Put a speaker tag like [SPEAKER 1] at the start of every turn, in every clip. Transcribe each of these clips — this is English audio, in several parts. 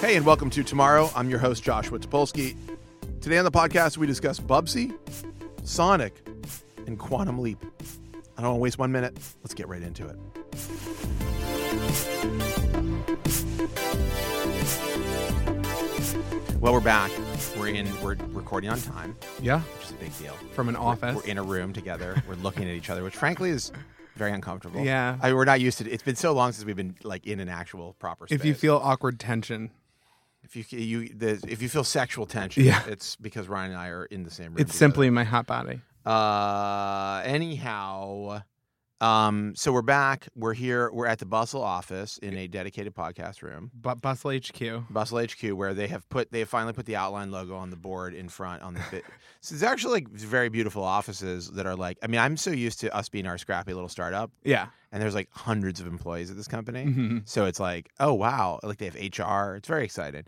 [SPEAKER 1] Hey, and welcome to Tomorrow. I'm your host, Joshua Topolsky. Today on the podcast, we discuss Bubsy, Sonic, and Quantum Leap. I don't want to waste one minute. Let's get right into it. Well, we're back. We're in. We're recording on time,
[SPEAKER 2] Yeah,
[SPEAKER 1] which is a big deal.
[SPEAKER 2] from an office.
[SPEAKER 1] We're in a room together. We're looking at each other, which frankly is very uncomfortable.
[SPEAKER 2] Yeah.
[SPEAKER 1] I mean, we're not used to. It. It's been so long since we've been like in an actual proper. Space.
[SPEAKER 2] if you feel awkward tension,
[SPEAKER 1] if you you the, if you feel sexual tension,
[SPEAKER 2] Yeah.
[SPEAKER 1] it's because Ryan and I are in the same room.
[SPEAKER 2] it's
[SPEAKER 1] together.
[SPEAKER 2] simply my hot body.
[SPEAKER 1] Uh, anyhow, um, so we're back. We're here. We're at the Bustle office in a dedicated podcast room,
[SPEAKER 2] But Bustle HQ.
[SPEAKER 1] Bustle HQ, where they have put they have finally put the outline logo on the board in front on the. Bit. so it's actually like very beautiful offices that are like. I mean, I'm so used to us being our scrappy little startup,
[SPEAKER 2] Yeah.
[SPEAKER 1] and there's like hundreds of employees at this company.
[SPEAKER 2] hmm
[SPEAKER 1] So it's like, oh wow, like they have HR. It's very exciting.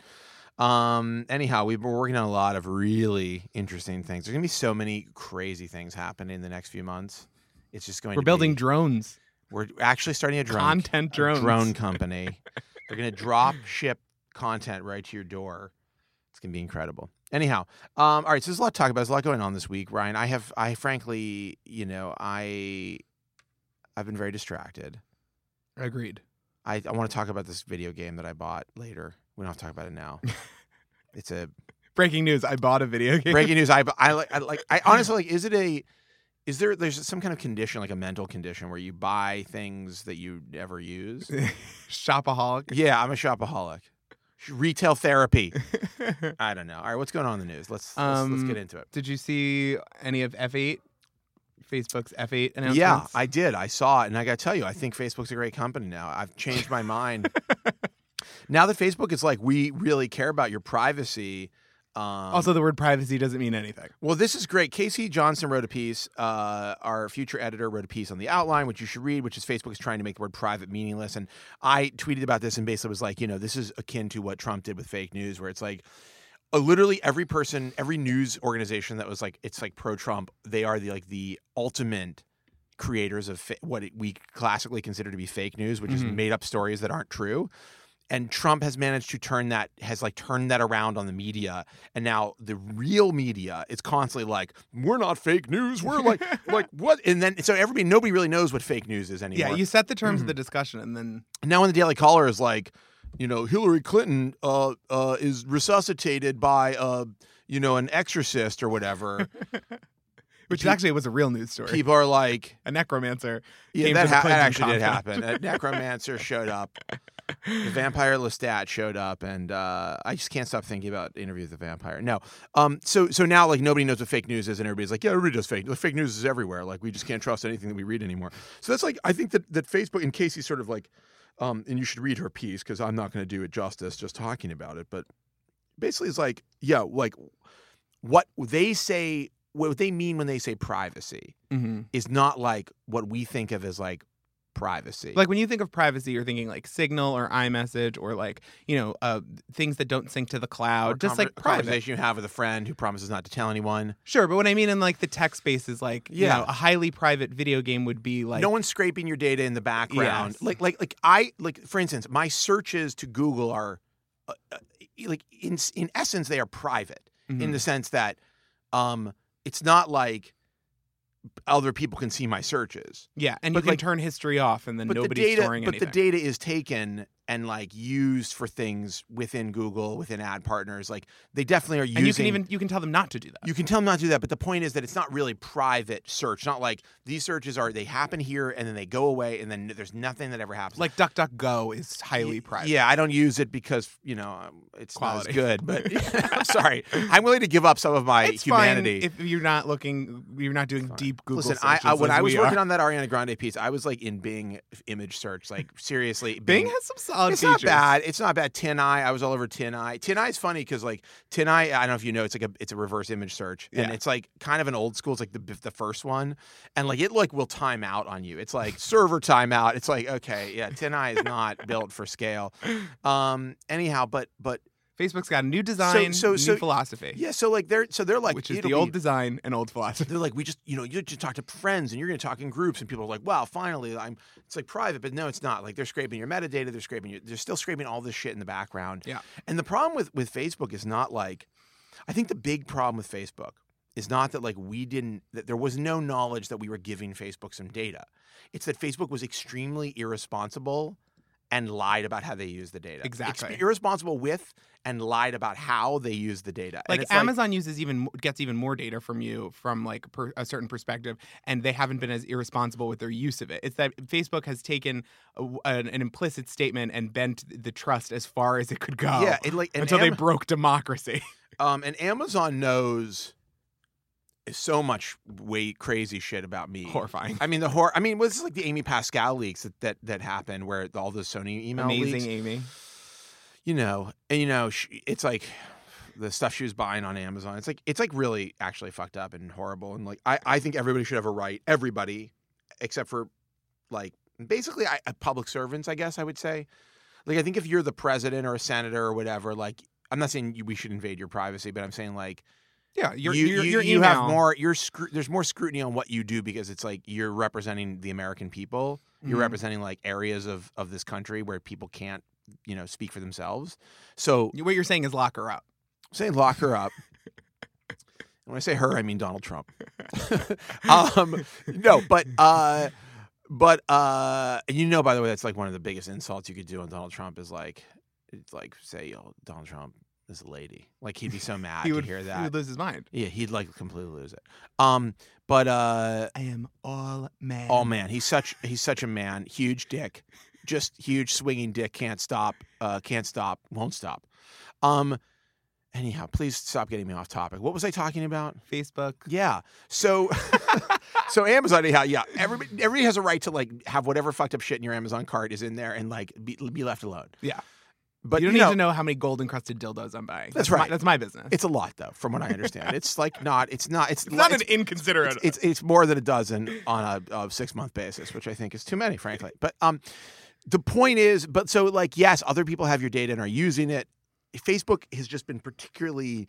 [SPEAKER 1] Um, anyhow, we've been working on a lot of really interesting things. There's gonna be so many crazy things happening in the next few months. It's just going.
[SPEAKER 2] We're
[SPEAKER 1] to
[SPEAKER 2] building
[SPEAKER 1] Be,
[SPEAKER 2] drones,
[SPEAKER 1] we're actually starting a drone
[SPEAKER 2] content
[SPEAKER 1] a
[SPEAKER 2] drones.
[SPEAKER 1] drone company. They're gonna drop ship content right to your door. It's gonna be incredible. Anyhow, um, all right. So there's a lot to talk about. There's a lot going on this week, Ryan. I have, I frankly, you know, I, I've been very distracted.
[SPEAKER 2] Agreed.
[SPEAKER 1] I, I want to talk about this video game that I bought later. We don't have to talk about it now. it's a
[SPEAKER 2] Breaking news: I bought a video game.
[SPEAKER 1] breaking news. I, I like I like I honestly like. Is it a is there there's some kind of condition like a mental condition where you buy things that you never use?
[SPEAKER 2] Shopaholic.
[SPEAKER 1] yeah, I'm a shopaholic. Sh- Retail therapy. I don't know. All right, what's going on in the news? Let's let's, let's
[SPEAKER 2] Um,
[SPEAKER 1] get into it.
[SPEAKER 2] Did you see any of F8? Facebook's F8 announcements.
[SPEAKER 1] Yeah, I did. I saw it, and I got to tell you, I think Facebook's a great company now. I've changed my mind. now that Facebook is like, we really care about your privacy. Um,
[SPEAKER 2] also, the word privacy doesn't mean anything.
[SPEAKER 1] Well, this is great. Casey Johnson wrote a piece. Uh, our future editor wrote a piece on the outline, which you should read, which is Facebook is trying to make the word private meaningless. And I tweeted about this and basically was like, you know, this is akin to what Trump did with fake news, where it's like, uh, literally every person, every news organization that was like, it's like pro Trump, they are the like the ultimate creators of fa- what it, we classically consider to be fake news, which is
[SPEAKER 2] Mhm.
[SPEAKER 1] made up stories that aren't true. And Trump has managed to turn that has like turned that around on the media, and now the real media is constantly like, "We're not fake news. We're like, like what?" And then so everybody, nobody really knows what fake news is anymore. Mm-hmm.
[SPEAKER 2] Yeah, you set the terms of the discussion, and then
[SPEAKER 1] now when the Daily Caller is like, you know, Hillary Clinton uh, uh, is resuscitated by uh, you know an exorcist or whatever,
[SPEAKER 2] which
[SPEAKER 1] Pe-
[SPEAKER 2] actually was a real news story.
[SPEAKER 1] people are like.
[SPEAKER 2] a necromancer.
[SPEAKER 1] Yeah,
[SPEAKER 2] came
[SPEAKER 1] that,
[SPEAKER 2] to
[SPEAKER 1] ha-
[SPEAKER 2] the
[SPEAKER 1] that
[SPEAKER 2] Clinton
[SPEAKER 1] actually did
[SPEAKER 2] compound.
[SPEAKER 1] happen. A necromancer showed up. The vampire Lestat showed up, and uh, I just can't stop thinking about Interview with the Vampire. No, um, so so now like nobody knows what fake news is, and everybody's like, yeah, everybody does fake. Like, fake news is everywhere. Like we just can't trust anything that we read anymore. So that's like I think that that Facebook and Casey sort of like, um, and you should read her piece because I'm not going to do it justice just talking about it, but basically it's like yeah, like what they say, what they mean when they say privacy
[SPEAKER 2] Mm-hmm.
[SPEAKER 1] is not like what we think of as like privacy.
[SPEAKER 2] Like when you think of privacy, you're thinking like Signal or iMessage or like you know uh, things that don't sync to
[SPEAKER 1] Or
[SPEAKER 2] the cloud,
[SPEAKER 1] a
[SPEAKER 2] just
[SPEAKER 1] conver-
[SPEAKER 2] like private.
[SPEAKER 1] conversation you have with a friend who promises not to tell anyone.
[SPEAKER 2] Sure, but what I mean in like the tech space is like you
[SPEAKER 1] Yeah.
[SPEAKER 2] know, a highly private video game would be like
[SPEAKER 1] no one's scraping your data in the background.
[SPEAKER 2] Yes.
[SPEAKER 1] Like like like I like for instance, my searches to Google are uh, uh, like in in essence they are private
[SPEAKER 2] Mhm.
[SPEAKER 1] in the sense that um it's not like other people can see my searches.
[SPEAKER 2] yeah, and
[SPEAKER 1] but
[SPEAKER 2] you can
[SPEAKER 1] like-
[SPEAKER 2] turn history off, and then
[SPEAKER 1] but the
[SPEAKER 2] nobody's
[SPEAKER 1] data
[SPEAKER 2] storing
[SPEAKER 1] but
[SPEAKER 2] anything.
[SPEAKER 1] the data is taken and like used for things within Google, within ad partners. Like they definitely are using
[SPEAKER 2] and you can even you can tell them not to do that.
[SPEAKER 1] You can tell them not to do that, but the point is that it's not really private search. Not like these searches are they happen here and then they go away and then there's nothing that ever happens.
[SPEAKER 2] Like DuckDuckGo is highly
[SPEAKER 1] Y-
[SPEAKER 2] private.
[SPEAKER 1] Yeah, I don't use it because you know um, it's not
[SPEAKER 2] Quality.
[SPEAKER 1] as good. But I'm sorry, I'm willing to give up some of my
[SPEAKER 2] it's
[SPEAKER 1] humanity.
[SPEAKER 2] fine if you're not looking, you're not doing
[SPEAKER 1] Fine.
[SPEAKER 2] deep Google
[SPEAKER 1] Listen, I,
[SPEAKER 2] searches.
[SPEAKER 1] I when
[SPEAKER 2] as
[SPEAKER 1] I was
[SPEAKER 2] we
[SPEAKER 1] working
[SPEAKER 2] are.
[SPEAKER 1] on that Ariana Grande piece, I was like in Bing image search. Like seriously,
[SPEAKER 2] Bing has some odd
[SPEAKER 1] it's not
[SPEAKER 2] features.
[SPEAKER 1] bad. It's not bad. Tin Eye. I was all over Tin Eye. Tin Eye is funny because like Tin Eye. I don't know if you know. It's like a it's a reverse image search, and
[SPEAKER 2] Yeah.
[SPEAKER 1] it's like kind of an old school. It's like the the first one, and like it like will time out on you. It's like server timeout. It's like okay, yeah. Tin Eye is not built for scale. Um. Anyhow, but but
[SPEAKER 2] Facebook's got a new design,
[SPEAKER 1] so-
[SPEAKER 2] new
[SPEAKER 1] so-
[SPEAKER 2] philosophy.
[SPEAKER 1] yeah. So like they're so they're like
[SPEAKER 2] which is
[SPEAKER 1] it'll
[SPEAKER 2] the
[SPEAKER 1] be-
[SPEAKER 2] old design and old philosophy.
[SPEAKER 1] they're like, we just, you know, you just talk to friends and you're going to talk in groups. And people are like, wow, finally, I'm, it's like private, but no, it's not. Like they're scraping your metadata. They're scraping your, they're still scraping all this shit in the background.
[SPEAKER 2] Yeah.
[SPEAKER 1] And the problem with, with Facebook is not like, I think the big problem with Facebook is not that like we didn't, that there was no knowledge that we were giving Facebook some data. It's that Facebook was extremely irresponsible and lied about how they use the data. Ex-
[SPEAKER 2] Exactly.
[SPEAKER 1] irresponsible with and lied about how they use the data. And
[SPEAKER 2] Like
[SPEAKER 1] it's
[SPEAKER 2] Amazon uses even mo- gets even more data from you from like per, a certain perspective, and they haven't been as irresponsible with their use of it. It's that Facebook has taken a w an, an implicit statement and bent the trust as far as it could go.
[SPEAKER 1] yeah, it like and
[SPEAKER 2] until they
[SPEAKER 1] Am-
[SPEAKER 2] broke democracy.
[SPEAKER 1] Um, and Amazon knows so much way crazy shit about me.
[SPEAKER 2] Horrifying.
[SPEAKER 1] I mean the horror. I mean, was this like the Amy Pascal leaks that that, that happened, where all the Sony email
[SPEAKER 2] Amazing,
[SPEAKER 1] leaks?
[SPEAKER 2] Amy.
[SPEAKER 1] You know, and you know, sh it's like the stuff she was buying on Amazon. It's like it's like really actually fucked up and horrible. And like I I think everybody should have a right. Everybody, except for like basically I, uh, public servants, I guess I would say. Like I think if you're the president or a senator or whatever, like I'm not saying you, we should invade your privacy, but I'm saying like
[SPEAKER 2] Yeah, your,
[SPEAKER 1] you,
[SPEAKER 2] your,
[SPEAKER 1] you-
[SPEAKER 2] your
[SPEAKER 1] you have
[SPEAKER 2] email-
[SPEAKER 1] more you're scru- there's more scrutiny on what you do because it's like you're representing the american people you're
[SPEAKER 2] Mhm.
[SPEAKER 1] representing like areas of of this country where people can't you know speak for themselves so
[SPEAKER 2] What you're saying is lock her up.
[SPEAKER 1] say lock her up and when i say her i mean donald trump um no but uh but uh and you know by the way that's like one of the biggest insults you could do on donald trump is like it's like say oh donald trump is a lady like he'd be so mad
[SPEAKER 2] he
[SPEAKER 1] to
[SPEAKER 2] would
[SPEAKER 1] hear that
[SPEAKER 2] He would lose his mind.
[SPEAKER 1] yeah, he'd like completely lose it. Um, but uh,
[SPEAKER 2] I am all man.
[SPEAKER 1] oh man, he's such he's such a man. Huge dick, just huge swinging dick. Can't stop. Uh, can't stop. Won't stop. Um, anyhow, please stop getting me off topic. What was I talking about?
[SPEAKER 2] Facebook.
[SPEAKER 1] Yeah. So, so Amazon, anyhow, yeah. Everybody, everybody has a right to like have whatever fucked up shit in your Amazon cart is in there and like be, be left alone.
[SPEAKER 2] Yeah.
[SPEAKER 1] But
[SPEAKER 2] you
[SPEAKER 1] you,
[SPEAKER 2] don't
[SPEAKER 1] know,
[SPEAKER 2] need to know how many gold encrusted dildos I'm buying.
[SPEAKER 1] That's
[SPEAKER 2] my-
[SPEAKER 1] right.
[SPEAKER 2] that's my business.
[SPEAKER 1] it's a lot though, from what I understand. it's like not. It's not. It's,
[SPEAKER 2] It's not
[SPEAKER 1] it's
[SPEAKER 2] an inconsiderate.
[SPEAKER 1] it's, it's it's more than a dozen on a, a six month basis, which I think is too many, frankly. But um, the point is, but so like yes, other people have your data and are using it. Facebook has just been particularly,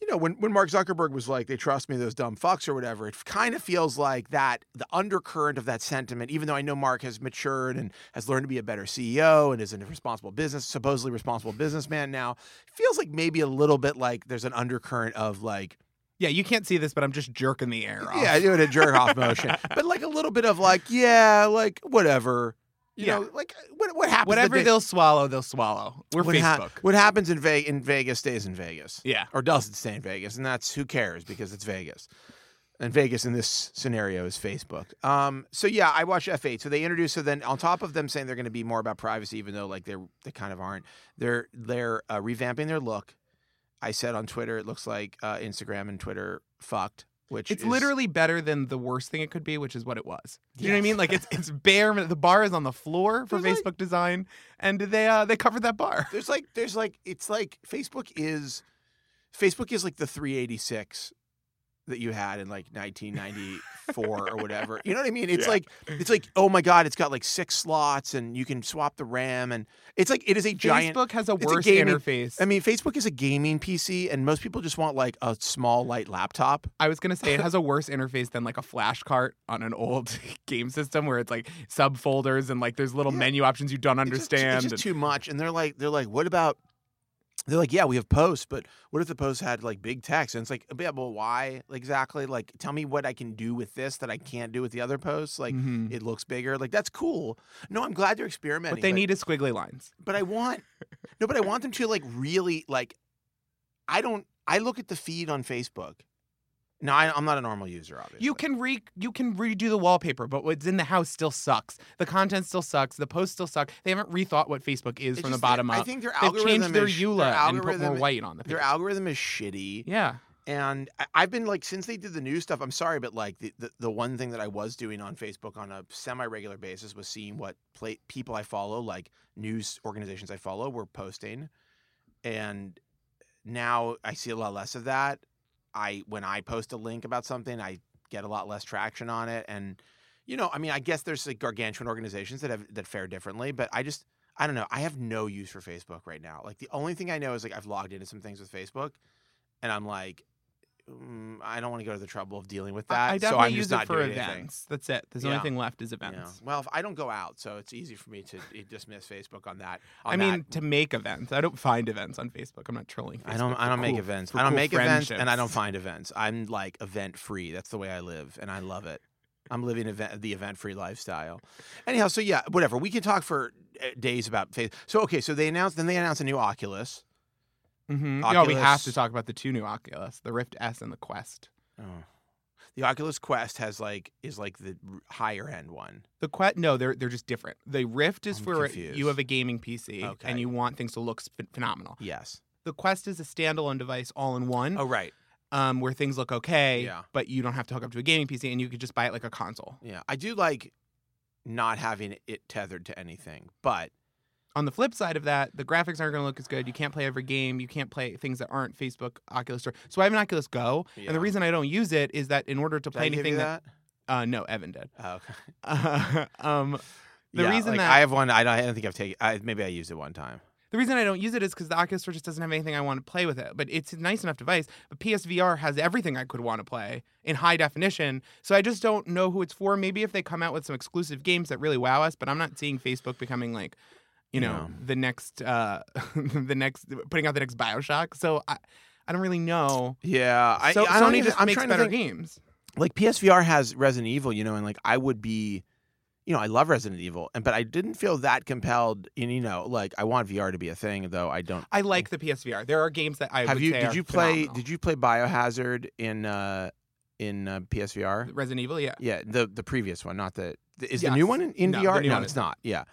[SPEAKER 1] you know, when when Mark Zuckerberg was like, "They trust me, those dumb fucks" or whatever. It kind of feels like that the undercurrent of that sentiment, even though I know Mark has matured and has learned to be a better CEO and is a responsible business, supposedly responsible businessman now, feels like maybe a little bit like there's an undercurrent of like
[SPEAKER 2] yeah, you can't see this, but I'm just jerking the air off.
[SPEAKER 1] yeah, I do it a jerk off motion, but like a little bit of like, yeah, like whatever, you
[SPEAKER 2] Yeah.
[SPEAKER 1] know, like what what happens?
[SPEAKER 2] Whatever
[SPEAKER 1] the day-
[SPEAKER 2] they'll swallow, they'll swallow. We're
[SPEAKER 1] what ha-
[SPEAKER 2] Facebook.
[SPEAKER 1] what happens in, Ve- in Vegas stays in Vegas,
[SPEAKER 2] yeah.
[SPEAKER 1] or doesn't stay in Vegas, and that's who cares because it's Vegas, and Vegas in this scenario is Facebook. Um, so yeah, I watched F8. So they introduced. So then on top of them saying they're going to be more about privacy, even though like they're they kind of aren't. They're they're uh, revamping their look. I said on Twitter, it looks like uh, Instagram and Twitter fucked. Which
[SPEAKER 2] It's
[SPEAKER 1] is-
[SPEAKER 2] literally better than the worst thing it could be, which is what it was. Do you know what I
[SPEAKER 1] Yes.
[SPEAKER 2] mean? Like it's it's bare. The bar is on the floor for
[SPEAKER 1] There's
[SPEAKER 2] Facebook design, and they uh, they covered that bar.
[SPEAKER 1] There's like there's like it's like Facebook is Facebook is like the 386 that you had in like 1994 or whatever. You know what I mean? It's
[SPEAKER 2] Yeah.
[SPEAKER 1] like it's like oh my god, it's got like six slots and you can swap the RAM and it's like it is a giant
[SPEAKER 2] Facebook has a
[SPEAKER 1] it's a
[SPEAKER 2] worse
[SPEAKER 1] gaming-
[SPEAKER 2] interface.
[SPEAKER 1] I mean, Facebook is a gaming PC and most people just want like a small light laptop.
[SPEAKER 2] I was gonna say it has a worse interface than like a flash cart on an old game system where it's like subfolders and like there's little
[SPEAKER 1] Yeah.
[SPEAKER 2] menu options you don't
[SPEAKER 1] It's just-
[SPEAKER 2] understand.
[SPEAKER 1] It's just, too much. And they're like, they're like, what about? They're like, yeah, we have posts, but what if the post had like big text? And it's like, yeah, well, why exactly? Like, tell me what I can do with this that I can't do with the other posts. Like,
[SPEAKER 2] Mhm.
[SPEAKER 1] it looks bigger. Like, that's cool. No, I'm glad they're experimenting.
[SPEAKER 2] What they need is squiggly lines.
[SPEAKER 1] but I want no, but I want them to like really like. I don't. I look at the feed on Facebook. No, I, I'm not a normal user, obviously.
[SPEAKER 2] You can re you can redo the wallpaper, but what's in the house still sucks. The content still sucks. The posts still suck. They haven't rethought what Facebook is
[SPEAKER 1] It's
[SPEAKER 2] from the
[SPEAKER 1] just that-
[SPEAKER 2] bottom
[SPEAKER 1] I
[SPEAKER 2] up.
[SPEAKER 1] think their
[SPEAKER 2] They've
[SPEAKER 1] algorithm
[SPEAKER 2] changed their E
[SPEAKER 1] is,
[SPEAKER 2] EULA and put more
[SPEAKER 1] algorithm-
[SPEAKER 2] white on the
[SPEAKER 1] Their
[SPEAKER 2] page.
[SPEAKER 1] algorithm is shitty.
[SPEAKER 2] yeah,
[SPEAKER 1] And I- I've been like since they did the news stuff. I'm sorry, but like the, the, the one thing that I was doing on Facebook on a semi regular basis was seeing what pla people I follow, like news organizations I follow, were posting, and now I see a lot less of that. I when I post a link about something, I get a lot less traction on it, and you know, I mean, I guess there's like gargantuan organizations that have that fare differently, but I just I don't know. I have no use for Facebook right now. Like the only thing I know is like I've logged into some things with Facebook, and I'm like, mm, I don't want to go to the trouble of dealing with that.
[SPEAKER 2] I, I
[SPEAKER 1] so
[SPEAKER 2] definitely
[SPEAKER 1] I'm
[SPEAKER 2] use
[SPEAKER 1] just
[SPEAKER 2] it
[SPEAKER 1] not
[SPEAKER 2] for
[SPEAKER 1] doing
[SPEAKER 2] events.
[SPEAKER 1] anything.
[SPEAKER 2] That's it. There's
[SPEAKER 1] Yeah.
[SPEAKER 2] only thing left is
[SPEAKER 1] Yeah.
[SPEAKER 2] events.
[SPEAKER 1] Well, if I don't go out, so it's easy for me to eh, dismiss Facebook on that.
[SPEAKER 2] I
[SPEAKER 1] on
[SPEAKER 2] mean,
[SPEAKER 1] that.
[SPEAKER 2] to make events. I don't find events on Facebook. I'm not trolling. Facebook
[SPEAKER 1] I don't. I
[SPEAKER 2] for
[SPEAKER 1] don't make
[SPEAKER 2] cool-
[SPEAKER 1] events.
[SPEAKER 2] for
[SPEAKER 1] I don't
[SPEAKER 2] cool
[SPEAKER 1] make events, and I don't
[SPEAKER 2] friendships.
[SPEAKER 1] find events. I'm like event free. That's the way I live, and I love it. I'm living event, the event free lifestyle. Anyhow, so yeah, whatever. We can talk for eh, days about face. So okay, so they announced. Then they announced a new Oculus.
[SPEAKER 2] Mhm. Yeah, we have to
[SPEAKER 1] Oculus.
[SPEAKER 2] talk about the two new Oculus, the Rift S and the Quest.
[SPEAKER 1] Oh. The Oculus Quest has like is like the r- higher end one.
[SPEAKER 2] The Quest, no, they're they're just different. The Rift is
[SPEAKER 1] I'm
[SPEAKER 2] for
[SPEAKER 1] confused.
[SPEAKER 2] you have a gaming PC
[SPEAKER 1] Okay.
[SPEAKER 2] and you want things to look sp- phenomenal.
[SPEAKER 1] Yes.
[SPEAKER 2] The Quest is a standalone device, all in one,
[SPEAKER 1] Oh right.
[SPEAKER 2] um, where things look okay,
[SPEAKER 1] Yeah.
[SPEAKER 2] but you don't have to hook up to a gaming PC, and you could just buy it like a console
[SPEAKER 1] Yeah. I do like not having it tethered to anything, but
[SPEAKER 2] on the flip side of that, the graphics aren't going to look as good. You can't play every game. You can't play things that aren't Facebook, Oculus Store. So I have an Oculus Go, and
[SPEAKER 1] Yeah.
[SPEAKER 2] the reason I don't use it is that in order to
[SPEAKER 1] did
[SPEAKER 2] play
[SPEAKER 1] I give you
[SPEAKER 2] anything
[SPEAKER 1] that.
[SPEAKER 2] uh, no, Evan did.
[SPEAKER 1] Oh, okay.
[SPEAKER 2] um, The
[SPEAKER 1] Yeah,
[SPEAKER 2] reason
[SPEAKER 1] like,
[SPEAKER 2] that-
[SPEAKER 1] I have one, I don't, I don't think I've taken. I, maybe I used it one time.
[SPEAKER 2] the reason I don't use it is because the Oculus Store just doesn't have anything I want to play with it. But it's a nice enough device. But PSVR has everything I could want to play in high definition. So I just don't know who it's for. Maybe if they come out with some exclusive games that really wow us, but I'm not seeing Facebook becoming like. You know
[SPEAKER 1] Yeah.
[SPEAKER 2] the next, uh the next putting out the next Bioshock. So I, I don't really know.
[SPEAKER 1] Yeah, I,
[SPEAKER 2] so,
[SPEAKER 1] I don't
[SPEAKER 2] Sony
[SPEAKER 1] even-
[SPEAKER 2] just
[SPEAKER 1] I'm
[SPEAKER 2] makes
[SPEAKER 1] trying
[SPEAKER 2] better
[SPEAKER 1] to think.
[SPEAKER 2] games.
[SPEAKER 1] Like PSVR has Resident Evil, you know, and like I would be, you know, I love Resident Evil, and but I didn't feel that compelled. In you know, like I want VR to be a thing, though I don't.
[SPEAKER 2] I like the PSVR. There are games that I
[SPEAKER 1] have
[SPEAKER 2] would
[SPEAKER 1] you?
[SPEAKER 2] say
[SPEAKER 1] Did
[SPEAKER 2] are
[SPEAKER 1] you play?
[SPEAKER 2] phenomenal.
[SPEAKER 1] Did you play Biohazard in uh in uh, PSVR?
[SPEAKER 2] Resident Evil? Yeah,
[SPEAKER 1] Yeah, the the previous one, not the th- is the new
[SPEAKER 2] Yes.
[SPEAKER 1] one in, in
[SPEAKER 2] No, the
[SPEAKER 1] VR?
[SPEAKER 2] new
[SPEAKER 1] No,
[SPEAKER 2] one
[SPEAKER 1] it's
[SPEAKER 2] is-
[SPEAKER 1] not. Yeah,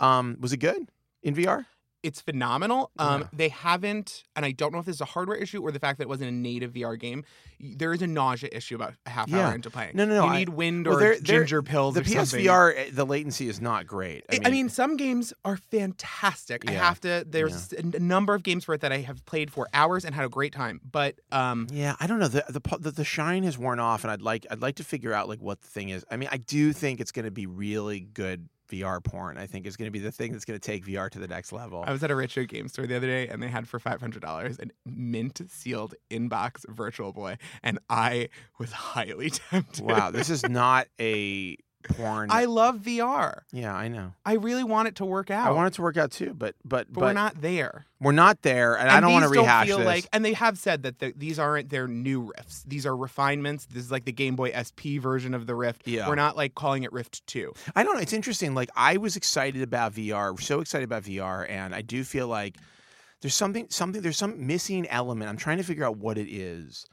[SPEAKER 1] um, was it good in VR?
[SPEAKER 2] it's phenomenal. Um,
[SPEAKER 1] Yeah.
[SPEAKER 2] They haven't, and I don't know if this is a hardware issue or the fact that it wasn't a native VR game. y- There is a nausea issue about a half
[SPEAKER 1] Yeah.
[SPEAKER 2] hour into playing.
[SPEAKER 1] No, no, no,
[SPEAKER 2] You
[SPEAKER 1] I-
[SPEAKER 2] need wind
[SPEAKER 1] well,
[SPEAKER 2] or
[SPEAKER 1] they're- they're-
[SPEAKER 2] ginger pills.
[SPEAKER 1] The
[SPEAKER 2] or something.
[SPEAKER 1] PSVR, eh, the latency is not great.
[SPEAKER 2] I mean, some games are fantastic. I
[SPEAKER 1] Yeah.
[SPEAKER 2] have to. There's a n- number of games for it that I have played for hours and had a great time. But um,
[SPEAKER 1] Yeah, I don't know. The, the pu- the the shine has worn off, and I'd like I'd like to figure out like what the thing is. I mean, I do think it's going to be really good VR porn. I think it's going to be the thing that's going to take VR to the next level.
[SPEAKER 2] I was at a Richard game store the other day and they had for $500 an mint sealed inbox virtual boy. And I was highly tempted.
[SPEAKER 1] wow, this is not a porn.
[SPEAKER 2] I love VR.
[SPEAKER 1] yeah, I know.
[SPEAKER 2] I really want it to work out.
[SPEAKER 1] I want it to work out too, but but
[SPEAKER 2] but,
[SPEAKER 1] but
[SPEAKER 2] we're not there.
[SPEAKER 1] we're not there, and, I don't want to
[SPEAKER 2] these don't
[SPEAKER 1] rehash
[SPEAKER 2] feel
[SPEAKER 1] this.
[SPEAKER 2] Like, and they have said that the, these aren't their new riffs. These are refinements. This is like the Game Boy SP version of the Rift.
[SPEAKER 1] Yeah.
[SPEAKER 2] We're not like calling it Rift 2.
[SPEAKER 1] I don't know. It's interesting. Like I was excited about VR, so excited about VR, and I do feel like there's something, something, there's some missing element. I'm trying to figure out what it is,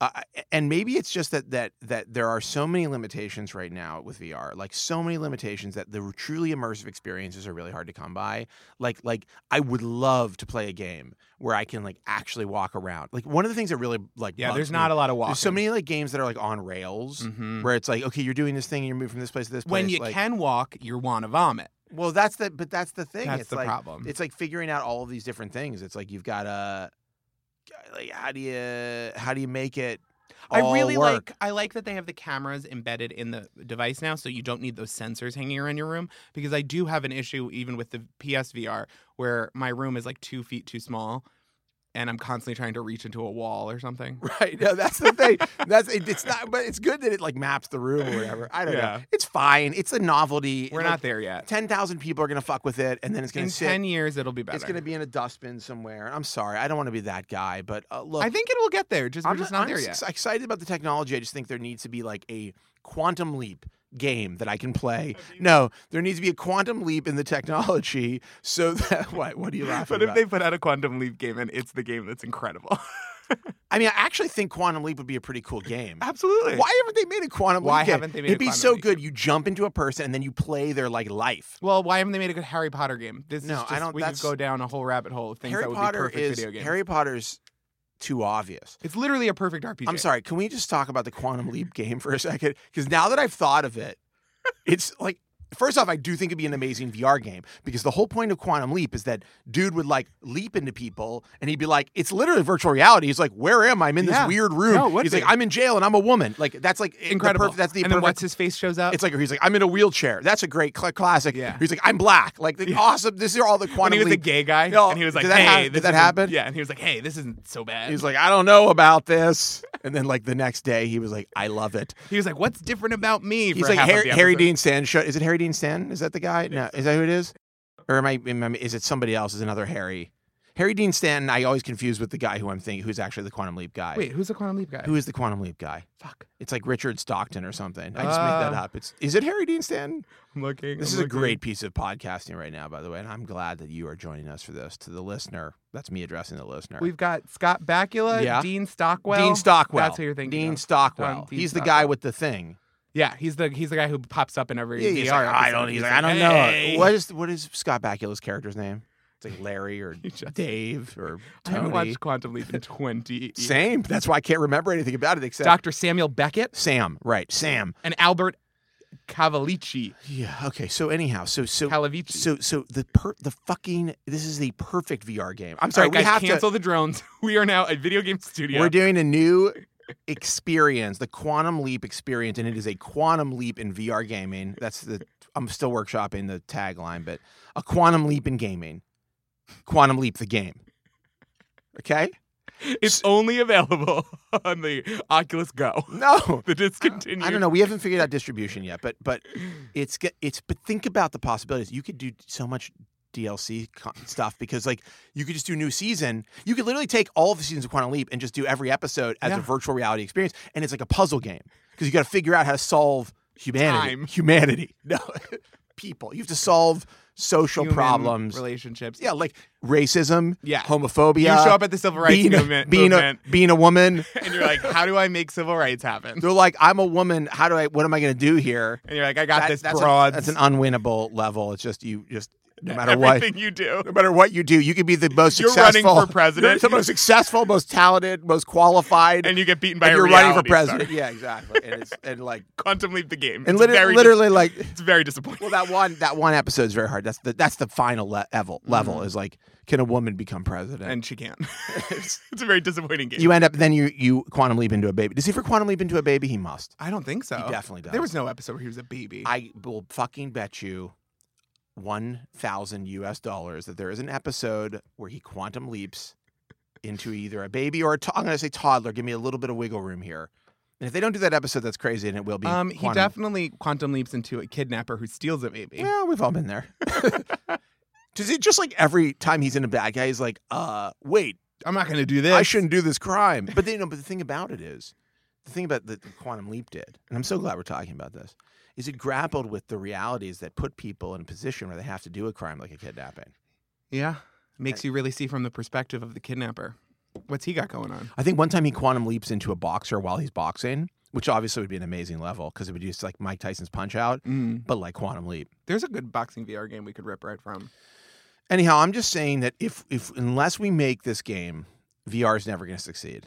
[SPEAKER 1] uh, and maybe it's just that that that there are so many limitations right now with VR, like so many limitations that the truly immersive experiences are really hard to come by. Like like I would love to play a game where I can like actually walk around. Like one of the things that really like
[SPEAKER 2] Yeah, there's not a lot of walking.
[SPEAKER 1] there's so many like games that are like on rails.
[SPEAKER 2] Mhm.
[SPEAKER 1] Where it's like, okay, you're doing this thing, and you're moving from this place to this place.
[SPEAKER 2] When you
[SPEAKER 1] like,
[SPEAKER 2] can walk, you want to vomit.
[SPEAKER 1] well, that's the but that's the thing.
[SPEAKER 2] That's
[SPEAKER 1] it's
[SPEAKER 2] the
[SPEAKER 1] like
[SPEAKER 2] problem.
[SPEAKER 1] it's like figuring out all of these different things. It's like you've got to like how do you how do you make it? all
[SPEAKER 2] I really
[SPEAKER 1] work?
[SPEAKER 2] like I like that they have the cameras embedded in the device now, so you don't need those sensors hanging around your room. Because I do have an issue even with the PSVR where my room is like two feet too small, and I'm constantly trying to reach into a wall or something.
[SPEAKER 1] right. No, that's the thing. that's it, it's not. But it's good that it like maps the room or whatever. I don't know.
[SPEAKER 2] Yeah.
[SPEAKER 1] It's fine. It's a novelty.
[SPEAKER 2] We're
[SPEAKER 1] Like,
[SPEAKER 2] not there yet.
[SPEAKER 1] Ten thousand people are gonna fuck with it, and then it's gonna
[SPEAKER 2] In
[SPEAKER 1] sit.
[SPEAKER 2] ten years, it'll be better.
[SPEAKER 1] it's gonna be in a dustbin somewhere. I'm sorry. I don't want to be that guy, but uh, look.
[SPEAKER 2] I think it will get there. Just we're
[SPEAKER 1] I'm
[SPEAKER 2] just not
[SPEAKER 1] I'm
[SPEAKER 2] there
[SPEAKER 1] ex-
[SPEAKER 2] yet.
[SPEAKER 1] excited about the technology. I just think there needs to be like a quantum leap game that I can play. No, there needs to be a quantum leap in the technology so that what? What are you laughing
[SPEAKER 2] But
[SPEAKER 1] about?
[SPEAKER 2] if they put out a Quantum Leap game and it's the game that's incredible,
[SPEAKER 1] I mean, I actually think quantum leap would be a pretty cool game.
[SPEAKER 2] absolutely.
[SPEAKER 1] Why haven't they made a quantum
[SPEAKER 2] Why
[SPEAKER 1] leap? game?
[SPEAKER 2] haven't they made
[SPEAKER 1] It'd
[SPEAKER 2] a
[SPEAKER 1] be
[SPEAKER 2] Quantum
[SPEAKER 1] so
[SPEAKER 2] Leap
[SPEAKER 1] good. You jump into a person and then you play their like life.
[SPEAKER 2] Well, why haven't they made a good Harry Potter game? This
[SPEAKER 1] No,
[SPEAKER 2] is
[SPEAKER 1] I
[SPEAKER 2] just,
[SPEAKER 1] don't-
[SPEAKER 2] We could
[SPEAKER 1] that's-
[SPEAKER 2] go down a whole rabbit hole of things
[SPEAKER 1] Harry
[SPEAKER 2] that would
[SPEAKER 1] Potter
[SPEAKER 2] be perfect
[SPEAKER 1] is
[SPEAKER 2] video games.
[SPEAKER 1] Harry Potter's too obvious.
[SPEAKER 2] It's literally a perfect RPG.
[SPEAKER 1] I'm sorry. Can we just talk about the Quantum Leap game for a second? Because now that I've thought of it, it's like. First off, I do think it'd be an amazing VR game because the whole point of Quantum Leap is that dude would like leap into people and he'd be like, it's literally virtual reality. He's like, where am I? I'm in
[SPEAKER 2] Yeah.
[SPEAKER 1] this weird room.
[SPEAKER 2] No, it would
[SPEAKER 1] he's
[SPEAKER 2] be.
[SPEAKER 1] like, I'm in jail and I'm a woman. Like, that's like the
[SPEAKER 2] Incredible.
[SPEAKER 1] perfect- that's the
[SPEAKER 2] and then
[SPEAKER 1] perfect-
[SPEAKER 2] once his face shows up,
[SPEAKER 1] It's like, he's like, I'm in a wheelchair. That's a great cl- classic.
[SPEAKER 2] Yeah.
[SPEAKER 1] He's like, I'm black. Like,
[SPEAKER 2] Yeah.
[SPEAKER 1] awesome. These are all the
[SPEAKER 2] when
[SPEAKER 1] Quantum
[SPEAKER 2] he was a
[SPEAKER 1] Leap
[SPEAKER 2] gay guy,
[SPEAKER 1] No,
[SPEAKER 2] and he was
[SPEAKER 1] did
[SPEAKER 2] like,
[SPEAKER 1] that
[SPEAKER 2] "Hey,
[SPEAKER 1] hap- did
[SPEAKER 2] this
[SPEAKER 1] that
[SPEAKER 2] isn't-
[SPEAKER 1] happen?
[SPEAKER 2] Yeah, and he was like, "Hey, this isn't so bad."
[SPEAKER 1] He's like, I don't know about this. And then like the next day, he was like, I love it.
[SPEAKER 2] he was like, "What's different about me?"
[SPEAKER 1] He's
[SPEAKER 2] for
[SPEAKER 1] like
[SPEAKER 2] half of
[SPEAKER 1] Harry,
[SPEAKER 2] the
[SPEAKER 1] Harry
[SPEAKER 2] episode.
[SPEAKER 1] Dean Stanton. Show, is it Harry Dean Stanton? Is that the guy? No, is that who it is? Or am I, am I- Is it somebody else? Is another Harry? Harry Dean Stanton. I always confuse with the guy who I'm thinking, who's actually the Quantum Leap guy.
[SPEAKER 2] Wait, who's the quantum leap guy?
[SPEAKER 1] Who is the Quantum Leap guy?
[SPEAKER 2] Fuck,
[SPEAKER 1] It's like Richard Stockton or something. I just made that
[SPEAKER 2] Oh.
[SPEAKER 1] up. It's is it Harry Dean Stanton?
[SPEAKER 2] I'm looking.
[SPEAKER 1] This is
[SPEAKER 2] I'm
[SPEAKER 1] a
[SPEAKER 2] looking.
[SPEAKER 1] great piece of podcasting right now, by the way, and I'm glad that you are joining us for this. To the listener, that's me addressing the listener.
[SPEAKER 2] We've got Scott Bakula,
[SPEAKER 1] Yeah.
[SPEAKER 2] Dean Stockwell.
[SPEAKER 1] Dean Stockwell.
[SPEAKER 2] That's who you're thinking.
[SPEAKER 1] Dean
[SPEAKER 2] of.
[SPEAKER 1] Stockwell.
[SPEAKER 2] Um, Dean
[SPEAKER 1] he's the
[SPEAKER 2] Stockwell.
[SPEAKER 1] guy with the thing.
[SPEAKER 2] Yeah, he's the he's the guy who pops up in every
[SPEAKER 1] Yeah, he's
[SPEAKER 2] VR.
[SPEAKER 1] like, I
[SPEAKER 2] episode.
[SPEAKER 1] don't. He's
[SPEAKER 2] He's
[SPEAKER 1] like, I don't
[SPEAKER 2] "Hey."
[SPEAKER 1] know. What is what is Scott Bakula's character's name? It's like Larry or
[SPEAKER 2] You just-
[SPEAKER 1] Dave or
[SPEAKER 2] I haven't
[SPEAKER 1] Tony.
[SPEAKER 2] watched Quantum Leap in 20 years.
[SPEAKER 1] Same. That's why I can't remember anything about it except
[SPEAKER 2] Dr. Samuel Beckett
[SPEAKER 1] Sam. Right, Sam.
[SPEAKER 2] and Albert Cavalici.
[SPEAKER 1] Yeah. Okay. So anyhow, so so
[SPEAKER 2] Calavici.
[SPEAKER 1] so so the per the fucking this is the perfect VR game. I'm
[SPEAKER 2] All
[SPEAKER 1] sorry.
[SPEAKER 2] right, guys,
[SPEAKER 1] we have
[SPEAKER 2] cancel the drones. We are now a video game
[SPEAKER 1] to.
[SPEAKER 2] studio.
[SPEAKER 1] We're doing a new experience, the Quantum Leap experience, and it is a Quantum Leap in VR gaming. That's the I'm still workshopping the tagline, but a Quantum Leap in gaming, Quantum Leap the game. Okay.
[SPEAKER 2] it's only available on the Oculus Go.
[SPEAKER 1] No,
[SPEAKER 2] The discontinued.
[SPEAKER 1] I don't know. We haven't figured out distribution yet, but but it's g- it's but think about the possibilities. You could do so much DLC co- stuff because like you could just do new season. You could literally take all of the seasons of Quantum Leap and just do every episode as a
[SPEAKER 2] Yeah.
[SPEAKER 1] virtual reality experience, and it's like a puzzle game because you got to figure out how to solve humanity.
[SPEAKER 2] Time.
[SPEAKER 1] Humanity, no people. You have to solve social
[SPEAKER 2] Human
[SPEAKER 1] problems.
[SPEAKER 2] relationships.
[SPEAKER 1] yeah, like racism,
[SPEAKER 2] yeah.
[SPEAKER 1] homophobia.
[SPEAKER 2] You show up at the civil rights
[SPEAKER 1] being, a-
[SPEAKER 2] movement,
[SPEAKER 1] being
[SPEAKER 2] movement
[SPEAKER 1] a being a woman.
[SPEAKER 2] and you're like, "How do I make civil rights happen?"
[SPEAKER 1] They're like, I'm a woman. How do I? What am I going to do here?
[SPEAKER 2] And you're like, "I got
[SPEAKER 1] That-
[SPEAKER 2] this
[SPEAKER 1] that's,
[SPEAKER 2] broad."
[SPEAKER 1] a, that's an unwinnable level. It's just you just no matter what
[SPEAKER 2] everything you do.
[SPEAKER 1] no matter what you do, you could be the most
[SPEAKER 2] You're running
[SPEAKER 1] successful
[SPEAKER 2] for president.
[SPEAKER 1] You're the most successful, most talented, most qualified,
[SPEAKER 2] and you get beaten by
[SPEAKER 1] and
[SPEAKER 2] a
[SPEAKER 1] you're running for
[SPEAKER 2] reality star.
[SPEAKER 1] president. Yeah, exactly. And it's and like
[SPEAKER 2] Quantum Leap the game.
[SPEAKER 1] and
[SPEAKER 2] It's
[SPEAKER 1] literally,
[SPEAKER 2] very dis-
[SPEAKER 1] literally like
[SPEAKER 2] it's very disappointing.
[SPEAKER 1] well that one that one episode is very hard. That's the that's the final le- level level is like can a woman become president?
[SPEAKER 2] Mm-hmm. and she can't. it's a very disappointing game.
[SPEAKER 1] you end up then you you quantum leap into a baby. Does he for quantum leap into a baby? He must.
[SPEAKER 2] I don't think so.
[SPEAKER 1] He definitely does.
[SPEAKER 2] There was no episode where he was a baby.
[SPEAKER 1] I will fucking bet you one thousand U.S. dollars that there is an episode where he quantum leaps into either a baby or a to- I'm going to say toddler. Give me a little bit of wiggle room here. And if they don't do that episode, that's crazy, and it will be.
[SPEAKER 2] um, he
[SPEAKER 1] quantum-
[SPEAKER 2] definitely quantum leaps into a kidnapper who steals a baby.
[SPEAKER 1] Yeah, we've all been there. Does it just like every time he's in a bad guy, he's like, "Uh, wait,
[SPEAKER 2] I'm not going to do this.
[SPEAKER 1] I shouldn't do this crime." But then, you know, but the thing about it is, the thing about that the quantum leap did, and I'm so glad we're talking about this, is it grappled with the realities that put people in a position where they have to do a crime like a kidnapping.
[SPEAKER 2] Yeah, makes you really see from the perspective of the kidnapper. What's he got going on?
[SPEAKER 1] I think one time he quantum leaps into a boxer while he's boxing, which obviously would be an amazing level because it would use like Mike Tyson's punch out,
[SPEAKER 2] Mm.
[SPEAKER 1] but like quantum leap.
[SPEAKER 2] There's a good boxing VR game we could rip right from.
[SPEAKER 1] Anyhow, I'm just saying that if if unless we make this game, VR is never going to succeed.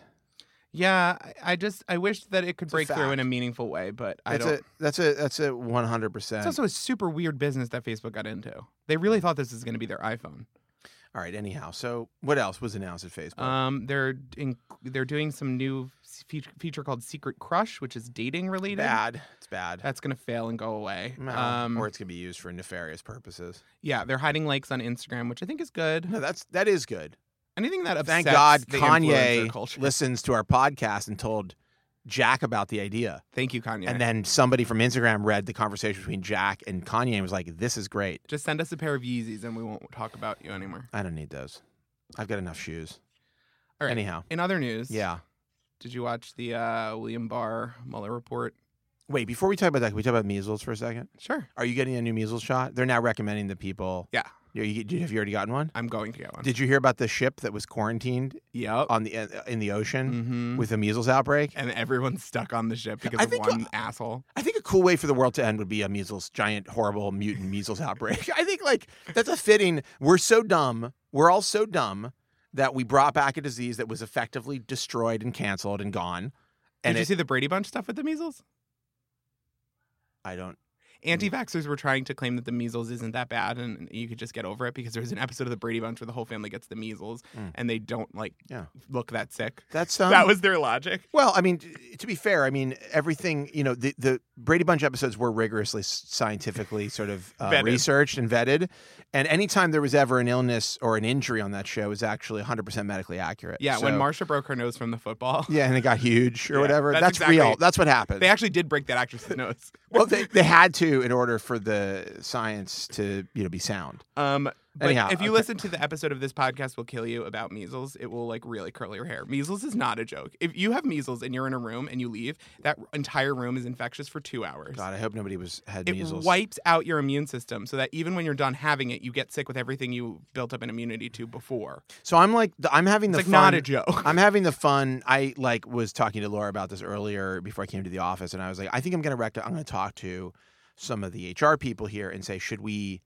[SPEAKER 2] Yeah, I, I just I wish that it could
[SPEAKER 1] It's a
[SPEAKER 2] break through in
[SPEAKER 1] fact.
[SPEAKER 2] a meaningful way, but I
[SPEAKER 1] That's
[SPEAKER 2] don't.
[SPEAKER 1] a that's a that's a 100.
[SPEAKER 2] It's
[SPEAKER 1] percent
[SPEAKER 2] also a super weird business that Facebook got into. They really thought this was going to be their iPhone.
[SPEAKER 1] All right. Anyhow, so what else was announced at Facebook?
[SPEAKER 2] Um, they're in, they're doing some new feature, feature called Secret Crush, which is dating related.
[SPEAKER 1] bad. It's bad.
[SPEAKER 2] That's gonna fail and go away.
[SPEAKER 1] No,
[SPEAKER 2] um,
[SPEAKER 1] or it's going to be used for nefarious purposes.
[SPEAKER 2] yeah, they're hiding likes on Instagram, which I think is good.
[SPEAKER 1] No, that's that is good.
[SPEAKER 2] Anything that upsets
[SPEAKER 1] Thank God
[SPEAKER 2] the influencer
[SPEAKER 1] Kanye
[SPEAKER 2] culture.
[SPEAKER 1] listens to our podcast and told Jack about the idea.
[SPEAKER 2] Thank you, Kanye.
[SPEAKER 1] And then somebody from Instagram read the conversation between Jack and Kanye and was like, "This is great.
[SPEAKER 2] just send us a pair of Yeezys, and we won't talk about you anymore.
[SPEAKER 1] I don't need those. I've got enough shoes."
[SPEAKER 2] All right.
[SPEAKER 1] Anyhow,
[SPEAKER 2] In other news,
[SPEAKER 1] yeah.
[SPEAKER 2] Did you watch the uh, William Barr Mueller report?
[SPEAKER 1] Wait, before we talk about that, can we talk about measles for a second?
[SPEAKER 2] Sure,
[SPEAKER 1] Are you getting a new measles shot? They're now recommending that people.
[SPEAKER 2] Yeah.
[SPEAKER 1] You, you, did- have you already gotten one?
[SPEAKER 2] I'm going to get one.
[SPEAKER 1] Did you hear about the ship that was quarantined
[SPEAKER 2] yep.
[SPEAKER 1] on the uh, in the ocean
[SPEAKER 2] hmm
[SPEAKER 1] with a measles outbreak?
[SPEAKER 2] and everyone's stuck on the ship because
[SPEAKER 1] I
[SPEAKER 2] of
[SPEAKER 1] think,
[SPEAKER 2] one asshole.
[SPEAKER 1] I think a cool way for the world to end would be a measles, giant, horrible, mutant measles outbreak. I think like that's a fitting. We're so dumb. We're all so dumb that we brought back a disease that was effectively destroyed and canceled and gone. And
[SPEAKER 2] Did you
[SPEAKER 1] it-
[SPEAKER 2] see the Brady Bunch stuff with the measles?
[SPEAKER 1] I don't.
[SPEAKER 2] Anti-vaxxers were trying to claim that the measles isn't that bad and you could just get over it because there's an episode of the Brady Bunch where the whole family gets the measles
[SPEAKER 1] Mm.
[SPEAKER 2] and they don't like
[SPEAKER 1] Yeah.
[SPEAKER 2] look that sick.
[SPEAKER 1] That's um,
[SPEAKER 2] that was their logic.
[SPEAKER 1] Well, I mean, t- to be fair, I mean everything. You know, the the Brady Bunch episodes were rigorously s- scientifically sort of uh,
[SPEAKER 2] Vetted.
[SPEAKER 1] researched and vetted, and anytime there was ever an illness or an injury on that show it was actually 100 percent medically accurate.
[SPEAKER 2] Yeah, when
[SPEAKER 1] So-
[SPEAKER 2] Marsha broke her nose from the football,
[SPEAKER 1] yeah, and it got huge or
[SPEAKER 2] Yeah,
[SPEAKER 1] whatever. That's,
[SPEAKER 2] that's exactly-
[SPEAKER 1] real. That's what happened.
[SPEAKER 2] they actually did break that actress's nose.
[SPEAKER 1] well, they, they had to in order for the science to you know be sound.
[SPEAKER 2] Um, but
[SPEAKER 1] Anyhow,
[SPEAKER 2] if you
[SPEAKER 1] okay.
[SPEAKER 2] listen to the episode of this podcast, will kill you about measles. It will like really curl your hair. Measles is not a joke. If you have measles and you're in a room and you leave, that entire room is infectious for two hours.
[SPEAKER 1] God, I hope nobody was had
[SPEAKER 2] It
[SPEAKER 1] measles.
[SPEAKER 2] wipes out your immune system so that even when you're done having it, you get sick with everything you built up an immunity to before.
[SPEAKER 1] So I'm like, I'm having
[SPEAKER 2] It's
[SPEAKER 1] the
[SPEAKER 2] like
[SPEAKER 1] fun.
[SPEAKER 2] not a joke.
[SPEAKER 1] I'm having the fun. I like was talking to Laura about this earlier before I came to the office, and I was like, I think I'm gonna rec- I'm gonna talk to some of the HR people here and say, should we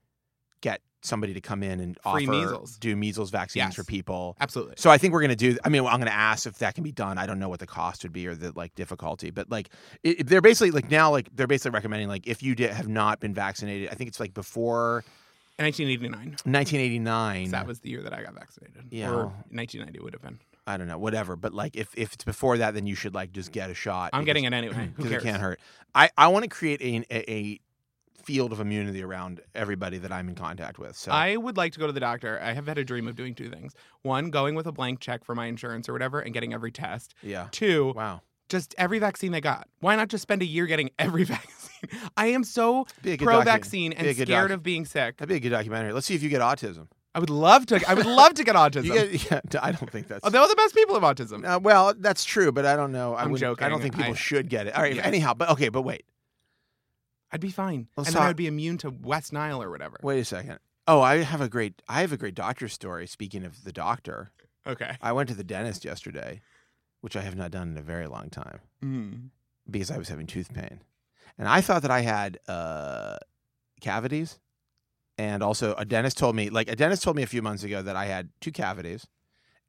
[SPEAKER 1] get somebody to come in and
[SPEAKER 2] Free
[SPEAKER 1] offer
[SPEAKER 2] measles.
[SPEAKER 1] do measles vaccines
[SPEAKER 2] Yes.
[SPEAKER 1] for people?
[SPEAKER 2] Absolutely.
[SPEAKER 1] So I think we're gonna do. I mean, I'm gonna ask if that can be done. I don't know what the cost would be or the like difficulty, but like it, it- they're basically like now like they're basically recommending like if you did, have not been vaccinated, I think it's like before
[SPEAKER 2] In 1989.
[SPEAKER 1] 1989.
[SPEAKER 2] That was the year that I got vaccinated.
[SPEAKER 1] Yeah.
[SPEAKER 2] Or 1990 would have been.
[SPEAKER 1] I don't know, whatever. But like, if, if it's before that, then you should like just get a shot.
[SPEAKER 2] I'm getting it anyway. Who
[SPEAKER 1] because
[SPEAKER 2] cares?
[SPEAKER 1] it can't hurt. I, I want to create a, a a field of immunity around everybody that I'm in contact with. So
[SPEAKER 2] I would like to go to the doctor. I have had a dream of doing two things. One, going with a blank check for my insurance or whatever and getting every test.
[SPEAKER 1] yeah,
[SPEAKER 2] Two,
[SPEAKER 1] wow,
[SPEAKER 2] just every vaccine they got. Why not just spend a year getting every vaccine? I am so
[SPEAKER 1] be a good
[SPEAKER 2] pro
[SPEAKER 1] docu-
[SPEAKER 2] vaccine and
[SPEAKER 1] be a good
[SPEAKER 2] scared
[SPEAKER 1] docu-
[SPEAKER 2] of being sick.
[SPEAKER 1] That'd be a good documentary. Let's see if you get autism.
[SPEAKER 2] I would love to I would love to get autism.
[SPEAKER 1] You get, yeah, I don't think that's.
[SPEAKER 2] Oh, they're the best people of autism.
[SPEAKER 1] Uh, well, that's true, but I don't know. I
[SPEAKER 2] I'm
[SPEAKER 1] wouldn't- I don't
[SPEAKER 2] joking.
[SPEAKER 1] think people
[SPEAKER 2] I-
[SPEAKER 1] should get it. All right.
[SPEAKER 2] Yeah.
[SPEAKER 1] Anyhow, but okay, but wait,
[SPEAKER 2] I'd be fine.
[SPEAKER 1] Let's
[SPEAKER 2] and then
[SPEAKER 1] talk-
[SPEAKER 2] I would be immune to West Nile or whatever.
[SPEAKER 1] wait a second. Oh, I have a great, I have a great doctor story. Speaking of the doctor,
[SPEAKER 2] Okay.
[SPEAKER 1] I went to the dentist yesterday, which I have not done in a very long time.
[SPEAKER 2] Mm.
[SPEAKER 1] because I was having tooth pain, and I thought that I had uh, cavities, and also a dentist told me like a dentist told me a few months ago that I had two cavities,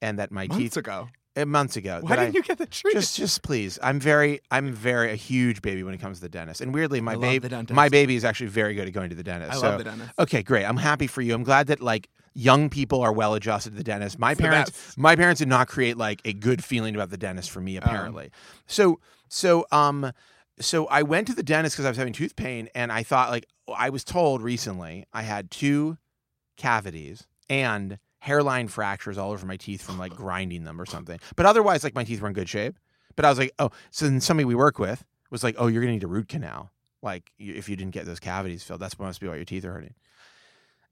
[SPEAKER 1] and that my
[SPEAKER 2] Months
[SPEAKER 1] teeth
[SPEAKER 2] ago.
[SPEAKER 1] uh, months ago.
[SPEAKER 2] Why
[SPEAKER 1] that
[SPEAKER 2] didn't
[SPEAKER 1] I,
[SPEAKER 2] you get the treatment?
[SPEAKER 1] just just please? I'm very I'm very a huge baby when it comes to the dentist, and weirdly
[SPEAKER 2] I
[SPEAKER 1] my
[SPEAKER 2] love
[SPEAKER 1] baby
[SPEAKER 2] the dentist.
[SPEAKER 1] my baby is actually very good at going to the dentist.
[SPEAKER 2] I
[SPEAKER 1] so
[SPEAKER 2] love the dentist.
[SPEAKER 1] okay, great. I'm happy for you. I'm glad that like young people are well adjusted to the dentist. My
[SPEAKER 2] It's the
[SPEAKER 1] parents
[SPEAKER 2] best.
[SPEAKER 1] my parents did not create like a good feeling about the dentist for me apparently. so so um so I went to the dentist cuz I was having tooth pain and I thought like I was told recently I had two cavities and hairline fractures all over my teeth from like grinding them or something. But otherwise like my teeth were in good shape. But I was like, "Oh, so then somebody we work with was like, "Oh, you're going to need a root canal." Like you- if you didn't get those cavities filled, that's what must be why your teeth are hurting.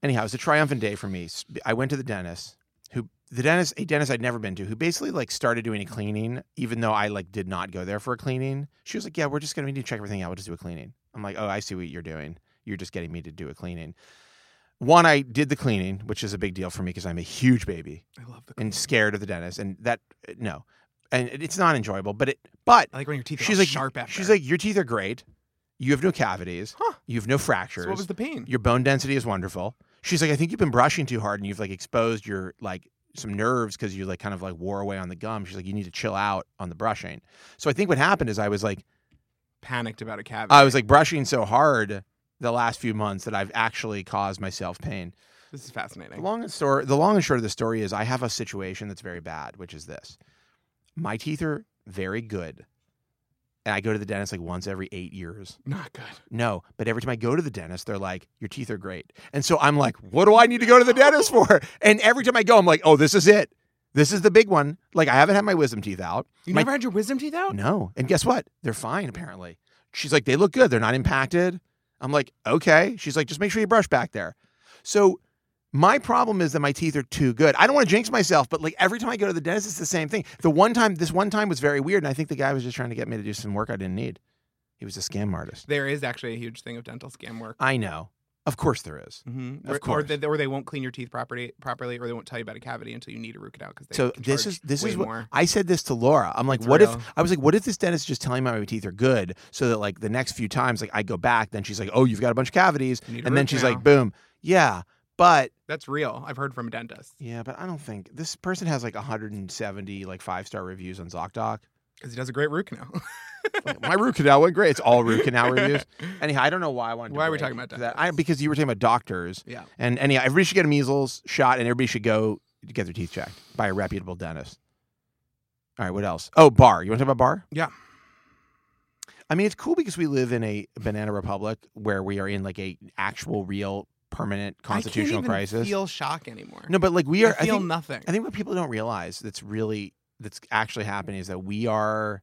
[SPEAKER 1] Anyhow, it was a triumphant day for me. S- I went to the dentist, who the dentist, a dentist I'd never been to, who basically like started doing a cleaning, even though I like did not go there for a cleaning. She was like, "Yeah, we're just gonna need to check everything out. We'll just do a cleaning." I'm like, "Oh, I see what you're doing. You're just getting me to do a cleaning." One, I did the cleaning, which is a big deal for me because I'm a huge baby
[SPEAKER 2] I love the
[SPEAKER 1] and scared of the dentist, and that uh, no, and it's not enjoyable. But it, but
[SPEAKER 2] I like when your teeth
[SPEAKER 1] She's
[SPEAKER 2] are all
[SPEAKER 1] like-
[SPEAKER 2] sharp after.
[SPEAKER 1] She's like, your teeth are great. You have no cavities.
[SPEAKER 2] Huh.
[SPEAKER 1] You have no fractures.
[SPEAKER 2] so what was the pain?
[SPEAKER 1] your bone density is wonderful. She's like, I think you've been brushing too hard and you've like exposed your like some nerves because you like kind of like wore away on the gum. She's like, you need to chill out on the brushing. So I think what happened is I was like,
[SPEAKER 2] Panicked about a cavity.
[SPEAKER 1] I was like brushing so hard the last few months that I've actually caused myself pain.
[SPEAKER 2] this is fascinating.
[SPEAKER 1] The long and story, the long and short of the story is I have a situation that's very bad, which is this: my teeth are very good, and I go to the dentist like once every eight years.
[SPEAKER 2] Not good.
[SPEAKER 1] No, but every time I go to the dentist, they're like, "Your teeth are great," and so I'm like, "What do I need to go to the dentist for?" And every time I go, I'm like, "Oh, this is it. This is the big one." Like I haven't had my wisdom teeth out.
[SPEAKER 2] You
[SPEAKER 1] My-
[SPEAKER 2] never had your wisdom teeth out?
[SPEAKER 1] No, and guess what? They're fine apparently. She's like, "They look good. They're not impacted." I'm like, "Okay." She's like, "Just make sure you brush back there." So my problem is that my teeth are too good. I don't want to jinx myself, but like every time I go to the dentist, it's the same thing. The one time, this one time was very weird, and I think the guy was just trying to get me to do some work I didn't need. He was a scam artist.
[SPEAKER 2] There is actually a huge thing of dental scam work.
[SPEAKER 1] I know. Of course there is.
[SPEAKER 2] Mm-hmm.
[SPEAKER 1] Of
[SPEAKER 2] or,
[SPEAKER 1] course.
[SPEAKER 2] Or they, or they won't clean your teeth properly, properly, or they won't tell you about a cavity until you need to root it out. Because
[SPEAKER 1] So this is this
[SPEAKER 2] way
[SPEAKER 1] is what
[SPEAKER 2] more.
[SPEAKER 1] I said this to Laura. I'm like,
[SPEAKER 2] It's
[SPEAKER 1] what
[SPEAKER 2] real.
[SPEAKER 1] if I was like, what if this dentist is just telling me my teeth are good, so that like the next few times like I go back, then she's like, oh, you've got a bunch of cavities,
[SPEAKER 2] You need a
[SPEAKER 1] and then
[SPEAKER 2] root
[SPEAKER 1] she's
[SPEAKER 2] canal.
[SPEAKER 1] like, boom, yeah, But
[SPEAKER 2] That's real. I've heard from dentists
[SPEAKER 1] yeah, but I don't think this person has like 170 like five star reviews on ZocDoc.
[SPEAKER 2] because he does a great root canal.
[SPEAKER 1] Like, My root canal went great. It's all root canal reviews. Anyhow, I don't know why I wanted. to
[SPEAKER 2] Why are we
[SPEAKER 1] break
[SPEAKER 2] talking about
[SPEAKER 1] to that? I, because you were talking about doctors.
[SPEAKER 2] Yeah.
[SPEAKER 1] And anyhow, everybody should get a measles shot, and everybody should go get their teeth checked by a reputable dentist. All right, what else? Oh, bar. You want to talk about bar?
[SPEAKER 2] Yeah.
[SPEAKER 1] I mean, it's cool because we live in a banana republic where we are in like a actual, real, permanent constitutional
[SPEAKER 2] I can't even
[SPEAKER 1] crisis.
[SPEAKER 2] Feel shock anymore?
[SPEAKER 1] no, but like we are.
[SPEAKER 2] I feel
[SPEAKER 1] think,
[SPEAKER 2] nothing.
[SPEAKER 1] I think what people don't realize that's really that's actually happening is that we are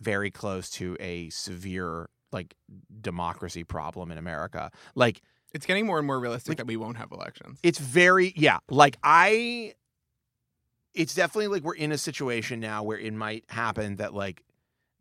[SPEAKER 1] very close to a severe like democracy problem in America. Like
[SPEAKER 2] it's getting more and more realistic
[SPEAKER 1] Like-
[SPEAKER 2] that we won't have elections.
[SPEAKER 1] it's very yeah, like I it's definitely like we're in a situation now where it might happen that like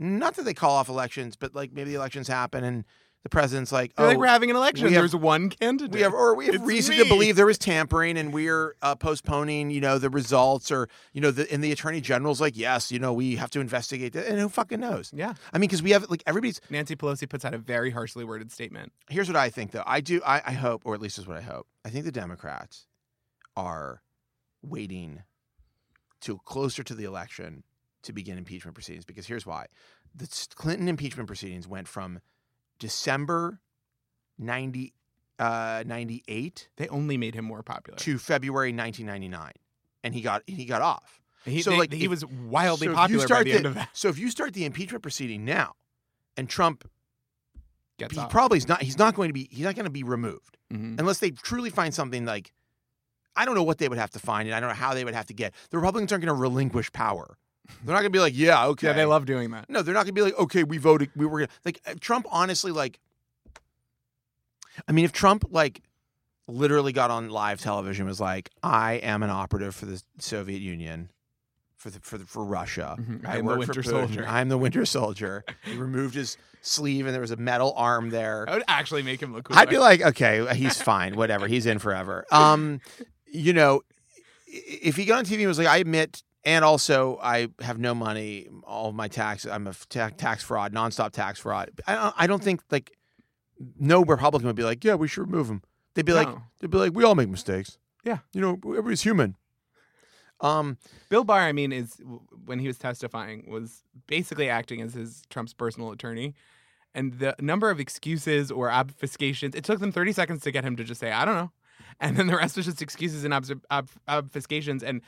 [SPEAKER 1] not that they call off elections, but like maybe the elections happen and the president's like,
[SPEAKER 2] They're
[SPEAKER 1] oh,
[SPEAKER 2] like we're having an election.
[SPEAKER 1] we have-
[SPEAKER 2] There's one candidate.
[SPEAKER 1] we have or we have
[SPEAKER 2] It's
[SPEAKER 1] reason
[SPEAKER 2] me.
[SPEAKER 1] to believe there was tampering and we're uh, postponing you know the results or you know the and the attorney general's like yes you know we have to investigate that and who fucking knows
[SPEAKER 2] yeah.
[SPEAKER 1] i mean because we have like everybody's
[SPEAKER 2] Nancy Pelosi puts out a very harshly worded statement.
[SPEAKER 1] here's what i think though i do i, I hope or at least is what i hope i think the democrats are waiting to closer to the election to begin impeachment proceedings because here's why the s- clinton impeachment proceedings went from december 90 uh 98
[SPEAKER 2] They only made him more popular.
[SPEAKER 1] to February 1999, and he got he got off.
[SPEAKER 2] He,
[SPEAKER 1] so,
[SPEAKER 2] they-
[SPEAKER 1] like,
[SPEAKER 2] he
[SPEAKER 1] if-
[SPEAKER 2] was wildly
[SPEAKER 1] so if you
[SPEAKER 2] popular by
[SPEAKER 1] start
[SPEAKER 2] the,
[SPEAKER 1] the-
[SPEAKER 2] end of that.
[SPEAKER 1] So if you start the impeachment proceeding now, and Trump,
[SPEAKER 2] Gets
[SPEAKER 1] he
[SPEAKER 2] off.
[SPEAKER 1] probably is not. He's not going to be. He's not going to be removed
[SPEAKER 2] Mhm.
[SPEAKER 1] unless they truly find something like. I don't know what they would have to find, and I don't know how they would have to get. The Republicans aren't going to relinquish power. They're not going to be like, yeah, okay.
[SPEAKER 2] Yeah, they love doing that.
[SPEAKER 1] No, they're not going to be like, okay, we voted. We were gonna, like uh, Trump. Honestly, like, I mean, if Trump like literally got on live television and was like, I am an operative for the Soviet Union, for the, for the, for Russia.
[SPEAKER 2] Mhm.
[SPEAKER 1] I
[SPEAKER 2] I'm the
[SPEAKER 1] work for
[SPEAKER 2] Winter
[SPEAKER 1] Putin.
[SPEAKER 2] Soldier.
[SPEAKER 1] I'm the Winter Soldier. he removed his sleeve, and there was a metal arm there.
[SPEAKER 2] I would actually make him look cool.
[SPEAKER 1] I'd be like, okay, he's fine, whatever, he's in forever. Um, you know, i- if he got on TV and was like, I admit, and also I have no money, all of my tax, I'm a ta- tax fraud, nonstop tax fraud. I don't, I don't think like no Republican would be like, yeah, we should remove him. They'd be like,
[SPEAKER 2] No.
[SPEAKER 1] they'd be like, we all make mistakes.
[SPEAKER 2] Yeah.
[SPEAKER 1] you know, everybody's human. Um,
[SPEAKER 2] Bill Barr, I mean, is when he was testifying, was basically acting as his Trump's personal attorney. And the number of excuses or obfuscations, it took them 30 seconds to get him to just say, I don't know. And then the rest was just excuses and obs- ob- obfuscations. And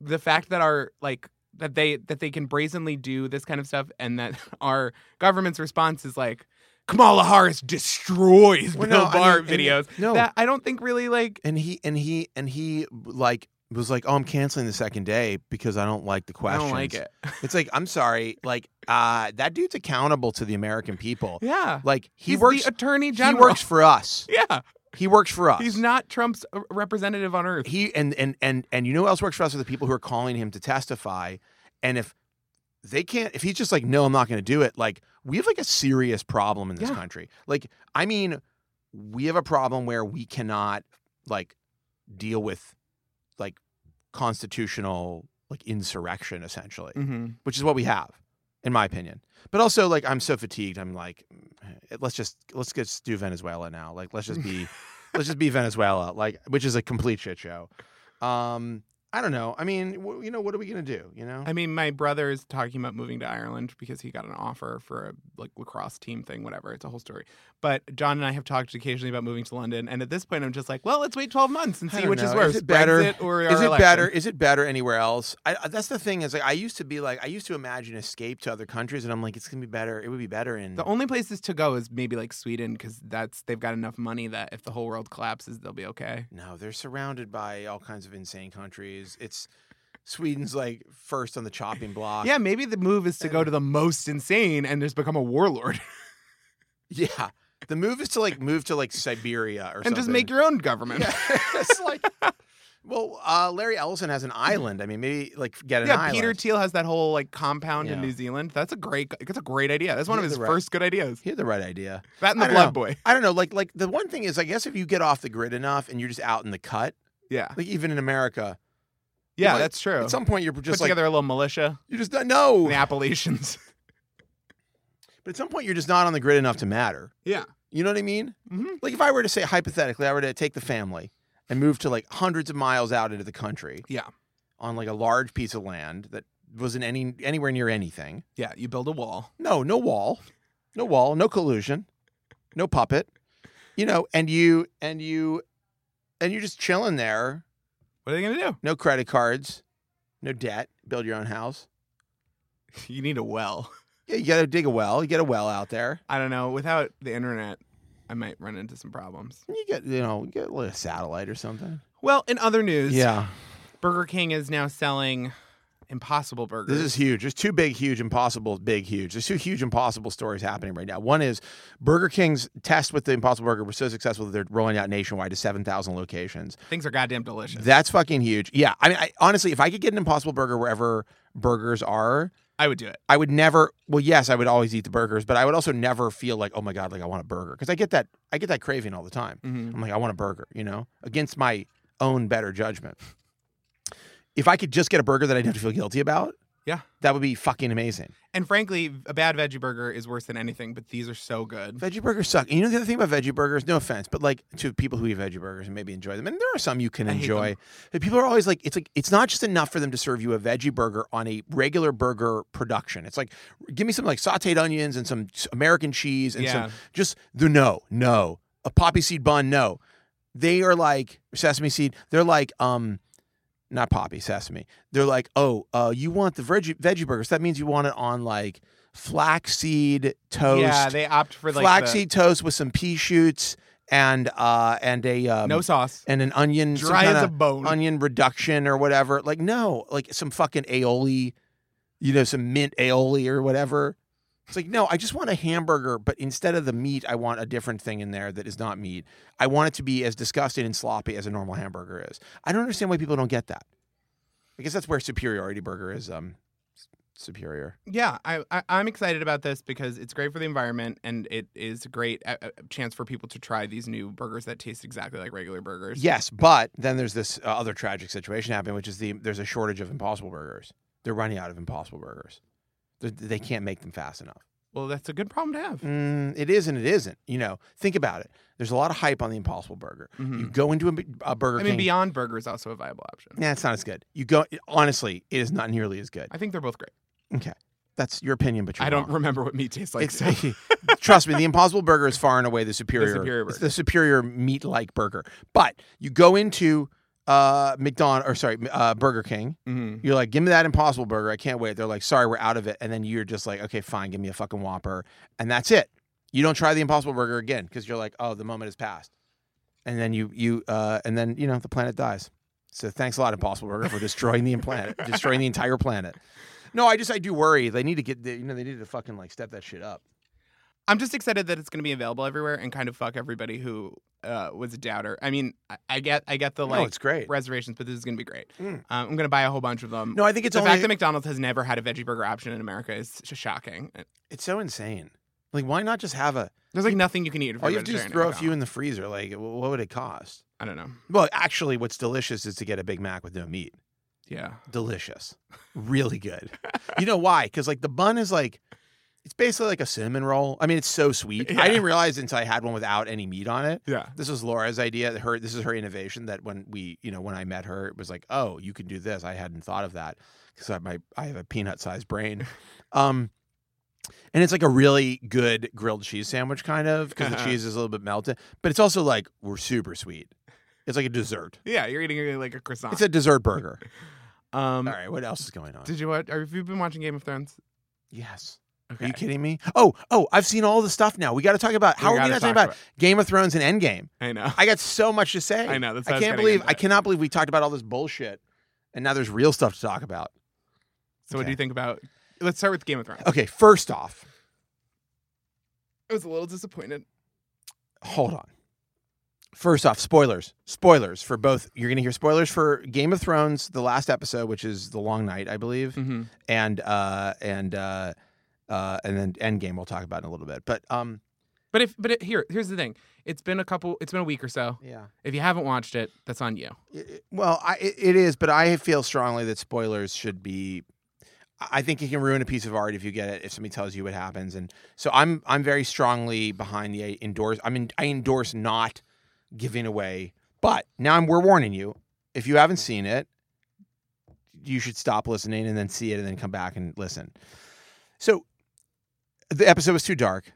[SPEAKER 2] the fact that our, like, that they that they can brazenly do this kind of stuff, and that our government's response is like Kamala Harris destroys
[SPEAKER 1] Well,
[SPEAKER 2] Bill
[SPEAKER 1] no, I
[SPEAKER 2] Barr
[SPEAKER 1] mean, and-
[SPEAKER 2] videos.
[SPEAKER 1] no.
[SPEAKER 2] that I don't think really like
[SPEAKER 1] and he and he and he like was like, oh, I'm canceling the second day because I don't like the
[SPEAKER 2] I
[SPEAKER 1] questions.
[SPEAKER 2] don't like it.
[SPEAKER 1] It's like I'm sorry, like uh, that dude's accountable to the American people.
[SPEAKER 2] Yeah,
[SPEAKER 1] Like he
[SPEAKER 2] he's
[SPEAKER 1] works,
[SPEAKER 2] the attorney
[SPEAKER 1] he
[SPEAKER 2] general.
[SPEAKER 1] works for us.
[SPEAKER 2] Yeah,
[SPEAKER 1] He works for us.
[SPEAKER 2] He's not Trump's uh, representative on earth.
[SPEAKER 1] He and and and and you know who else works for us are the people who are calling him to testify. And if they can't, if he's just like, no, I'm not going to do it. Like we have like a serious problem in this
[SPEAKER 2] Yeah.
[SPEAKER 1] country. Like I mean, we have a problem where we cannot like deal with like constitutional like insurrection essentially.
[SPEAKER 2] Mm-hmm.
[SPEAKER 1] which is what we have, in my opinion. But also, like, I'm so fatigued. I'm like, eh, let's just let's just do Venezuela now. Like, let's just be, let's just be Venezuela. Like, which is a complete shit show. Um, I don't know. I mean, w- you know, what are we gonna do? You know,
[SPEAKER 2] I mean, my brother is talking about moving to Ireland because he got an offer for a like lacrosse team thing, whatever. It's a whole story. But John and I have talked occasionally about moving to London, and at this point, I'm just like, well, let's wait 12 months and
[SPEAKER 1] I
[SPEAKER 2] see
[SPEAKER 1] don't
[SPEAKER 2] which is
[SPEAKER 1] know. Is
[SPEAKER 2] worse,
[SPEAKER 1] it better?
[SPEAKER 2] Brexit or
[SPEAKER 1] is
[SPEAKER 2] our
[SPEAKER 1] it
[SPEAKER 2] election.
[SPEAKER 1] better? Is it better anywhere else? I, I- that's the thing. Is like, I used to be like, I used to imagine escape to other countries, and I'm like, it's gonna be better. It would be better in.
[SPEAKER 2] The only places to go is maybe like Sweden because that's they've got enough money that if the whole world collapses, they'll be okay.
[SPEAKER 1] No, they're surrounded by all kinds of insane countries. It's Sweden's like first on the chopping block.
[SPEAKER 2] Yeah, maybe the move is to go to the most insane and just become a warlord
[SPEAKER 1] Yeah. The move is to like move to like Siberia or something.
[SPEAKER 2] and just make your own government.
[SPEAKER 1] Yeah. it's like Well, uh, Larry Ellison has an island. I mean, maybe like get an
[SPEAKER 2] yeah,
[SPEAKER 1] island.
[SPEAKER 2] Peter Thiel has that whole like compound in
[SPEAKER 1] Yeah.
[SPEAKER 2] New Zealand. That's a great. That's a great idea. That's one of
[SPEAKER 1] Yeah,
[SPEAKER 2] his
[SPEAKER 1] they're right.
[SPEAKER 2] first good ideas.
[SPEAKER 1] he had the right idea.
[SPEAKER 2] That and the
[SPEAKER 1] I don't
[SPEAKER 2] Blood
[SPEAKER 1] know.
[SPEAKER 2] Boy.
[SPEAKER 1] I don't know. Like like the one thing is I guess if you get off the grid enough and you're just out in the cut,
[SPEAKER 2] Yeah,
[SPEAKER 1] like even in America,
[SPEAKER 2] yeah,
[SPEAKER 1] might-
[SPEAKER 2] that's true.
[SPEAKER 1] at some point you're just
[SPEAKER 2] Put
[SPEAKER 1] like
[SPEAKER 2] together a little militia,
[SPEAKER 1] you just don't know.
[SPEAKER 2] the Appalachians.
[SPEAKER 1] But at some point you're just not on the grid enough to matter.
[SPEAKER 2] Yeah.
[SPEAKER 1] You know what I mean?
[SPEAKER 2] Mhm.
[SPEAKER 1] Like if I were to say hypothetically, I were to take the family and moved to like hundreds of miles out into the country.
[SPEAKER 2] Yeah.
[SPEAKER 1] On like a large piece of land that wasn't any anywhere near anything.
[SPEAKER 2] Yeah, you build a wall.
[SPEAKER 1] No, no wall, no wall, no collusion, no puppet. You know, and you and you and you're just chilling there.
[SPEAKER 2] What are they gonna do?
[SPEAKER 1] No credit cards, no debt. Build your own house.
[SPEAKER 2] You need a well.
[SPEAKER 1] Yeah, you gotta dig a well. You get a well out there.
[SPEAKER 2] I don't know. Without the internet, I might run into some problems.
[SPEAKER 1] You get you know you get like a satellite or something.
[SPEAKER 2] Well, in other news, Burger King is now selling Impossible Burgers.
[SPEAKER 1] This is huge. There's two big, huge, impossible, big, huge. There's two huge, impossible stories happening right now. One is Burger King's test with the Impossible Burger was so successful that they're rolling out nationwide to 7,000 locations.
[SPEAKER 2] Things are goddamn delicious.
[SPEAKER 1] That's fucking huge. Yeah. I mean, I, honestly, if I could get an Impossible Burger wherever burgers are,
[SPEAKER 2] I would do it.
[SPEAKER 1] I would never. Well, yes, I would always eat the burgers, but I would also never feel like, oh my god, like I want a burger because I get that I get that craving all the time.
[SPEAKER 2] Mhm.
[SPEAKER 1] I'm like, I want a burger, you know, against my own better judgment. If I could just get a burger that I didn't feel guilty about,
[SPEAKER 2] Yeah.
[SPEAKER 1] that would be fucking amazing.
[SPEAKER 2] And frankly, a bad veggie burger is worse than anything, but these are so good.
[SPEAKER 1] Veggie burgers suck. And you know the other thing about veggie burgers, no offense, but like to people who eat veggie burgers and maybe enjoy them, and there are some you can
[SPEAKER 2] I hate
[SPEAKER 1] enjoy. But people are always like, it's like it's not just enough for them to serve you a veggie burger on a regular burger production. It's like, give me some like sautéed onions and some s- American cheese and
[SPEAKER 2] Yeah.
[SPEAKER 1] some just the no, no, a poppy seed bun, no. They are like sesame seed. They're like um. Not poppy, sesame. They're like, oh, uh, you want the veggie veggie burgers? That means you want it on like flaxseed toast,
[SPEAKER 2] Yeah, they opt for like the-
[SPEAKER 1] flaxseed toast with some pea shoots and uh and a um,
[SPEAKER 2] no sauce,
[SPEAKER 1] and an onion some
[SPEAKER 2] dry as
[SPEAKER 1] kinda
[SPEAKER 2] a bone.
[SPEAKER 1] onion reduction or whatever. Like no, like some fucking aioli, you know, some mint aioli or whatever. It's like no, I just want a hamburger, but instead of the meat, I want a different thing in there that is not meat. I want it to be as disgusting and sloppy as a normal hamburger is. I don't understand why people don't get that. I guess that's where superiority burger is um s- superior.
[SPEAKER 2] yeah, I, I I'm excited about this because it's great for the environment and it is a great uh, uh, chance for people to try these new burgers that taste exactly like regular burgers.
[SPEAKER 1] Yes, but then there's this uh, other tragic situation happening, which is the there's a shortage of Impossible Burgers. They're running out of Impossible Burgers. They're, they can't make them fast enough.
[SPEAKER 2] Well, that's a good problem to have.
[SPEAKER 1] Mm, it is and it isn't. You know, think about it. There's a lot of hype on the Impossible Burger.
[SPEAKER 2] Mhm.
[SPEAKER 1] You go into a, b- a Mm-hmm. Burger
[SPEAKER 2] I mean,
[SPEAKER 1] King.
[SPEAKER 2] Beyond Burger is also a viable option.
[SPEAKER 1] nah, it's not as good. You go. Honestly, it is not nearly as good.
[SPEAKER 2] I think they're both great.
[SPEAKER 1] That's your opinion, but you're
[SPEAKER 2] I don't
[SPEAKER 1] wrong.
[SPEAKER 2] remember what meat tastes like. so-
[SPEAKER 1] It's- trust me, the Impossible Burger is far and away the superior,
[SPEAKER 2] superior
[SPEAKER 1] it's
[SPEAKER 2] burger.
[SPEAKER 1] the superior meat-like burger. But you go into uh, McDonald or sorry, uh, Burger King.
[SPEAKER 2] Mhm.
[SPEAKER 1] You're like, give me that Impossible Burger. I can't wait. They're like, sorry, we're out of it. And then you're just like, okay, fine, give me a fucking Whopper. And that's it. You don't try the Impossible Burger again because you're like, oh, the moment has passed. And then you you uh, and then you know the planet dies. So thanks a lot, Impossible Burger, for destroying the planet, destroying the entire planet. No, I just I do worry. They need to get the, you know they need to fucking like step that shit up.
[SPEAKER 2] I'm just excited that it's going to be available everywhere and kind of fuck everybody who uh, was a doubter. I mean, I, I get I get the
[SPEAKER 1] no,
[SPEAKER 2] like
[SPEAKER 1] it's great.
[SPEAKER 2] reservations, but this is going to be great.
[SPEAKER 1] Mm.
[SPEAKER 2] Um, I'm going to buy a whole bunch of them.
[SPEAKER 1] No, I think it's
[SPEAKER 2] the
[SPEAKER 1] only,
[SPEAKER 2] fact that McDonald's has never had a veggie burger option in America is sh- shocking.
[SPEAKER 1] it's so insane. Like, why not just have a?
[SPEAKER 2] There's like nothing you can eat if
[SPEAKER 1] All
[SPEAKER 2] you're
[SPEAKER 1] you have to do is
[SPEAKER 2] vegetarian at
[SPEAKER 1] throw a few
[SPEAKER 2] McDonald's.
[SPEAKER 1] in the freezer. Like, wh- what would it cost?
[SPEAKER 2] I don't know.
[SPEAKER 1] Well, actually, what's delicious is to get a Big Mac with no meat.
[SPEAKER 2] Yeah.
[SPEAKER 1] delicious, really good. you know why? Because like the bun is like, it's basically like a cinnamon roll. I mean, it's so sweet.
[SPEAKER 2] Yeah.
[SPEAKER 1] I didn't realize until I had one without any meat on it.
[SPEAKER 2] Yeah.
[SPEAKER 1] This was Laura's idea. Her, this is her innovation. That when we, you know, when I met her, it was like, oh, you can do this. I hadn't thought of that because I my I have a peanut sized brain. Um, and it's like a really good grilled cheese sandwich, kind of, because the cheese is a little bit melted. But it's also like we're super sweet. It's like a dessert.
[SPEAKER 2] Yeah. You're eating uh, like a croissant.
[SPEAKER 1] It's a dessert burger.
[SPEAKER 2] um,
[SPEAKER 1] All right, what else is going on?
[SPEAKER 2] Did you watch? Have you been watching Game of Thrones?
[SPEAKER 1] Yes.
[SPEAKER 2] Okay.
[SPEAKER 1] Are you kidding me? Oh, oh, I've seen all the stuff now. We got to talk about how are we
[SPEAKER 2] gotta
[SPEAKER 1] not
[SPEAKER 2] talk
[SPEAKER 1] talking about
[SPEAKER 2] about
[SPEAKER 1] Game of Thrones and Endgame?
[SPEAKER 2] I know.
[SPEAKER 1] I got so much to say.
[SPEAKER 2] I know. That's. what
[SPEAKER 1] I
[SPEAKER 2] was
[SPEAKER 1] can't
[SPEAKER 2] getting
[SPEAKER 1] believe
[SPEAKER 2] into.
[SPEAKER 1] I cannot believe we talked about all this bullshit and now there's real stuff to talk about.
[SPEAKER 2] So what do
[SPEAKER 1] Okay.
[SPEAKER 2] you think about? Let's start with Game of Thrones.
[SPEAKER 1] Okay, first off,
[SPEAKER 2] I was a little disappointed.
[SPEAKER 1] hold on. First off, spoilers. Spoilers for both. You're going to hear spoilers for Game of Thrones, the last episode, which is The Long Night, I believe.
[SPEAKER 2] Mm-hmm.
[SPEAKER 1] And uh and uh uh and then Endgame we'll talk about in a little bit. But um
[SPEAKER 2] But if but it, here here's the thing. It's been a couple. It's been a week or so.
[SPEAKER 1] yeah.
[SPEAKER 2] If you haven't watched it, that's on you.
[SPEAKER 1] It- it- Well, I, it it is, but I feel strongly that spoilers should be. I I think it can ruin a piece of art if you get it. If somebody tells you what happens, and so I'm I'm very strongly behind the endorse. I mean, I endorse not giving away But now I'm, we're warning you. If you haven't seen it, you should stop listening and then see it and then come back and listen. So the episode was too dark.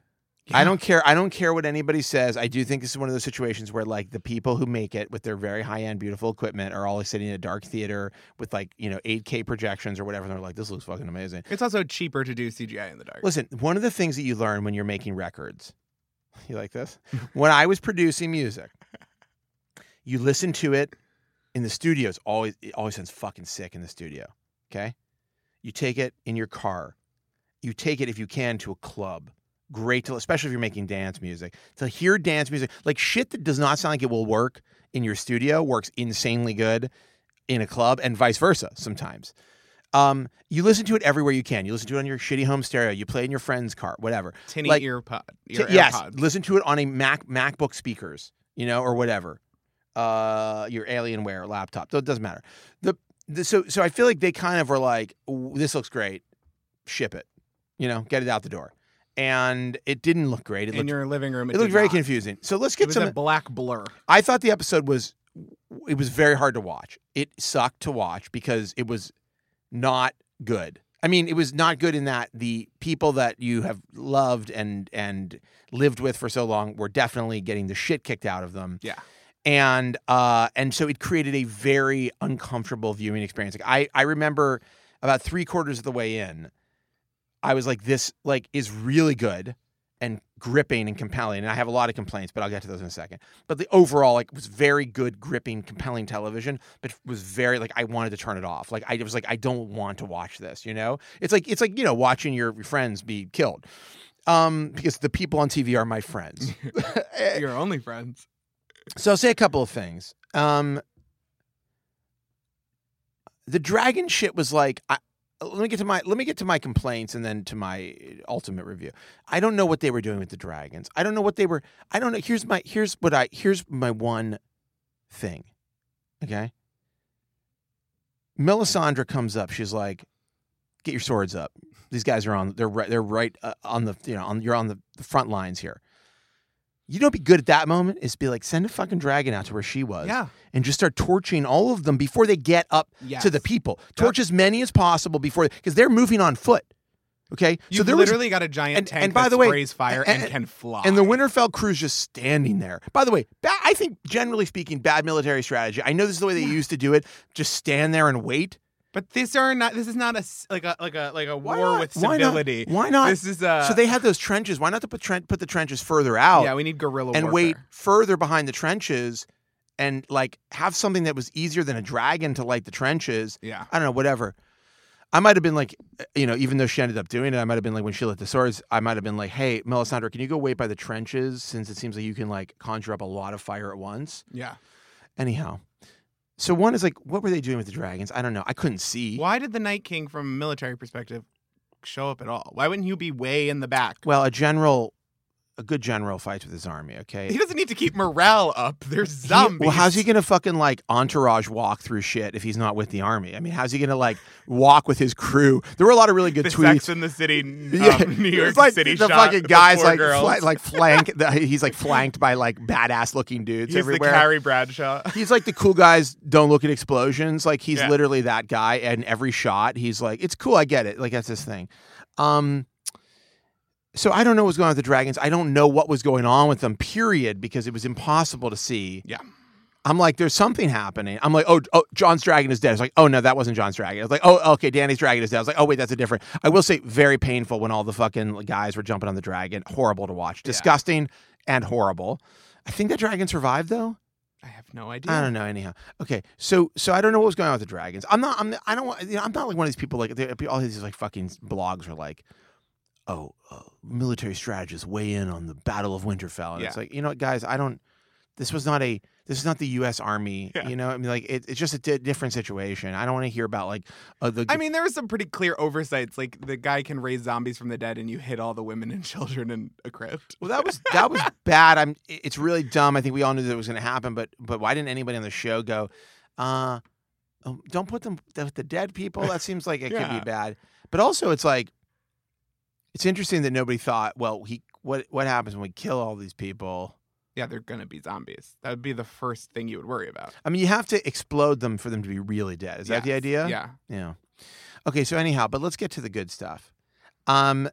[SPEAKER 1] I
[SPEAKER 2] Yeah.
[SPEAKER 1] don't care. I don't care what anybody says. I do think this is one of those situations where like the people who make it with their very high end, beautiful equipment are all sitting in a dark theater with like you know 8K projections or whatever. And they're like, this looks fucking amazing.
[SPEAKER 2] It's also cheaper to do CGI in the dark.
[SPEAKER 1] Listen, one of the things that you learn when you're making records, you like this? when I was producing music, you listen to it in the studio. It's always it always sounds fucking sick in the studio. Okay, you take it in your car. You take it if you can to a club. Great to, especially if you're making dance music, to hear dance music like shit that does not sound like it will work in your studio works insanely good in a club, and vice versa sometimes. Um, you listen to it everywhere you can. You listen to it on your shitty home stereo. You play it in your friend's car, whatever.
[SPEAKER 2] Tinny
[SPEAKER 1] like-
[SPEAKER 2] ear pod.
[SPEAKER 1] T-
[SPEAKER 2] Ear,
[SPEAKER 1] yes,
[SPEAKER 2] AirPods.
[SPEAKER 1] listen to it on a Mac MacBook speakers, you know, or whatever. Uh, your Alienware laptop. So it doesn't matter. The, the so so I feel like they kind of were like, "Ooh, this looks great, ship it, you know, get it out the door, and it didn't look great. It
[SPEAKER 2] in
[SPEAKER 1] looked
[SPEAKER 2] your living room. It,
[SPEAKER 1] it looked
[SPEAKER 2] did
[SPEAKER 1] very
[SPEAKER 2] not.
[SPEAKER 1] confusing. So let's
[SPEAKER 2] It
[SPEAKER 1] get
[SPEAKER 2] was
[SPEAKER 1] some.
[SPEAKER 2] a black blur.
[SPEAKER 1] I thought the episode was it was very hard to watch. It sucked to watch because it was not good. I mean, it was not good in that the people that you have loved and and lived with for so long were definitely getting the shit kicked out of them.
[SPEAKER 2] Yeah.
[SPEAKER 1] And uh and so it created a very uncomfortable viewing experience. Like I I remember about 3 quarters of the way in I was like this like is really good and gripping and compelling and I have a lot of complaints but I'll get to those in a second. But the overall like was very good gripping compelling television but was very like I wanted to turn it off. Like I was like I don't want to watch this, you know? It's like it's like you know watching your friends be killed. Um because the people on TV are my friends. Eh,
[SPEAKER 2] Your only friends.
[SPEAKER 1] So I'll say a couple of things. Um, the dragon shit was like, I, uh, let me get to my let me get to my complaints and then to my uh, ultimate review. I don't know what they were doing with the dragons. I don't know what they were. I don't know. Here's my here's what I here's my one thing. Okay. Melisandre comes up. She's like, "Get your swords up. These guys are on. They're right. They're right uh, on the you know on you're on the, the front lines here." You know, what'd be good at that moment is be like, send a fucking dragon out to where she was,
[SPEAKER 2] Yeah.
[SPEAKER 1] and just start torching all of them before they get up
[SPEAKER 2] Yes.
[SPEAKER 1] to the people. Torch as many as possible before because they're moving on foot. Okay,
[SPEAKER 2] You
[SPEAKER 1] so there was
[SPEAKER 2] literally got a giant
[SPEAKER 1] and-
[SPEAKER 2] tank
[SPEAKER 1] and by
[SPEAKER 2] that
[SPEAKER 1] the way-
[SPEAKER 2] sprays fire and,
[SPEAKER 1] and-
[SPEAKER 2] can fly.
[SPEAKER 1] and the Winterfell crew's just standing there. By the way, ba- I think generally speaking, bad military strategy. I know this is the way they used to do it. Just stand there and wait.
[SPEAKER 2] But these are not. This is not a s- like a like a like a
[SPEAKER 1] Why
[SPEAKER 2] war
[SPEAKER 1] not?
[SPEAKER 2] with
[SPEAKER 1] Why not?
[SPEAKER 2] civility.
[SPEAKER 1] Why not?
[SPEAKER 2] This is a.
[SPEAKER 1] so they had those trenches. Why not to put tren- put the trenches further out
[SPEAKER 2] Yeah, we need guerrilla
[SPEAKER 1] and
[SPEAKER 2] warfare.
[SPEAKER 1] wait further behind the trenches, and like have something that was easier than a dragon to light the trenches
[SPEAKER 2] Yeah.
[SPEAKER 1] I don't know, whatever. I might have been like, eh, you know, even though she ended up doing it, I might have been like, when she lit the swords, I might have been like, hey, Melisandre, can you go wait by the trenches since it seems like you can like conjure up a lot of fire at once?
[SPEAKER 2] Yeah.
[SPEAKER 1] Anyhow, so one is like, what were they doing with the dragons? I don't know. I couldn't see.
[SPEAKER 2] Why did the Night King, from a military perspective, show up at all? Why wouldn't you be way in the back?
[SPEAKER 1] Well, a general, a good general fights with his army, okay?
[SPEAKER 2] He doesn't need to keep morale up. There's
[SPEAKER 1] He-
[SPEAKER 2] zombies.
[SPEAKER 1] well, how's he gonna fucking like entourage walk through shit if he's not with the army? I mean, how's he gonna like walk with his crew? There were a lot of really good
[SPEAKER 2] the
[SPEAKER 1] tweets.
[SPEAKER 2] Sex in the City, um,
[SPEAKER 1] Yeah,
[SPEAKER 2] New York
[SPEAKER 1] it's like
[SPEAKER 2] City
[SPEAKER 1] the
[SPEAKER 2] shot
[SPEAKER 1] fucking guys
[SPEAKER 2] four
[SPEAKER 1] like
[SPEAKER 2] girls.
[SPEAKER 1] fla- like flank. the, he's like flanked by like badass looking dudes
[SPEAKER 2] He's
[SPEAKER 1] everywhere.
[SPEAKER 2] the Carrie Bradshaw.
[SPEAKER 1] he's like the cool guys don't look at explosions. Like he's
[SPEAKER 2] Yeah.
[SPEAKER 1] literally that guy. And every shot, he's like, it's cool. I get it. Like that's his thing. Um, so I don't know what's going on with the dragons. I don't know what was going on with them. Period, because it was impossible to see.
[SPEAKER 2] Yeah.
[SPEAKER 1] I'm like, there's something happening. I'm like, oh, oh, John's dragon is dead. It's like, oh no, that wasn't John's dragon. I was like, oh, okay, Danny's dragon is dead. I was like, oh wait, that's a different. I will say, very painful when all the fucking guys were jumping on the dragon. Horrible to watch. Disgusting and horrible. I think that dragon survived though.
[SPEAKER 2] I have no
[SPEAKER 1] I
[SPEAKER 2] idea.
[SPEAKER 1] don't know. Anyhow, okay. So, so I don't know what was going on with the dragons. I'm not. I'm. I don't. want- You know, I'm not like one of these people. Like they- all these like fucking blogs are like, oh, uh, military strategists weigh in on the Battle of Winterfell, and it's
[SPEAKER 2] Yeah.
[SPEAKER 1] like, you know what, guys, I don't. This was not a. This is not the U.S. Army.
[SPEAKER 2] Yeah.
[SPEAKER 1] You know, I mean, like it, it's just a di- different situation. I don't want to hear about like uh, the.
[SPEAKER 2] I mean, there was some pretty clear oversights. Like the guy can raise zombies from the dead, and you hit all the women and children in a crypt.
[SPEAKER 1] Well, that was that was bad. I'm. it- It's really dumb. I think we all knew that it was going to happen, but but why didn't anybody on the show go? uh um, Don't put them the, the dead people. That seems like it could
[SPEAKER 2] Yeah.
[SPEAKER 1] be bad. But also, it's like it's interesting that nobody thought. Well, he what what happens when we kill all these people?
[SPEAKER 2] yeah, they're gonna be zombies. That would be the first thing you would worry about.
[SPEAKER 1] I mean, you have to explode them for them to be really dead. Is that the
[SPEAKER 2] Yes.
[SPEAKER 1] idea?
[SPEAKER 2] Yeah,
[SPEAKER 1] Yeah. Okay. So anyhow, but let's get to the good stuff. Um,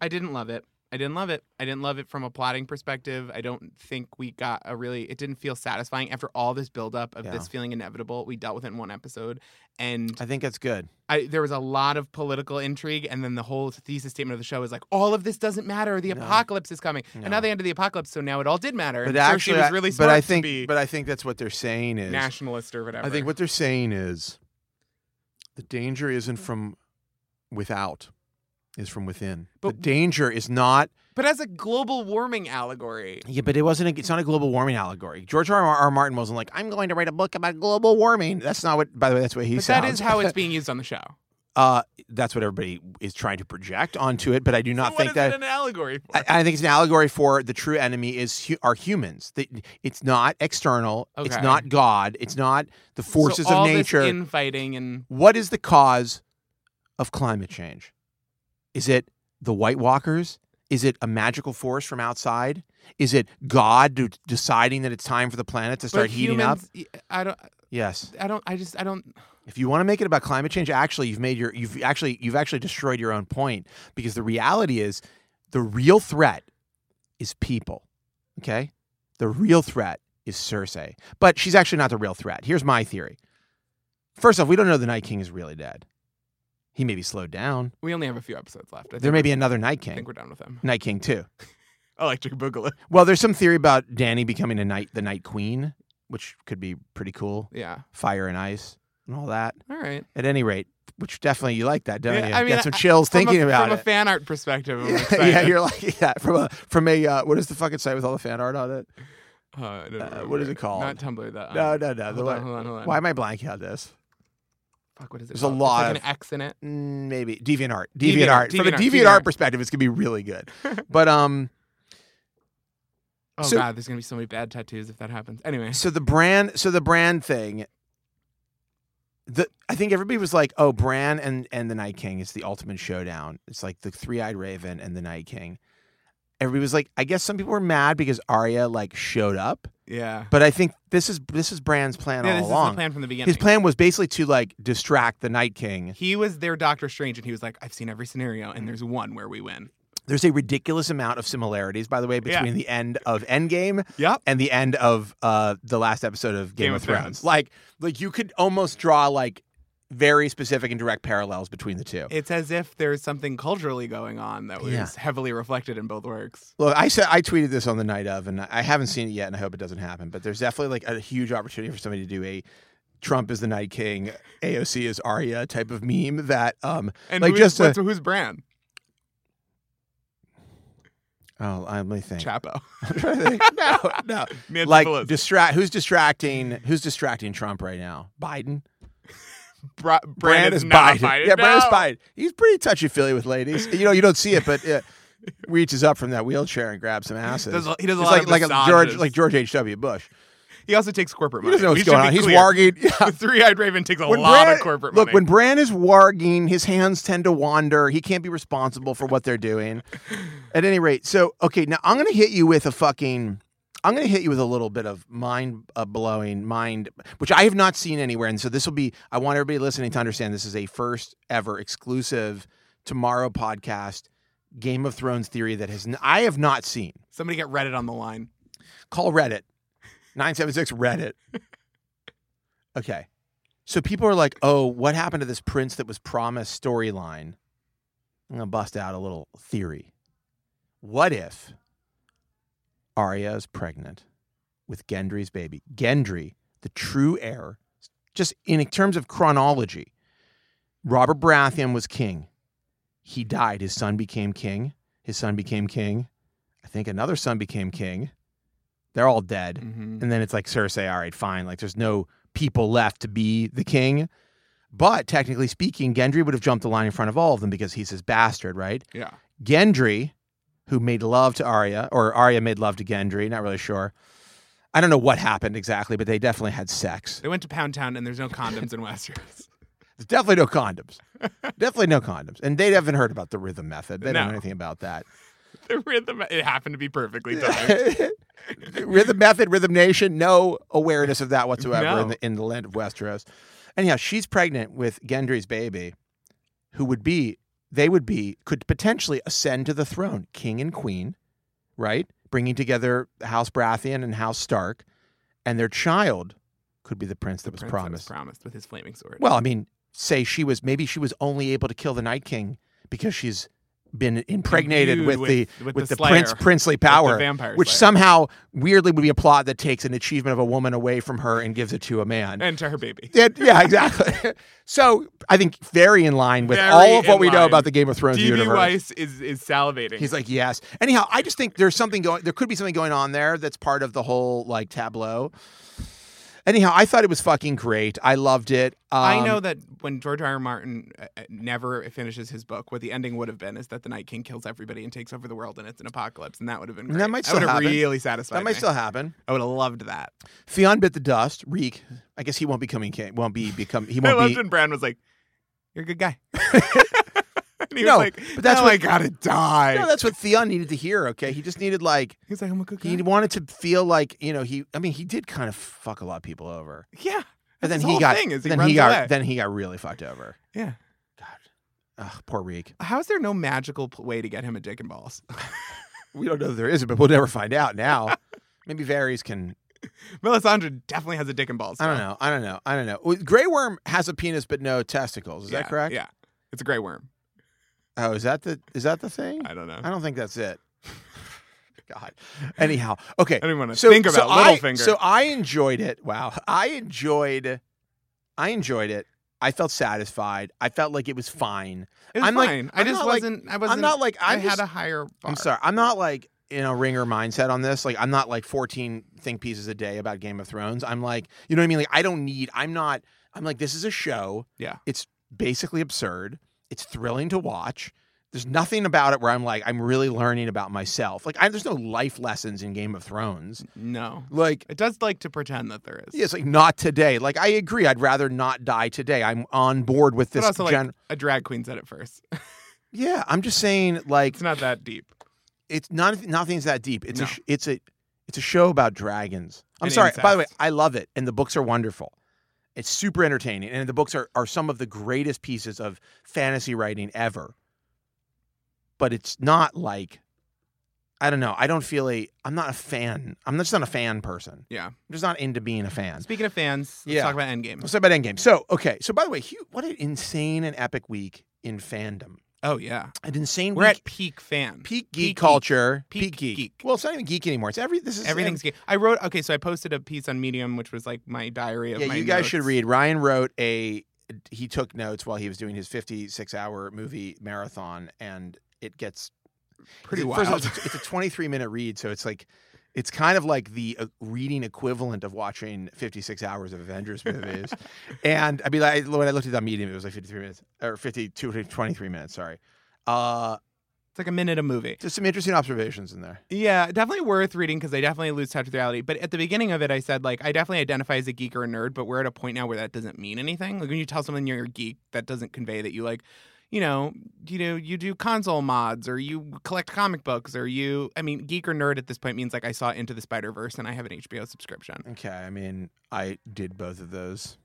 [SPEAKER 2] I didn't love it. I didn't love it. I didn't love it from a plotting perspective. I don't think we got a really. It didn't feel satisfying after all this buildup of
[SPEAKER 1] Yeah.
[SPEAKER 2] this feeling inevitable. We dealt with it in one episode, and
[SPEAKER 1] I think that's good.
[SPEAKER 2] I, there was a lot of political intrigue, and then the whole thesis statement of the show is like, all of this doesn't matter. The
[SPEAKER 1] No.
[SPEAKER 2] apocalypse is coming, and
[SPEAKER 1] No.
[SPEAKER 2] now they ended the apocalypse, so now it all did matter.
[SPEAKER 1] But
[SPEAKER 2] and
[SPEAKER 1] actually,
[SPEAKER 2] so she
[SPEAKER 1] I-
[SPEAKER 2] was really
[SPEAKER 1] but
[SPEAKER 2] smart
[SPEAKER 1] I think,
[SPEAKER 2] to be
[SPEAKER 1] but I think that's what they're saying is.
[SPEAKER 2] nationalist or whatever.
[SPEAKER 1] I think what they're saying is, the danger isn't from without, is from within. the
[SPEAKER 2] But-
[SPEAKER 1] danger is not.
[SPEAKER 2] but as a global warming allegory,
[SPEAKER 1] Yeah, but it wasn't. A, it's not a global warming allegory. George R. R. R. Martin wasn't like, I'm going to write a book about global warming. That's not what. By the way, that's what he
[SPEAKER 2] but
[SPEAKER 1] sounds.
[SPEAKER 2] that is how it's being used on the show.
[SPEAKER 1] Uh, that's what everybody is trying to project onto it, but I do not
[SPEAKER 2] so what
[SPEAKER 1] think
[SPEAKER 2] is
[SPEAKER 1] that.
[SPEAKER 2] it an allegory for?
[SPEAKER 1] I, I think it's an allegory for the true enemy is hu- are humans. The, it's not external. It's
[SPEAKER 2] Okay.
[SPEAKER 1] not God. It's not the forces
[SPEAKER 2] so all
[SPEAKER 1] of nature.
[SPEAKER 2] this infighting, and
[SPEAKER 1] what is the cause of climate change? Is it the White Walkers? Is it a magical force from outside? Is it God d- deciding that it's time for the planet to start
[SPEAKER 2] but
[SPEAKER 1] heating up?
[SPEAKER 2] humans, I don't,
[SPEAKER 1] Yes.
[SPEAKER 2] I don't, I just, I don't.
[SPEAKER 1] If you want to make it about climate change, actually, you've made your you've actually you've actually destroyed your own point because the reality is the real threat is people. Okay, the real threat is Cersei, but she's actually not the real threat. Here's my theory. First off, we don't know the Night King is really dead. He may be slowed down.
[SPEAKER 2] We only have a few episodes left. I
[SPEAKER 1] There
[SPEAKER 2] think,
[SPEAKER 1] may be another Night
[SPEAKER 2] I
[SPEAKER 1] King.
[SPEAKER 2] think we're done with them.
[SPEAKER 1] Night King too.
[SPEAKER 2] Electric Boogaloo.
[SPEAKER 1] Well, there's some theory about Danny becoming a night the Night Queen, which could be pretty cool.
[SPEAKER 2] Yeah.
[SPEAKER 1] Fire and ice and all that.
[SPEAKER 2] All right.
[SPEAKER 1] at any rate, which definitely you like that, don't
[SPEAKER 2] Yeah,
[SPEAKER 1] you?
[SPEAKER 2] I mean,
[SPEAKER 1] Got some chills
[SPEAKER 2] From a-
[SPEAKER 1] thinking about
[SPEAKER 2] from a
[SPEAKER 1] it.
[SPEAKER 2] fan art perspective. I'm
[SPEAKER 1] yeah,
[SPEAKER 2] excited.
[SPEAKER 1] yeah, you're like yeah from a from a uh, what is the fucking site with all the fan art on it?
[SPEAKER 2] Uh, I don't
[SPEAKER 1] Uh,
[SPEAKER 2] remember
[SPEAKER 1] what is it called?
[SPEAKER 2] Not Tumblr. That
[SPEAKER 1] no,
[SPEAKER 2] um,
[SPEAKER 1] no, no. The
[SPEAKER 2] hold on,
[SPEAKER 1] one-
[SPEAKER 2] hold on, hold on.
[SPEAKER 1] Why am I blanking on this?
[SPEAKER 2] Fuck, what is it?
[SPEAKER 1] There's a
[SPEAKER 2] called? It's
[SPEAKER 1] lot
[SPEAKER 2] like
[SPEAKER 1] of-
[SPEAKER 2] an X in it.
[SPEAKER 1] Mm, maybe DeviantArt. DeviantArt.
[SPEAKER 2] DeviantArt,
[SPEAKER 1] From a
[SPEAKER 2] DeviantArt,
[SPEAKER 1] DeviantArt
[SPEAKER 2] DeviantArt.
[SPEAKER 1] perspective, it's gonna be really good. But um,
[SPEAKER 2] Oh
[SPEAKER 1] So-
[SPEAKER 2] god, there's gonna be so many bad tattoos if that happens. Anyway,
[SPEAKER 1] so the brand, so the brand thing. The, I think everybody was like, "Oh, Bran and and the Night King is the ultimate showdown. It's like the Three Eyed Raven and the Night King." Everybody was like, "I guess some people were mad because Arya like showed up,
[SPEAKER 2] yeah.
[SPEAKER 1] But I think this is this is Bran's plan
[SPEAKER 2] yeah,
[SPEAKER 1] all
[SPEAKER 2] this is
[SPEAKER 1] along.
[SPEAKER 2] the plan from the beginning.
[SPEAKER 1] His plan was basically to like distract the Night King.
[SPEAKER 2] He was their Doctor Strange, and he was like, "I've seen every scenario, and there's one where we win."
[SPEAKER 1] There's a ridiculous amount of similarities, by the way,
[SPEAKER 2] Yeah.
[SPEAKER 1] between the end of Endgame
[SPEAKER 2] Yep.
[SPEAKER 1] and the end of uh, the last episode of Game,
[SPEAKER 2] Game
[SPEAKER 1] of
[SPEAKER 2] of
[SPEAKER 1] Thrones.
[SPEAKER 2] Thrones.
[SPEAKER 1] Like, like you could almost draw like very specific and direct parallels between the two.
[SPEAKER 2] It's as if there's something culturally going on that was
[SPEAKER 1] Yeah.
[SPEAKER 2] heavily reflected in both works.
[SPEAKER 1] Look, I said I tweeted this on the night of, and I haven't seen it yet, and I hope it doesn't happen. But there's definitely like a huge opportunity for somebody to do a Trump is the Night King, AOC is Arya type of meme that um
[SPEAKER 2] And
[SPEAKER 1] Like,
[SPEAKER 2] who's,
[SPEAKER 1] just a-
[SPEAKER 2] what's- who's Bran?
[SPEAKER 1] oh let me think.
[SPEAKER 2] Chapo.
[SPEAKER 1] I'm trying to think. no, no.
[SPEAKER 2] Nancy
[SPEAKER 1] like
[SPEAKER 2] Pelosi.
[SPEAKER 1] distract who's distracting who's distracting Trump right now? Biden.
[SPEAKER 2] Bra- Bran, is, not
[SPEAKER 1] Biden.
[SPEAKER 2] Biden.
[SPEAKER 1] Yeah, Brand is
[SPEAKER 2] No.
[SPEAKER 1] Biden. He's pretty touchy feely with ladies. You know, you don't see it, but uh, reaches up from that wheelchair and grabs some asses.
[SPEAKER 2] Does a- he does a
[SPEAKER 1] He's
[SPEAKER 2] lot
[SPEAKER 1] like
[SPEAKER 2] of
[SPEAKER 1] like a George
[SPEAKER 2] massages.
[SPEAKER 1] like George H. W. Bush.
[SPEAKER 2] He also takes corporate
[SPEAKER 1] He
[SPEAKER 2] money.
[SPEAKER 1] doesn't know what's
[SPEAKER 2] We should
[SPEAKER 1] going
[SPEAKER 2] be
[SPEAKER 1] on. He's
[SPEAKER 2] clear.
[SPEAKER 1] warging. Yeah.
[SPEAKER 2] The three-eyed raven takes a
[SPEAKER 1] When
[SPEAKER 2] lot
[SPEAKER 1] Bran-
[SPEAKER 2] of corporate
[SPEAKER 1] look,
[SPEAKER 2] money.
[SPEAKER 1] when Bran is warging, his hands tend to wander. He can't be responsible for what they're doing. At any rate, so okay, now I'm gonna hit you with a fucking. I'm gonna hit you with a little bit of mind uh, blowing mind, which I have not seen anywhere, and so this will be. I want everybody listening to understand this is a first ever exclusive tomorrow podcast Game of Thrones theory that has n- I have not seen.
[SPEAKER 2] Somebody get Reddit on the line.
[SPEAKER 1] Call Reddit. 976 Reddit. Okay. So people are like, oh, what happened to this prince that was promised storyline? I'm going to bust out a little theory. What if Arya is pregnant with Gendry's baby? Gendry, the true heir, just in terms of chronology, Robert Baratheon was king. He died. His son became king. His son became king. I think another son became king. They're all dead.
[SPEAKER 2] Mhm.
[SPEAKER 1] And then it's like Cersei, all right, fine. Like there's no people left to be the king. But technically speaking, Gendry would have jumped the line in front of all of them because he's his bastard, right?
[SPEAKER 2] Yeah.
[SPEAKER 1] Gendry, who made love to Arya, or Arya made love to Gendry, not really sure. I don't know what happened exactly, but they definitely had sex.
[SPEAKER 2] They went to Pound Town and there's no condoms in Westeros.
[SPEAKER 1] There's definitely no condoms. definitely no condoms. And they haven't heard about the rhythm method. They don't know
[SPEAKER 2] No.
[SPEAKER 1] anything about that.
[SPEAKER 2] The rhythm, it happened to be perfectly timed.
[SPEAKER 1] rhythm method, rhythm nation, no awareness of that whatsoever in,
[SPEAKER 2] No.
[SPEAKER 1] the, in the land of Westeros. Anyhow, she's pregnant with Gendry's baby, who would be, they would be, could potentially ascend to the throne, king and queen, right? Bringing together House Baratheon and House Stark, and their child could be the prince that was
[SPEAKER 2] Prince that was
[SPEAKER 1] promised.
[SPEAKER 2] promised with his flaming sword.
[SPEAKER 1] Well, I mean, say she was maybe she was only able to kill the Night King because she's been impregnated
[SPEAKER 2] Imbued
[SPEAKER 1] with, the
[SPEAKER 2] with,
[SPEAKER 1] with the,
[SPEAKER 2] Slayer,
[SPEAKER 1] prince
[SPEAKER 2] with
[SPEAKER 1] princely
[SPEAKER 2] the
[SPEAKER 1] power,
[SPEAKER 2] vampire
[SPEAKER 1] which
[SPEAKER 2] Slayer.
[SPEAKER 1] somehow weirdly would be a plot that takes an achievement of a woman away from her and gives it to a man.
[SPEAKER 2] and to her baby.
[SPEAKER 1] Yeah, yeah, exactly. so I think very in line with
[SPEAKER 2] Very
[SPEAKER 1] all of what
[SPEAKER 2] in
[SPEAKER 1] we know
[SPEAKER 2] line.
[SPEAKER 1] about the Game of Thrones
[SPEAKER 2] DB
[SPEAKER 1] universe.
[SPEAKER 2] Weiss is is salivating.
[SPEAKER 1] He's like, yes. Anyhow, I just think there's something going. There could be something going on there that's part of the whole like tableau. Anyhow, I thought it was fucking great. I loved it. Um,
[SPEAKER 2] I know that when George R. R. Martin uh, uh, never finishes his book, what the ending would have been is that the Night King kills everybody and takes over the world, and it's an apocalypse, and that would have been
[SPEAKER 1] That
[SPEAKER 2] great.
[SPEAKER 1] might
[SPEAKER 2] I
[SPEAKER 1] still
[SPEAKER 2] would have
[SPEAKER 1] happen.
[SPEAKER 2] really satisfied.
[SPEAKER 1] that might
[SPEAKER 2] me.
[SPEAKER 1] still happen.
[SPEAKER 2] I would have loved that.
[SPEAKER 1] Fionn bit the dust. Reek. I guess he won't be coming. King, won't be become. He
[SPEAKER 2] I
[SPEAKER 1] won't
[SPEAKER 2] loved
[SPEAKER 1] be.
[SPEAKER 2] when Bran was like, "You're a good guy." and he
[SPEAKER 1] No,
[SPEAKER 2] was like,
[SPEAKER 1] but that's
[SPEAKER 2] "Now
[SPEAKER 1] what-
[SPEAKER 2] I gotta die."
[SPEAKER 1] No, that's what Theon needed to hear. Okay, he just needed like
[SPEAKER 2] He's like, "I'm a good guy."
[SPEAKER 1] He wanted to feel like you know he. I mean, he did kind of fuck a lot of people over,
[SPEAKER 2] yeah.
[SPEAKER 1] and then
[SPEAKER 2] his
[SPEAKER 1] he
[SPEAKER 2] whole
[SPEAKER 1] got
[SPEAKER 2] thing is he
[SPEAKER 1] then he
[SPEAKER 2] runs
[SPEAKER 1] got
[SPEAKER 2] away.
[SPEAKER 1] then he got really fucked over.
[SPEAKER 2] Yeah.
[SPEAKER 1] God, Ugh, poor Reek.
[SPEAKER 2] How is there no magical pl- way to get him a dick and balls?
[SPEAKER 1] We don't know if there is, but we'll never find out now. Maybe Varys can.
[SPEAKER 2] Melisandre definitely has a dick and balls.
[SPEAKER 1] I don't
[SPEAKER 2] spell.
[SPEAKER 1] know. I don't know. I don't know. Well, Grey Worm has a penis but no testicles. Is
[SPEAKER 2] Yeah,
[SPEAKER 1] that correct?
[SPEAKER 2] Yeah. It's a gray worm.
[SPEAKER 1] Oh, is that the is that the thing?
[SPEAKER 2] I don't know.
[SPEAKER 1] I don't think that's it. God. Anyhow, okay.
[SPEAKER 2] I don't want to
[SPEAKER 1] so,
[SPEAKER 2] think
[SPEAKER 1] so
[SPEAKER 2] about
[SPEAKER 1] I,
[SPEAKER 2] Littlefinger.
[SPEAKER 1] So I enjoyed it. Wow, I enjoyed, I enjoyed it. I felt satisfied. I felt like it was fine.
[SPEAKER 2] It was
[SPEAKER 1] I'm like-
[SPEAKER 2] fine.
[SPEAKER 1] I'm
[SPEAKER 2] I just
[SPEAKER 1] not like-
[SPEAKER 2] wasn't. I wasn't.
[SPEAKER 1] I'm not like
[SPEAKER 2] I
[SPEAKER 1] I'm
[SPEAKER 2] had
[SPEAKER 1] just-
[SPEAKER 2] a higher. Bar.
[SPEAKER 1] I'm sorry. I'm not like in a ringer mindset on this. Like I'm not like 14 think pieces a day about Game of Thrones. I'm like, you know what I mean? Like I don't need. I'm not. I'm like this is a show.
[SPEAKER 2] Yeah.
[SPEAKER 1] It's basically absurd. It's thrilling to watch. There's nothing about it where I'm like I'm really learning about myself. Like I, there's no life lessons in Game of Thrones.
[SPEAKER 2] No,
[SPEAKER 1] Like
[SPEAKER 2] it does like to pretend that there is.
[SPEAKER 1] Yeah, it's like not today. Like I agree, I'd rather not die today. I'm on board with
[SPEAKER 2] But
[SPEAKER 1] this.
[SPEAKER 2] also, like,
[SPEAKER 1] gen-
[SPEAKER 2] a drag queen said it first.
[SPEAKER 1] yeah, I'm just saying, like
[SPEAKER 2] It's not that deep.
[SPEAKER 1] it's not nothing's that deep. It's a
[SPEAKER 2] No.
[SPEAKER 1] sh- it's a it's a show about dragons. I'm
[SPEAKER 2] And
[SPEAKER 1] sorry. By the way,
[SPEAKER 2] incest.
[SPEAKER 1] I love it, and the books are wonderful. It's super entertaining, and the books are are some of the greatest pieces of fantasy writing ever. But it's not like. I don't know. I don't feel a. I'm not a fan. I'm just not a fan person.
[SPEAKER 2] Yeah.
[SPEAKER 1] I'm just not into being a fan.
[SPEAKER 2] Speaking of fans, let's
[SPEAKER 1] Yeah.
[SPEAKER 2] talk about Endgame.
[SPEAKER 1] Let's talk about Endgame. So, okay. So, by the way, Hugh, what an insane and epic week in fandom.
[SPEAKER 2] Oh yeah,
[SPEAKER 1] An insane
[SPEAKER 2] we're
[SPEAKER 1] week.
[SPEAKER 2] at peak fan.
[SPEAKER 1] peak geek
[SPEAKER 2] peak
[SPEAKER 1] culture.
[SPEAKER 2] geek,
[SPEAKER 1] Peak,
[SPEAKER 2] peak
[SPEAKER 1] geek.
[SPEAKER 2] geek.
[SPEAKER 1] Well, it's not even geek anymore. It's every. This is
[SPEAKER 2] Everything's geek. I wrote okay, so I posted a piece on Medium, which was like my diary of
[SPEAKER 1] Yeah,
[SPEAKER 2] my
[SPEAKER 1] you guys should
[SPEAKER 2] notes.
[SPEAKER 1] read. Ryan wrote a. He took notes while he was doing his 56 hour movie marathon, and it gets
[SPEAKER 2] Pretty
[SPEAKER 1] it's-
[SPEAKER 2] wild.
[SPEAKER 1] First of all, it's, a- it's a 23 minute read, so it's like. It's kind of like the uh, reading equivalent of watching 56 hours of Avengers movies. And I mean, I, when I looked at that medium, it was like 53 minutes or 52 to 23 minutes. Sorry. Uh,
[SPEAKER 2] it's like a minute a movie.
[SPEAKER 1] there's some interesting observations in there.
[SPEAKER 2] Yeah, definitely worth reading because I definitely lose touch with reality. But at the beginning of it, I said like I definitely identify as a geek or a nerd, but we're at a point now where that doesn't mean anything. Like when you tell someone you're a geek, that doesn't convey that you like, you know, you know, you do console mods or you collect comic books or you. I mean, geek or nerd at this point means like I saw Into the Spider Verse and I have an HBO subscription.
[SPEAKER 1] Okay. I mean, I did both of those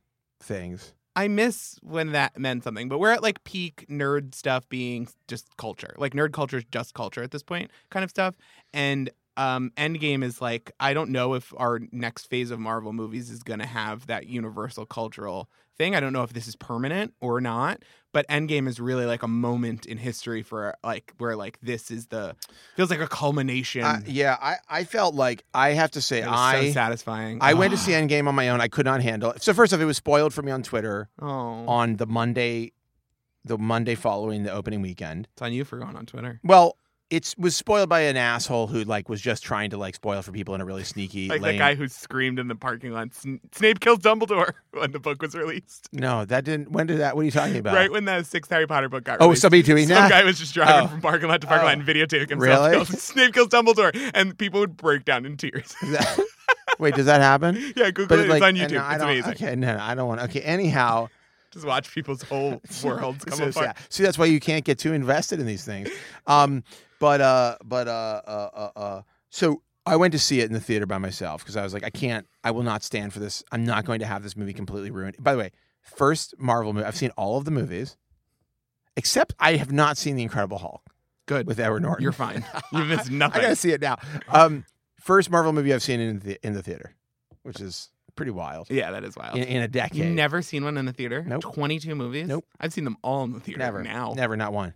[SPEAKER 1] things.
[SPEAKER 2] I miss when that meant something, but we're at like peak nerd stuff being just culture. Like nerd culture is just culture at this point, kind of stuff. And um Endgame is like I don't know if our next phase of Marvel movies is going to have that universal cultural thing. I don't know if this is permanent or not, but Endgame is really like a moment in history for like where like this is the feels like a culmination.
[SPEAKER 1] I- yeah. I, I felt like I have to say,
[SPEAKER 2] It was
[SPEAKER 1] I.
[SPEAKER 2] so satisfying.
[SPEAKER 1] I went to see Endgame on my own. I could not handle it. So first off, it was spoiled for me on Twitter
[SPEAKER 2] Oh,
[SPEAKER 1] on the Monday, the Monday following the opening weekend.
[SPEAKER 2] it's on you for going on Twitter.
[SPEAKER 1] Well, it was spoiled by an asshole who like was just trying to like spoil for people in a really sneaky,
[SPEAKER 2] like
[SPEAKER 1] lame-
[SPEAKER 2] that guy who screamed in the parking lot, "Sn- "Snape kills Dumbledore" when the book was released.
[SPEAKER 1] No, that didn't. When did that? What are you talking about?
[SPEAKER 2] Right when the sixth Harry Potter book got
[SPEAKER 1] oh, was
[SPEAKER 2] released.
[SPEAKER 1] somebody doing
[SPEAKER 2] some
[SPEAKER 1] that?
[SPEAKER 2] guy was just driving
[SPEAKER 1] Oh.
[SPEAKER 2] from parking lot to parking lot
[SPEAKER 1] Oh.
[SPEAKER 2] and videotaping himself.
[SPEAKER 1] Really?
[SPEAKER 2] kills- Snape kills Dumbledore, and people would break down in tears.
[SPEAKER 1] Wait, does that happen?
[SPEAKER 2] yeah, Google
[SPEAKER 1] But
[SPEAKER 2] it.
[SPEAKER 1] like,
[SPEAKER 2] it's on
[SPEAKER 1] and
[SPEAKER 2] YouTube.
[SPEAKER 1] I
[SPEAKER 2] It's
[SPEAKER 1] don't,
[SPEAKER 2] amazing.
[SPEAKER 1] Okay, no, I don't want. Okay, anyhow,
[SPEAKER 2] Just watch people's whole worlds come
[SPEAKER 1] so sad.
[SPEAKER 2] apart.
[SPEAKER 1] See, that's why you can't get too invested in these things. Um, But uh, but uh, uh, uh, uh, so I went to see it in the theater by myself because I was like, I can't, I will not stand for this. I'm not going to have this movie completely ruined. By the way, first Marvel movie. I've seen all of the movies, except I have not seen The Incredible Hulk
[SPEAKER 2] Good.
[SPEAKER 1] with Edward Norton.
[SPEAKER 2] You're fine. You missed
[SPEAKER 1] I
[SPEAKER 2] nothing.
[SPEAKER 1] gotta see it now. Um, first Marvel movie I've seen in the in the theater, which is pretty wild.
[SPEAKER 2] yeah, that is wild.
[SPEAKER 1] In, in a
[SPEAKER 2] you
[SPEAKER 1] decade,
[SPEAKER 2] never seen one in the theater?
[SPEAKER 1] Nope.
[SPEAKER 2] 22 movies?
[SPEAKER 1] Nope.
[SPEAKER 2] I've seen them all in the theater
[SPEAKER 1] never,
[SPEAKER 2] now.
[SPEAKER 1] never, not one.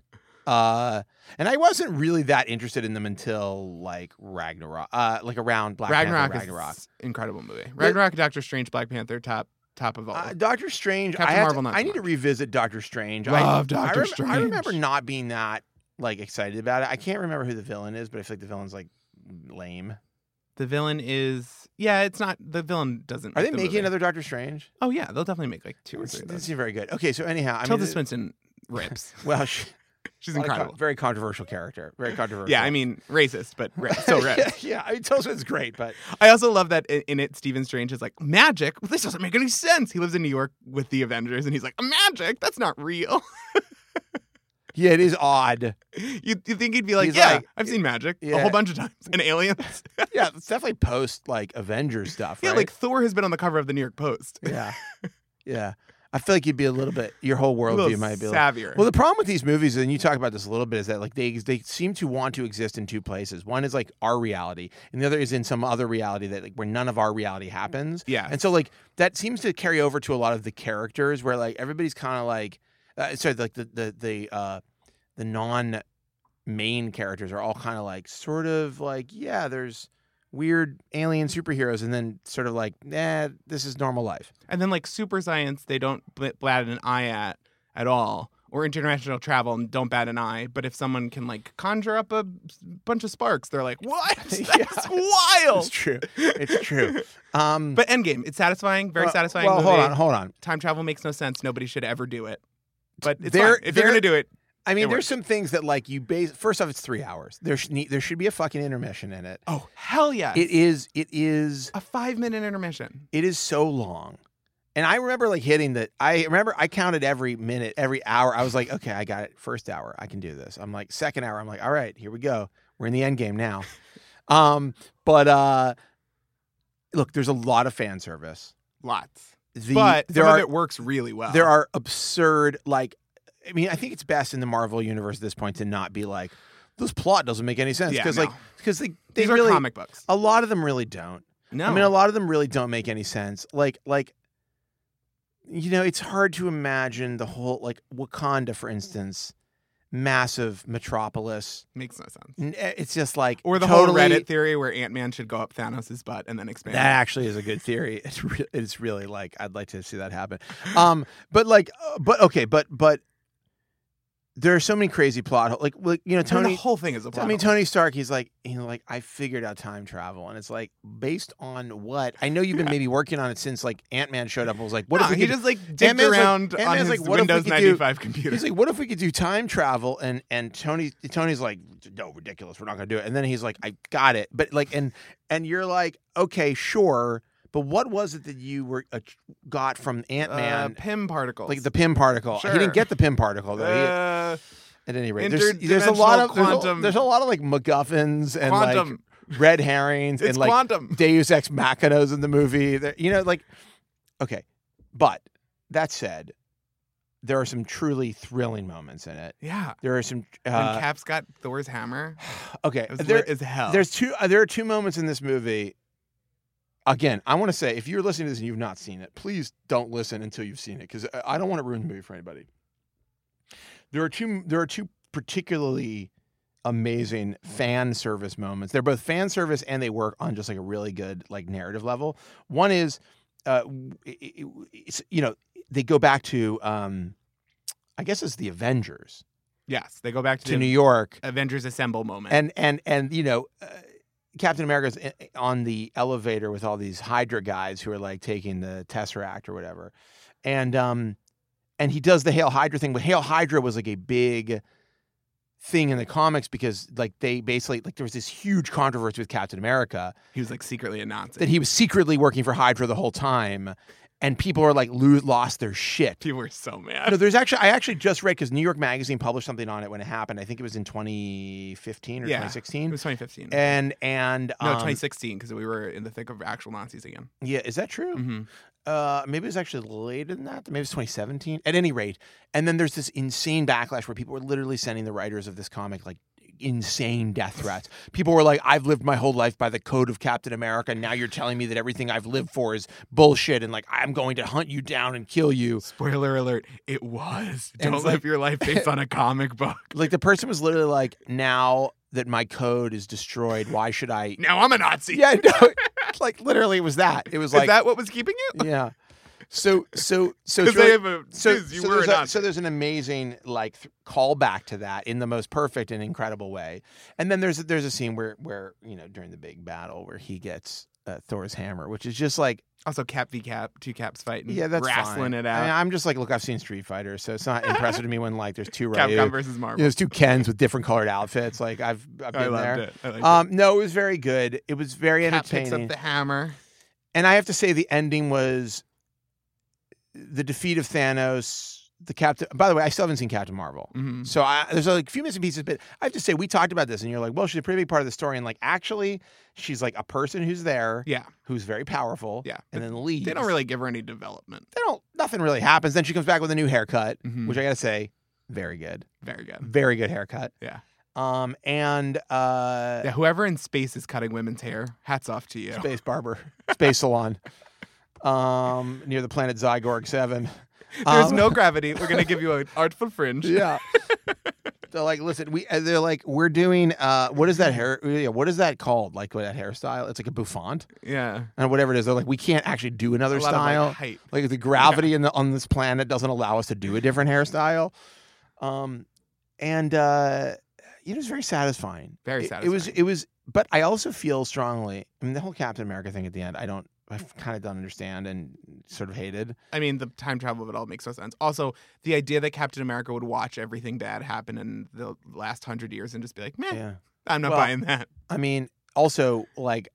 [SPEAKER 1] Uh, and I wasn't really that interested in them until like Ragnarok, uh, like around Black
[SPEAKER 2] Ragnarok,
[SPEAKER 1] Panther, Ragnarok.
[SPEAKER 2] is an incredible movie. Ragnarok, Doctor Strange, Black Panther, top top of all.
[SPEAKER 1] Uh, Doctor Strange.
[SPEAKER 2] Captain
[SPEAKER 1] I, have to,
[SPEAKER 2] Marvel, not
[SPEAKER 1] I
[SPEAKER 2] so
[SPEAKER 1] need to revisit Doctor Strange. I,
[SPEAKER 2] Love Dr.
[SPEAKER 1] I rem- I
[SPEAKER 2] Strange.
[SPEAKER 1] remember not being that like excited about it. I can't remember who the villain is, but I feel like the villain's like lame.
[SPEAKER 2] the villain is yeah, it's not the villain doesn't.
[SPEAKER 1] Are they
[SPEAKER 2] make the
[SPEAKER 1] making
[SPEAKER 2] movie.
[SPEAKER 1] another Doctor Strange?
[SPEAKER 2] Oh yeah, they'll definitely make like two or
[SPEAKER 1] It
[SPEAKER 2] three. Of
[SPEAKER 1] didn't
[SPEAKER 2] those.
[SPEAKER 1] seem very good. Okay, so anyhow, I
[SPEAKER 2] Tilda
[SPEAKER 1] mean,
[SPEAKER 2] Swinton rips.
[SPEAKER 1] well, she,
[SPEAKER 2] She's
[SPEAKER 1] a lot of con-
[SPEAKER 2] incredible.
[SPEAKER 1] very controversial character. Very controversial.
[SPEAKER 2] Yeah, I mean racist, but ri- still rips.
[SPEAKER 1] yeah, yeah, I mean, Tilda Swinton's great, but
[SPEAKER 2] I also love that i- in it, Stephen Strange is like, magic? Well, this doesn't make any sense. He lives in New York with the Avengers and he's like, magic? That's not real.
[SPEAKER 1] yeah, it is odd.
[SPEAKER 2] you you think he'd be like,
[SPEAKER 1] He's
[SPEAKER 2] yeah,
[SPEAKER 1] like,
[SPEAKER 2] I've seen magic a
[SPEAKER 1] yeah.
[SPEAKER 2] whole bunch of times and aliens.
[SPEAKER 1] Yeah, it's definitely post like Avengers stuff.
[SPEAKER 2] yeah,
[SPEAKER 1] right?
[SPEAKER 2] like Thor has been on the cover of the New York Post.
[SPEAKER 1] yeah, yeah. I feel like you'd be a little bit. Your whole
[SPEAKER 2] A little
[SPEAKER 1] worldview might be. like-
[SPEAKER 2] savvier.
[SPEAKER 1] Well, the problem with these movies, and you talk about this a little bit, is that like they they seem to want to exist in two places. One is like our reality, and the other is in some other reality that like where none of our
[SPEAKER 2] Mm.
[SPEAKER 1] reality happens.
[SPEAKER 2] yeah.
[SPEAKER 1] And so like that seems to carry over to a lot of the characters where like everybody's kind of like uh, sorry like the the the uh the non main characters are all kind of like sort of like yeah there's weird alien superheroes and then sort of like nah this is normal life.
[SPEAKER 2] And then like super science, they don't bl- bat an eye at at all. Or international travel and don't bat an eye. But if someone can like conjure up a bunch of sparks, they're like, what? That's
[SPEAKER 1] Yeah. It's
[SPEAKER 2] wild.
[SPEAKER 1] true. It's true. Um
[SPEAKER 2] But Endgame, it's satisfying, very
[SPEAKER 1] well-
[SPEAKER 2] satisfying.
[SPEAKER 1] Well, hold
[SPEAKER 2] movie.
[SPEAKER 1] on, hold on.
[SPEAKER 2] Time travel makes no sense. Nobody should ever do it. But it's
[SPEAKER 1] There-
[SPEAKER 2] fine. if you're
[SPEAKER 1] there-
[SPEAKER 2] gonna do it,
[SPEAKER 1] I mean,
[SPEAKER 2] It
[SPEAKER 1] there's
[SPEAKER 2] works.
[SPEAKER 1] some things that like you base. First off, it's three hours. There sh- ne- there should be a fucking intermission in it.
[SPEAKER 2] oh hell yeah,
[SPEAKER 1] It is. It is.
[SPEAKER 2] a five minute intermission.
[SPEAKER 1] It is so long. And I remember like hitting the. I remember I counted every minute, every hour. I was like, okay, I got it. First hour, I can do this. I'm like, second hour, I'm like, all right, here we go. We're in the end game now. um, but uh, look, there's a lot of fan service.
[SPEAKER 2] Lots,
[SPEAKER 1] The,
[SPEAKER 2] but
[SPEAKER 1] there
[SPEAKER 2] some
[SPEAKER 1] are
[SPEAKER 2] of it uh, works really well.
[SPEAKER 1] there are absurd like i mean i think it's best in the marvel universe at this point to not be like this plot doesn't make any sense
[SPEAKER 2] Yeah,
[SPEAKER 1] because like
[SPEAKER 2] no.
[SPEAKER 1] because they, they
[SPEAKER 2] these
[SPEAKER 1] really
[SPEAKER 2] are comic books.
[SPEAKER 1] a lot of them really don't
[SPEAKER 2] No,
[SPEAKER 1] i mean a lot of them really don't make any sense like like you know it's hard to imagine the whole like wakanda for instance massive metropolis
[SPEAKER 2] makes no sense.
[SPEAKER 1] N- eh, it's just like
[SPEAKER 2] Or the
[SPEAKER 1] totally,
[SPEAKER 2] whole Reddit theory where Ant Man should go up Thanos' butt and then expand.
[SPEAKER 1] That actually is a good theory. It's re- it's really like I'd like to see that happen. Um, but like, uh, but okay, but but there are so many crazy plot holes. Like, like you know,
[SPEAKER 2] I mean, the
[SPEAKER 1] Tony.
[SPEAKER 2] whole thing is a plot.
[SPEAKER 1] I mean,
[SPEAKER 2] hole.
[SPEAKER 1] Tony Stark. He's like, you know, like I figured out time travel, and it's like based on what? I know you've been maybe working on it since like Ant Man showed up. and was like, what
[SPEAKER 2] no,
[SPEAKER 1] if we
[SPEAKER 2] he
[SPEAKER 1] could
[SPEAKER 2] just like dicked
[SPEAKER 1] Ant-Man's like-
[SPEAKER 2] around on
[SPEAKER 1] Ant-Man's
[SPEAKER 2] his
[SPEAKER 1] like, what if we
[SPEAKER 2] Windows
[SPEAKER 1] could do-
[SPEAKER 2] 95 computer?
[SPEAKER 1] He's like, what if we could do time travel? And and Tony Tony's like, no, ridiculous. We're not gonna do it. And then he's like, I got it. But like, and and you're like, okay, sure. But what was it that you were uh, got from Ant
[SPEAKER 2] uh,
[SPEAKER 1] Man?
[SPEAKER 2] Pym particles.
[SPEAKER 1] like the Pym particle. He
[SPEAKER 2] Sure.
[SPEAKER 1] didn't get the Pym particle though. He-
[SPEAKER 2] uh,
[SPEAKER 1] at any rate, there's, there's a
[SPEAKER 2] interdimensional
[SPEAKER 1] lot of there's a-
[SPEAKER 2] quantum-
[SPEAKER 1] There's, a, lot of like MacGuffins and
[SPEAKER 2] quantum.
[SPEAKER 1] like red herrings and
[SPEAKER 2] it's
[SPEAKER 1] like
[SPEAKER 2] quantum.
[SPEAKER 1] Deus Ex Machinos in the movie. There- You know, like, okay. But that said, there are some truly thrilling moments in it.
[SPEAKER 2] Yeah.
[SPEAKER 1] There are some.
[SPEAKER 2] when
[SPEAKER 1] Uh,
[SPEAKER 2] Cap's got Thor's hammer,
[SPEAKER 1] okay,
[SPEAKER 2] it was
[SPEAKER 1] there,
[SPEAKER 2] lit as hell.
[SPEAKER 1] there's two. Uh, there are two moments in this movie. Again, I want to say if you're listening to this and you've not seen it, please don't listen until you've seen it because I don't want to ruin the movie for anybody. There are two. There are two particularly amazing fan service moments. They're both fan service and they work on just like a really good like narrative level. One is, uh, w- it- it- it's, you know, they go back to, um, I guess it's the Avengers
[SPEAKER 2] yes, they go back to,
[SPEAKER 1] to
[SPEAKER 2] the
[SPEAKER 1] New York
[SPEAKER 2] Avengers Assemble moment.
[SPEAKER 1] and and and you know uh, captain america's i- i- on the elevator with all these hydra guys who are like taking the tesseract or whatever and um and he does the hail hydra thing but hail hydra was like a big thing in the comics because like they basically like there was this huge controversy with captain america
[SPEAKER 2] he was like secretly a Nazi.
[SPEAKER 1] that he was secretly working for hydra the whole time and people are like lose lost their shit.
[SPEAKER 2] People were so mad.
[SPEAKER 1] No, there's actually I actually just read because New York Magazine published something on it when it happened. I think it was in 2015 or
[SPEAKER 2] Yeah. It
[SPEAKER 1] 2016.
[SPEAKER 2] was 2015.
[SPEAKER 1] And and
[SPEAKER 2] no,
[SPEAKER 1] um,
[SPEAKER 2] 2016 because we were in the thick of actual Nazis again.
[SPEAKER 1] yeah, is that true?
[SPEAKER 2] hmm
[SPEAKER 1] Uh, maybe it was actually later than that. Maybe it's 2017. At any rate, and then there's this insane backlash where people were literally sending the writers of this comic like insane death threats. People were like, "I've lived my whole life by the code of Captain America. and Now you're telling me that everything I've lived for is bullshit, and like I'm going to hunt you down and kill you."
[SPEAKER 2] Spoiler alert, it was.
[SPEAKER 1] And
[SPEAKER 2] Don't
[SPEAKER 1] it's
[SPEAKER 2] live your life based on a comic book.
[SPEAKER 1] Like the person was literally like, "Now that my code is destroyed, why should I?"
[SPEAKER 2] Now I'm a Nazi.
[SPEAKER 1] Yeah, no, like literally, it was that. It was like,
[SPEAKER 2] Is that what was keeping you?
[SPEAKER 1] yeah. So, so, so. it's
[SPEAKER 2] Because
[SPEAKER 1] really-
[SPEAKER 2] they have a.
[SPEAKER 1] so,
[SPEAKER 2] because you
[SPEAKER 1] so
[SPEAKER 2] were a
[SPEAKER 1] there's a-
[SPEAKER 2] Nazi.
[SPEAKER 1] so there's an amazing like th- callback to that in the most perfect and incredible way. And then there's there's a scene where where you know during the big battle where he gets uh, Thor's hammer, which is just like
[SPEAKER 2] also, Cap v Cap, two caps fighting.
[SPEAKER 1] yeah, that's
[SPEAKER 2] Mm, wrestling
[SPEAKER 1] fine.
[SPEAKER 2] it
[SPEAKER 1] I
[SPEAKER 2] out.
[SPEAKER 1] mean, I'm just like look, I've seen Street Fighter, so it's not impressive to me when like there's two Ryu,
[SPEAKER 2] Capcom
[SPEAKER 1] you know,
[SPEAKER 2] versus Marvel.
[SPEAKER 1] there's two Kens with different colored outfits. Like I've I've been
[SPEAKER 2] I loved
[SPEAKER 1] there.
[SPEAKER 2] it. I liked
[SPEAKER 1] Um, no, it was very good. It was very
[SPEAKER 2] it. Cap picks
[SPEAKER 1] entertaining.
[SPEAKER 2] up the hammer.
[SPEAKER 1] and I have to say the ending was the defeat of Thanos. The Captain. By the way, I still haven't seen Captain Marvel.
[SPEAKER 2] hmm
[SPEAKER 1] So I, there's like a few missing pieces, but I have to say we talked about this, and you're like, well, she's a pretty big part of the story, and like actually, she's like a person who's there,
[SPEAKER 2] Yeah,
[SPEAKER 1] who's very powerful,
[SPEAKER 2] yeah.
[SPEAKER 1] and then leaves.
[SPEAKER 2] They don't really give her any development.
[SPEAKER 1] they don't, nothing really happens. Then she comes back with a new haircut,
[SPEAKER 2] Mhm.
[SPEAKER 1] which I gotta say, very good,
[SPEAKER 2] Very good.
[SPEAKER 1] very good haircut.
[SPEAKER 2] Yeah.
[SPEAKER 1] Um, and uh,
[SPEAKER 2] Yeah, whoever in space is cutting women's hair, hats off to you.
[SPEAKER 1] space barber, space salon, um, near the planet Zygorg Seven.
[SPEAKER 2] There's
[SPEAKER 1] Um,
[SPEAKER 2] no gravity. We're gonna give you an artful fringe.
[SPEAKER 1] Yeah. they're like, listen, we. and They're like, we're doing. Uh, what is that hair? yeah, What is that called? Like that hairstyle? It's like a bouffant
[SPEAKER 2] Yeah.
[SPEAKER 1] and whatever it is. They're like, we can't actually do another
[SPEAKER 2] A lot of, like,
[SPEAKER 1] style. like,
[SPEAKER 2] height.
[SPEAKER 1] the gravity in the, on this planet doesn't allow us to do a different hairstyle. Um, and uh, it was very satisfying.
[SPEAKER 2] Very
[SPEAKER 1] It- It was.
[SPEAKER 2] satisfying.
[SPEAKER 1] It was. But I also feel strongly. I mean, the whole Captain America thing at the end. I don't. I kind of don't understand and sort of hated.
[SPEAKER 2] I mean, the time travel of it all makes no sense. Also, the idea that Captain America would watch everything bad happen in the last hundred years and just be like, "Man,
[SPEAKER 1] Yeah.
[SPEAKER 2] I'm not
[SPEAKER 1] Well,
[SPEAKER 2] buying that."
[SPEAKER 1] I mean, also like,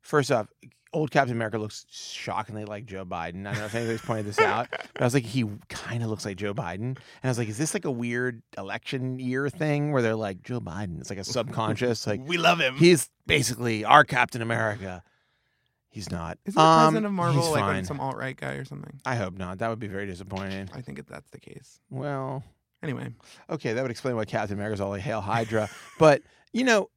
[SPEAKER 1] first off, old Captain America looks shockingly like Joe Biden. I don't know if anybody's pointed this out, but I was like, he kind of looks like Joe Biden, and I was like, is this like a weird election year thing where they're like Joe Biden? It's like a subconscious, like
[SPEAKER 2] we love him.
[SPEAKER 1] he's basically our Captain America. He's not.
[SPEAKER 2] Isn't the
[SPEAKER 1] Um,
[SPEAKER 2] president of Marvel
[SPEAKER 1] he's
[SPEAKER 2] like
[SPEAKER 1] fine.
[SPEAKER 2] some alt right guy or something?
[SPEAKER 1] I hope not. That would be very disappointing.
[SPEAKER 2] I think if that's the case.
[SPEAKER 1] Well,
[SPEAKER 2] Anyway,
[SPEAKER 1] Okay, that would explain why Captain America's all like hail Hydra. but you know,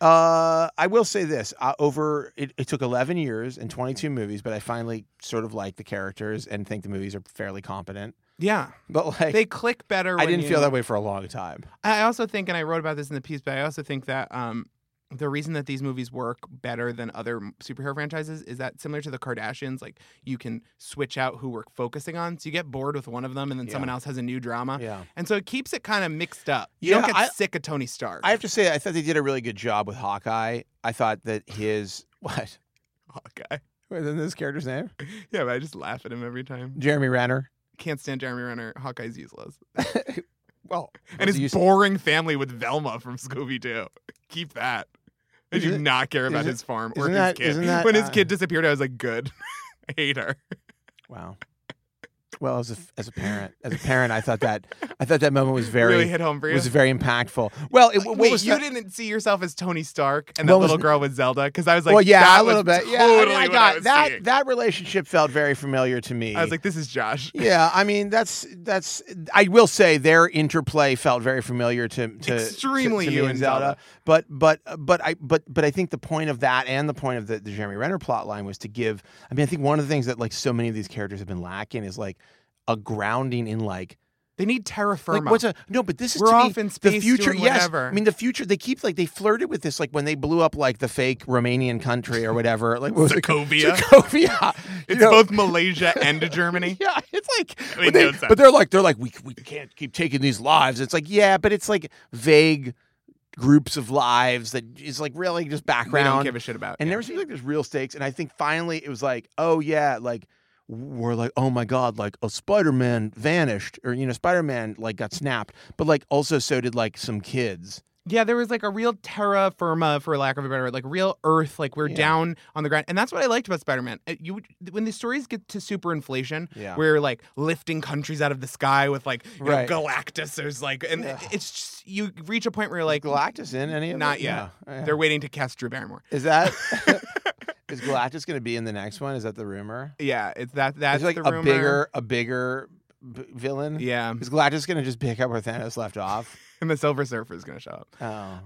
[SPEAKER 1] uh, I will say this: uh, over it, it took eleven years and twenty-two movies, but I finally sort of like the characters and think the movies are fairly competent.
[SPEAKER 2] yeah,
[SPEAKER 1] But like,
[SPEAKER 2] they click better.
[SPEAKER 1] I
[SPEAKER 2] when
[SPEAKER 1] didn't
[SPEAKER 2] you-
[SPEAKER 1] feel that way for a long time.
[SPEAKER 2] I also think, and I wrote about this in the piece, but I also think that um, the reason that these movies work better than other m- superhero franchises is that similar to the Kardashians, like you can switch out who we're focusing on. So you get bored with one of them, and then
[SPEAKER 1] Yeah.
[SPEAKER 2] someone else has a new drama,
[SPEAKER 1] Yeah,
[SPEAKER 2] and so it keeps it kind of mixed up. You
[SPEAKER 1] Yeah,
[SPEAKER 2] don't get
[SPEAKER 1] I-
[SPEAKER 2] sick of Tony Stark.
[SPEAKER 1] I have to say, I thought they did a really good job with Hawkeye. I thought that his what?
[SPEAKER 2] Hawkeye.
[SPEAKER 1] Wait, isn't this character's name?
[SPEAKER 2] Yeah, but I just laugh at him every time.
[SPEAKER 1] Jeremy Renner.
[SPEAKER 2] Can't stand Jeremy Renner. Hawkeye's useless,
[SPEAKER 1] Well,
[SPEAKER 2] and
[SPEAKER 1] was
[SPEAKER 2] his
[SPEAKER 1] he use-
[SPEAKER 2] boring family with Velma from Scooby Doo. Keep that. I do
[SPEAKER 1] Isn't-
[SPEAKER 2] not care about
[SPEAKER 1] isn't-
[SPEAKER 2] his farm or
[SPEAKER 1] isn't
[SPEAKER 2] his
[SPEAKER 1] that-
[SPEAKER 2] kid.
[SPEAKER 1] isn't that,
[SPEAKER 2] when his
[SPEAKER 1] uh,
[SPEAKER 2] kid disappeared, I was like, good. I hate her.
[SPEAKER 1] wow. Well, as a as a parent, as a parent, I thought that I thought that moment was very
[SPEAKER 2] really hit home for you.
[SPEAKER 1] was very impactful. Well, it, what
[SPEAKER 2] Wait,
[SPEAKER 1] was
[SPEAKER 2] you
[SPEAKER 1] the-
[SPEAKER 2] didn't see yourself as Tony Stark and that
[SPEAKER 1] What was
[SPEAKER 2] little
[SPEAKER 1] the-
[SPEAKER 2] girl with Zelda? Because I was like,
[SPEAKER 1] well, yeah,
[SPEAKER 2] that
[SPEAKER 1] a little
[SPEAKER 2] was
[SPEAKER 1] bit. Yeah, I mean,
[SPEAKER 2] Totally
[SPEAKER 1] I
[SPEAKER 2] what
[SPEAKER 1] got
[SPEAKER 2] was
[SPEAKER 1] that.
[SPEAKER 2] seeing.
[SPEAKER 1] That relationship felt very familiar to me.
[SPEAKER 2] I was like, this is Josh.
[SPEAKER 1] yeah, I mean, that's that's. I will say their interplay felt very familiar to to
[SPEAKER 2] Extremely
[SPEAKER 1] to, to me
[SPEAKER 2] you and Zelda.
[SPEAKER 1] But but but I but but I think the point of that and the point of the, the Jeremy Renner plot line was to give. I mean, I think one of the things that like so many of these characters have been lacking is like a grounding in like
[SPEAKER 2] They need terra firma.
[SPEAKER 1] like what's a no, but this is
[SPEAKER 2] We're
[SPEAKER 1] to me,
[SPEAKER 2] off in space
[SPEAKER 1] the future.
[SPEAKER 2] doing
[SPEAKER 1] yes,
[SPEAKER 2] whatever.
[SPEAKER 1] I mean the future. They keep like they flirted with this like when they blew up like the fake Romanian country or whatever. Like what was it?
[SPEAKER 2] Sokovia.
[SPEAKER 1] Sokovia. You
[SPEAKER 2] it's
[SPEAKER 1] know,
[SPEAKER 2] both Malaysia and Germany.
[SPEAKER 1] Yeah, it's like,
[SPEAKER 2] I mean,
[SPEAKER 1] but, they,
[SPEAKER 2] no sense.
[SPEAKER 1] but they're like, they're like, we we can't keep taking these lives. It's like, yeah, but it's like vague groups of lives that is like really just
[SPEAKER 2] We don't
[SPEAKER 1] background
[SPEAKER 2] give a shit about.
[SPEAKER 1] and
[SPEAKER 2] yeah.
[SPEAKER 1] never seems like there's real stakes. And I think finally it was like, oh yeah, like we're like, oh my god, like a Spider Man vanished, or you know, Spider Man like got snapped, but like also so did like some kids,
[SPEAKER 2] Yeah, there was like a real terra firma, for lack of a better word, like real earth, like we're
[SPEAKER 1] Yeah.
[SPEAKER 2] down on the ground, and that's what I liked about Spider-Man. Uh, You when the stories get to superinflation,
[SPEAKER 1] Yeah.
[SPEAKER 2] we're like lifting countries out of the sky with like you
[SPEAKER 1] Right.
[SPEAKER 2] know, Galactus, there's like, and
[SPEAKER 1] Yeah.
[SPEAKER 2] it's just you reach a point where you're like
[SPEAKER 1] Galactus in any of
[SPEAKER 2] Not
[SPEAKER 1] it?
[SPEAKER 2] yet.
[SPEAKER 1] No. Yeah.
[SPEAKER 2] they're waiting to cast Drew Barrymore.
[SPEAKER 1] Is that is Galactus going to be in the next one? Is that the rumor?
[SPEAKER 2] Yeah, it's that that's
[SPEAKER 1] Is like
[SPEAKER 2] the
[SPEAKER 1] a
[SPEAKER 2] rumor.
[SPEAKER 1] bigger a bigger b- villain.
[SPEAKER 2] yeah,
[SPEAKER 1] Is Galactus going to just pick up where Thanos left off?
[SPEAKER 2] and the Silver Surfer is gonna show up.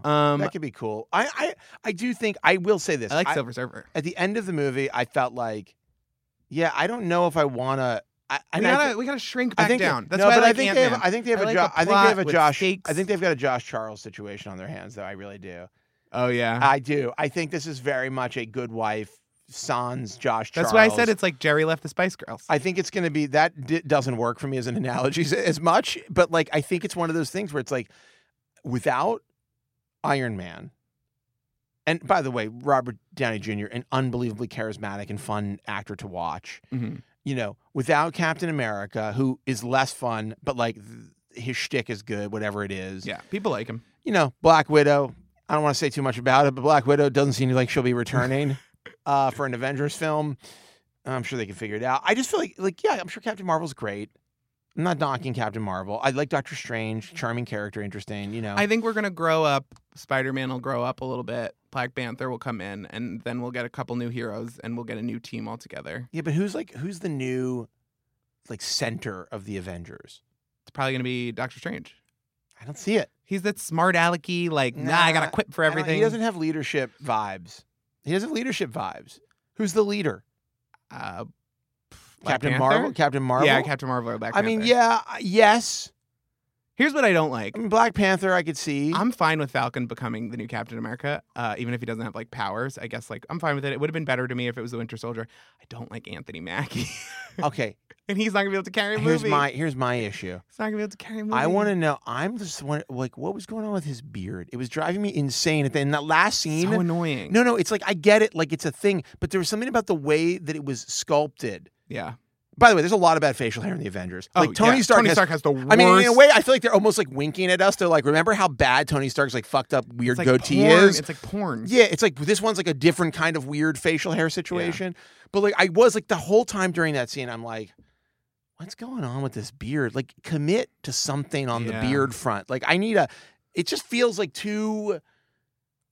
[SPEAKER 1] Oh,
[SPEAKER 2] Um,
[SPEAKER 1] that could be cool. I, I I do think I will say this.
[SPEAKER 2] I like Silver Surfer.
[SPEAKER 1] at the end of the movie, I felt like, yeah, I don't know if I want to. I,
[SPEAKER 2] We
[SPEAKER 1] and I
[SPEAKER 2] gotta
[SPEAKER 1] thi-
[SPEAKER 2] we gotta shrink
[SPEAKER 1] I
[SPEAKER 2] back
[SPEAKER 1] think that-
[SPEAKER 2] down. That's
[SPEAKER 1] no,
[SPEAKER 2] why I
[SPEAKER 1] but
[SPEAKER 2] like
[SPEAKER 1] I think
[SPEAKER 2] Ant-Man.
[SPEAKER 1] they have. I think they have
[SPEAKER 2] I
[SPEAKER 1] a
[SPEAKER 2] like
[SPEAKER 1] Josh.
[SPEAKER 2] a
[SPEAKER 1] I think they have
[SPEAKER 2] plot
[SPEAKER 1] a
[SPEAKER 2] with
[SPEAKER 1] Josh.
[SPEAKER 2] stakes.
[SPEAKER 1] I think they've got a Josh Charles situation on their hands, though. I really do.
[SPEAKER 2] oh yeah,
[SPEAKER 1] I do. I think this is very much a good wife sans Josh.
[SPEAKER 2] that's
[SPEAKER 1] Charles.
[SPEAKER 2] why I said it's like Jerry left the Spice Girls.
[SPEAKER 1] I think it's going to be that d- doesn't work for me as an analogy s- as much, but like I think it's one of those things where it's like without Iron Man. And by the way, Robert Downey Jr., an unbelievably charismatic and fun actor to watch.
[SPEAKER 2] Mhm.
[SPEAKER 1] You know, without Captain America, who is less fun, but like th- his shtick is good, whatever it is.
[SPEAKER 2] Yeah, people like him.
[SPEAKER 1] You know, Black Widow. I don't want to say too much about it, but Black Widow doesn't seem like she'll be returning uh, for an Avengers film. I'm sure they can figure it out. I just feel like, like, yeah, I'm sure Captain Marvel's great. I'm not knocking Captain Marvel. I like Doctor Strange, charming character, interesting. You know,
[SPEAKER 2] I think we're gonna grow up. Spider Man will grow up a little bit. Black Panther will come in, and then we'll get a couple new heroes, and we'll get a new team altogether.
[SPEAKER 1] yeah, but who's like, who's the new, like, center of the Avengers?
[SPEAKER 2] It's probably gonna be Doctor Strange.
[SPEAKER 1] I don't see it.
[SPEAKER 2] He's that smart alecky, like nah, I gotta
[SPEAKER 1] Nah,
[SPEAKER 2] quit for
[SPEAKER 1] I don't-
[SPEAKER 2] everything.
[SPEAKER 1] He doesn't have leadership vibes. He doesn't have leadership vibes. Who's the leader?
[SPEAKER 2] uh, Black
[SPEAKER 1] Captain
[SPEAKER 2] Panther?
[SPEAKER 1] Marvel. Captain Marvel.
[SPEAKER 2] Yeah, Captain Marvel or Black
[SPEAKER 1] I mean,
[SPEAKER 2] Panther.
[SPEAKER 1] yeah, yes.
[SPEAKER 2] Here's what I don't like.
[SPEAKER 1] I mean, Black Panther, I could see.
[SPEAKER 2] I'm fine with Falcon becoming the new Captain America, uh, even if he doesn't have like powers. I guess like I'm fine with it. It would have been better to me if it was the Winter Soldier. I don't like Anthony Mackie,
[SPEAKER 1] okay,
[SPEAKER 2] and he's not gonna be able to carry a movie.
[SPEAKER 1] here's my here's my issue.
[SPEAKER 2] he's not gonna be able to carry a movie.
[SPEAKER 1] I want to know. I'm just wondering, like, what was going on with his beard? It was driving me insane. At the, in that last scene,
[SPEAKER 2] So annoying.
[SPEAKER 1] no, no, it's like I get it, like it's a thing, but there was something about the way that it was sculpted.
[SPEAKER 2] Yeah.
[SPEAKER 1] By the way, there's a lot of bad facial hair in the Avengers.
[SPEAKER 2] Oh,
[SPEAKER 1] Like Tony
[SPEAKER 2] yeah.
[SPEAKER 1] Stark
[SPEAKER 2] Tony
[SPEAKER 1] has.
[SPEAKER 2] Stark has the worst.
[SPEAKER 1] I mean, in a way, I feel like they're almost like winking at us. They're like, remember how bad Tony Stark's like fucked up weird
[SPEAKER 2] it's like
[SPEAKER 1] goatee
[SPEAKER 2] porn.
[SPEAKER 1] is?
[SPEAKER 2] It's like porn.
[SPEAKER 1] Yeah, it's like this one's like a different kind of weird facial hair situation. But like I was like the whole time during that scene, I'm like, what's going on with this beard? Like commit to something on
[SPEAKER 2] Yeah.
[SPEAKER 1] the beard front. Like I need a it just feels like too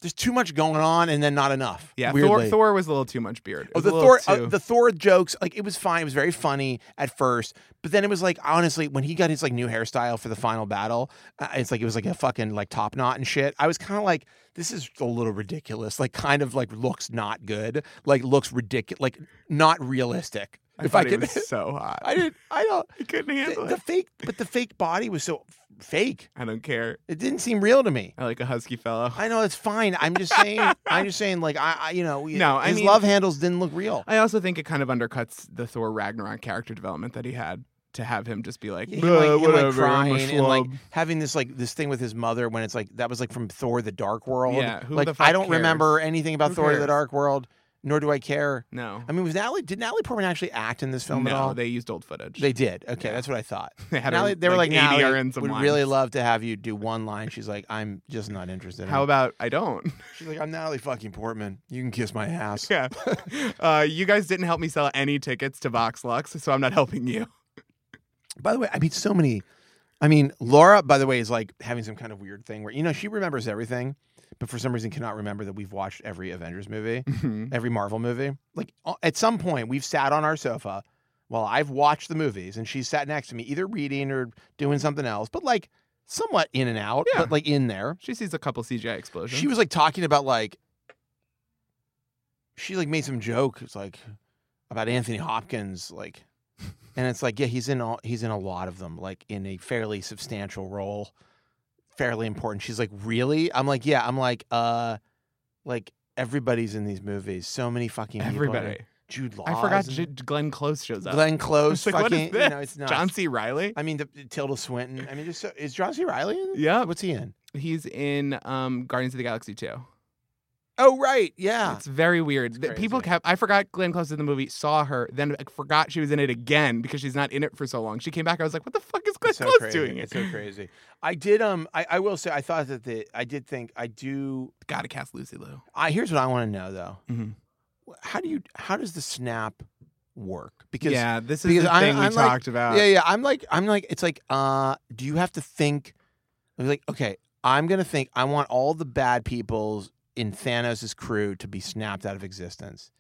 [SPEAKER 1] there's too much going on and then not enough.
[SPEAKER 2] Yeah, Thor,
[SPEAKER 1] weirdly.
[SPEAKER 2] Thor was a little too much beard.
[SPEAKER 1] Oh,
[SPEAKER 2] It was
[SPEAKER 1] the
[SPEAKER 2] a little
[SPEAKER 1] Thor, uh,
[SPEAKER 2] too-
[SPEAKER 1] the Thor jokes, like it was fine. It was very funny at first, but then it was like honestly, when he got his like new hairstyle for the final battle, uh, it's like it was like a fucking like top knot and shit. I was kind of like, this is a little ridiculous. Like, kind of like looks not good. Like looks ridiculous. Like not realistic.
[SPEAKER 2] I
[SPEAKER 1] if
[SPEAKER 2] thought
[SPEAKER 1] I
[SPEAKER 2] he
[SPEAKER 1] could,
[SPEAKER 2] was so hot.
[SPEAKER 1] I didn't. I don't.
[SPEAKER 2] I couldn't handle
[SPEAKER 1] The, the
[SPEAKER 2] it.
[SPEAKER 1] fake, but the fake body was so f- fake.
[SPEAKER 2] I don't care.
[SPEAKER 1] It didn't seem real to me.
[SPEAKER 2] I like a husky fellow.
[SPEAKER 1] I know it's fine. I'm just saying. I'm just saying. Like I, I you know,
[SPEAKER 2] No, I
[SPEAKER 1] his
[SPEAKER 2] mean-
[SPEAKER 1] love handles didn't look real.
[SPEAKER 2] I also think it kind of undercuts the Thor Ragnarok character development that he had to have him just be like,
[SPEAKER 1] Yeah,
[SPEAKER 2] "Uh,
[SPEAKER 1] him, like, him, like,
[SPEAKER 2] whatever, I'm a
[SPEAKER 1] crying and like
[SPEAKER 2] schlub."
[SPEAKER 1] having this like this thing with his mother when it's like that was like from Thor the Dark World.
[SPEAKER 2] Yeah, who
[SPEAKER 1] like
[SPEAKER 2] the
[SPEAKER 1] I
[SPEAKER 2] fuck
[SPEAKER 1] don't
[SPEAKER 2] cares?
[SPEAKER 1] remember anything about
[SPEAKER 2] Who
[SPEAKER 1] Thor the
[SPEAKER 2] cares?
[SPEAKER 1] Dark World, nor do I care.
[SPEAKER 2] no,
[SPEAKER 1] I mean, was Natalie did Natalie Portman actually act in this film at
[SPEAKER 2] no,
[SPEAKER 1] all?
[SPEAKER 2] they used old footage.
[SPEAKER 1] They did. Okay,
[SPEAKER 2] Yeah.
[SPEAKER 1] that's what I thought.
[SPEAKER 2] They had
[SPEAKER 1] Natalie,
[SPEAKER 2] her,
[SPEAKER 1] they were like,
[SPEAKER 2] ADR
[SPEAKER 1] Natalie,
[SPEAKER 2] and some
[SPEAKER 1] would
[SPEAKER 2] lines.
[SPEAKER 1] really love to have you do one line. She's like, I'm just not interested. in
[SPEAKER 2] How
[SPEAKER 1] it."
[SPEAKER 2] about I don't?
[SPEAKER 1] She's like, I'm Natalie fucking Portman. You can kiss my ass.
[SPEAKER 2] yeah, uh, you guys didn't help me sell any tickets to Vox Lux, so I'm not helping you.
[SPEAKER 1] By the way, I mean so many. I mean, Laura, by the way, is like having some kind of weird thing where you know she remembers everything, but for some reason cannot remember that we've watched every Avengers movie, every Marvel movie. Like a- at some point, we've sat on our sofa while I've watched the movies, and she's sat next to me, either reading or doing something else, but like somewhat in and out,
[SPEAKER 2] Yeah.
[SPEAKER 1] but like in there.
[SPEAKER 2] She sees a couple CGI explosions.
[SPEAKER 1] She was like talking about like she like made some joke. It's like about Anthony Hopkins, like, and it's like yeah, he's in all he's in a lot of them, like in a fairly substantial role, fairly important. She's like, really? I'm like, yeah. I'm like, uh, like everybody's in these movies. So many fucking people are in
[SPEAKER 2] everybody.
[SPEAKER 1] it. Jude Law.
[SPEAKER 2] I forgot
[SPEAKER 1] is
[SPEAKER 2] J-
[SPEAKER 1] in-
[SPEAKER 2] Glenn Close shows up.
[SPEAKER 1] Glenn Close.
[SPEAKER 2] It's like,
[SPEAKER 1] fucking,
[SPEAKER 2] what is
[SPEAKER 1] you know, it's not.
[SPEAKER 2] John C. Riley.
[SPEAKER 1] I mean, the, Tilda Swinton. I mean, just so, is John C. Riley in? it?
[SPEAKER 2] Yeah,
[SPEAKER 1] What's he in?
[SPEAKER 2] he's in um, Guardians of the Galaxy 2.
[SPEAKER 1] Oh right, yeah.
[SPEAKER 2] It's very weird.
[SPEAKER 1] It's
[SPEAKER 2] that people
[SPEAKER 1] crazy.
[SPEAKER 2] kept. I forgot Glenn Close in the movie. Saw her, then I forgot she was in it again because she's not in it for so long. She came back. I was like, "What the fuck is Glenn
[SPEAKER 1] It's so
[SPEAKER 2] Close
[SPEAKER 1] crazy.
[SPEAKER 2] doing?"
[SPEAKER 1] It's so crazy. I did um I, I will say I thought that the I did think I do
[SPEAKER 2] Gotta cast Lucy Liu.
[SPEAKER 1] I here's what I want to know though.
[SPEAKER 2] Mhm.
[SPEAKER 1] How do you how does the snap work? Because
[SPEAKER 2] yeah, this is
[SPEAKER 1] because
[SPEAKER 2] the
[SPEAKER 1] I-
[SPEAKER 2] thing we
[SPEAKER 1] I'm like-
[SPEAKER 2] talked about.
[SPEAKER 1] yeah, yeah. I'm like I'm like it's like uh do you have to think I was like okay, I'm going to think I want all the bad people's in Thanos' crew to be snapped out of existence.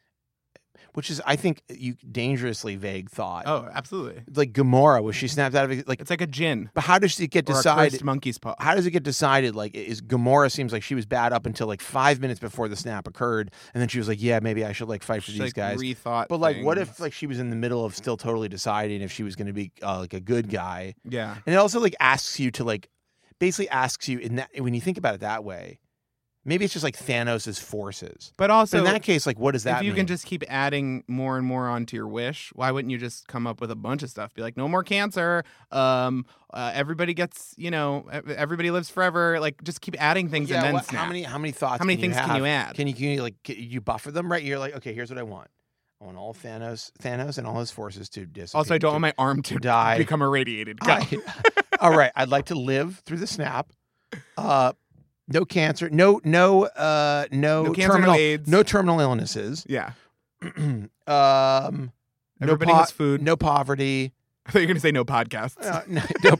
[SPEAKER 1] Which is I think uh, you dangerously vague thought.
[SPEAKER 2] Oh, absolutely.
[SPEAKER 1] Like Gamora was she snapped out of ex- like
[SPEAKER 2] It's like a gin
[SPEAKER 1] but how does it get
[SPEAKER 2] or a
[SPEAKER 1] decided
[SPEAKER 2] cursed monkey's paw.
[SPEAKER 1] how does it get decided? Like, is Gamora seems like she was bad up until like five minutes before the snap occurred, and then she was like, "Yeah, maybe I should like fight for
[SPEAKER 2] She,
[SPEAKER 1] these
[SPEAKER 2] like,
[SPEAKER 1] guys."
[SPEAKER 2] Rethought.
[SPEAKER 1] but like, what if
[SPEAKER 2] things.
[SPEAKER 1] like she was in the middle of still totally deciding if she was going to be uh, like a good guy?
[SPEAKER 2] Yeah.
[SPEAKER 1] And it also like asks you to like basically asks you in that when you think about it that way, maybe it's just like Thanos' forces.
[SPEAKER 2] But
[SPEAKER 1] So
[SPEAKER 2] also,
[SPEAKER 1] in that case, like, what does that?
[SPEAKER 2] if you
[SPEAKER 1] mean?
[SPEAKER 2] can just keep adding more and more onto your wish, why wouldn't you just come up with a bunch of stuff? Be like, no more cancer. Um, uh, everybody gets, you know, ev- everybody lives forever. Like, just keep adding things
[SPEAKER 1] yeah,
[SPEAKER 2] and then
[SPEAKER 1] what-
[SPEAKER 2] snap.
[SPEAKER 1] how many how many thoughts?
[SPEAKER 2] How many things can
[SPEAKER 1] have?
[SPEAKER 2] you add?
[SPEAKER 1] Can you, can you like can you buffer them right? You're like, okay, here's what I want. I want all Thanos, Thanos, and all his forces to dissipate.
[SPEAKER 2] also, I don't
[SPEAKER 1] to-
[SPEAKER 2] want my arm to
[SPEAKER 1] die.
[SPEAKER 2] become irradiated. Go.
[SPEAKER 1] I, all right, I'd like to live through the snap. Uh, no cancer, no no uh, no,
[SPEAKER 2] no cancer,
[SPEAKER 1] terminal,
[SPEAKER 2] no AIDS.
[SPEAKER 1] no terminal illnesses.
[SPEAKER 2] yeah.
[SPEAKER 1] um, no
[SPEAKER 2] Everybody
[SPEAKER 1] po-
[SPEAKER 2] has food.
[SPEAKER 1] no poverty.
[SPEAKER 2] I thought you were going to say no podcasts.
[SPEAKER 1] Uh, no, no,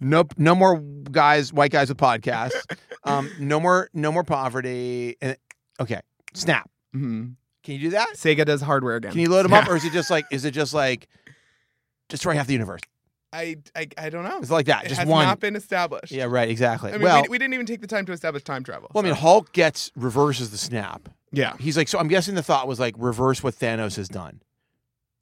[SPEAKER 1] no, no more guys, white guys with podcasts. Um, no more, no more poverty. And, okay, snap.
[SPEAKER 2] Mhm.
[SPEAKER 1] Can you do that?
[SPEAKER 2] Sega does hardware again.
[SPEAKER 1] Can you load them up,
[SPEAKER 2] Yeah.
[SPEAKER 1] or is it just like, is it just like, destroy half the universe?
[SPEAKER 2] I, I, I don't know.
[SPEAKER 1] It's like that,
[SPEAKER 2] it
[SPEAKER 1] just
[SPEAKER 2] has
[SPEAKER 1] one.
[SPEAKER 2] not been established.
[SPEAKER 1] yeah, right, exactly.
[SPEAKER 2] I mean,
[SPEAKER 1] well,
[SPEAKER 2] we, we didn't even take the time to establish time travel.
[SPEAKER 1] well, I mean,
[SPEAKER 2] so-
[SPEAKER 1] Hulk gets reverses the snap.
[SPEAKER 2] yeah.
[SPEAKER 1] He's like, so I'm guessing the thought was like, reverse what Thanos has done.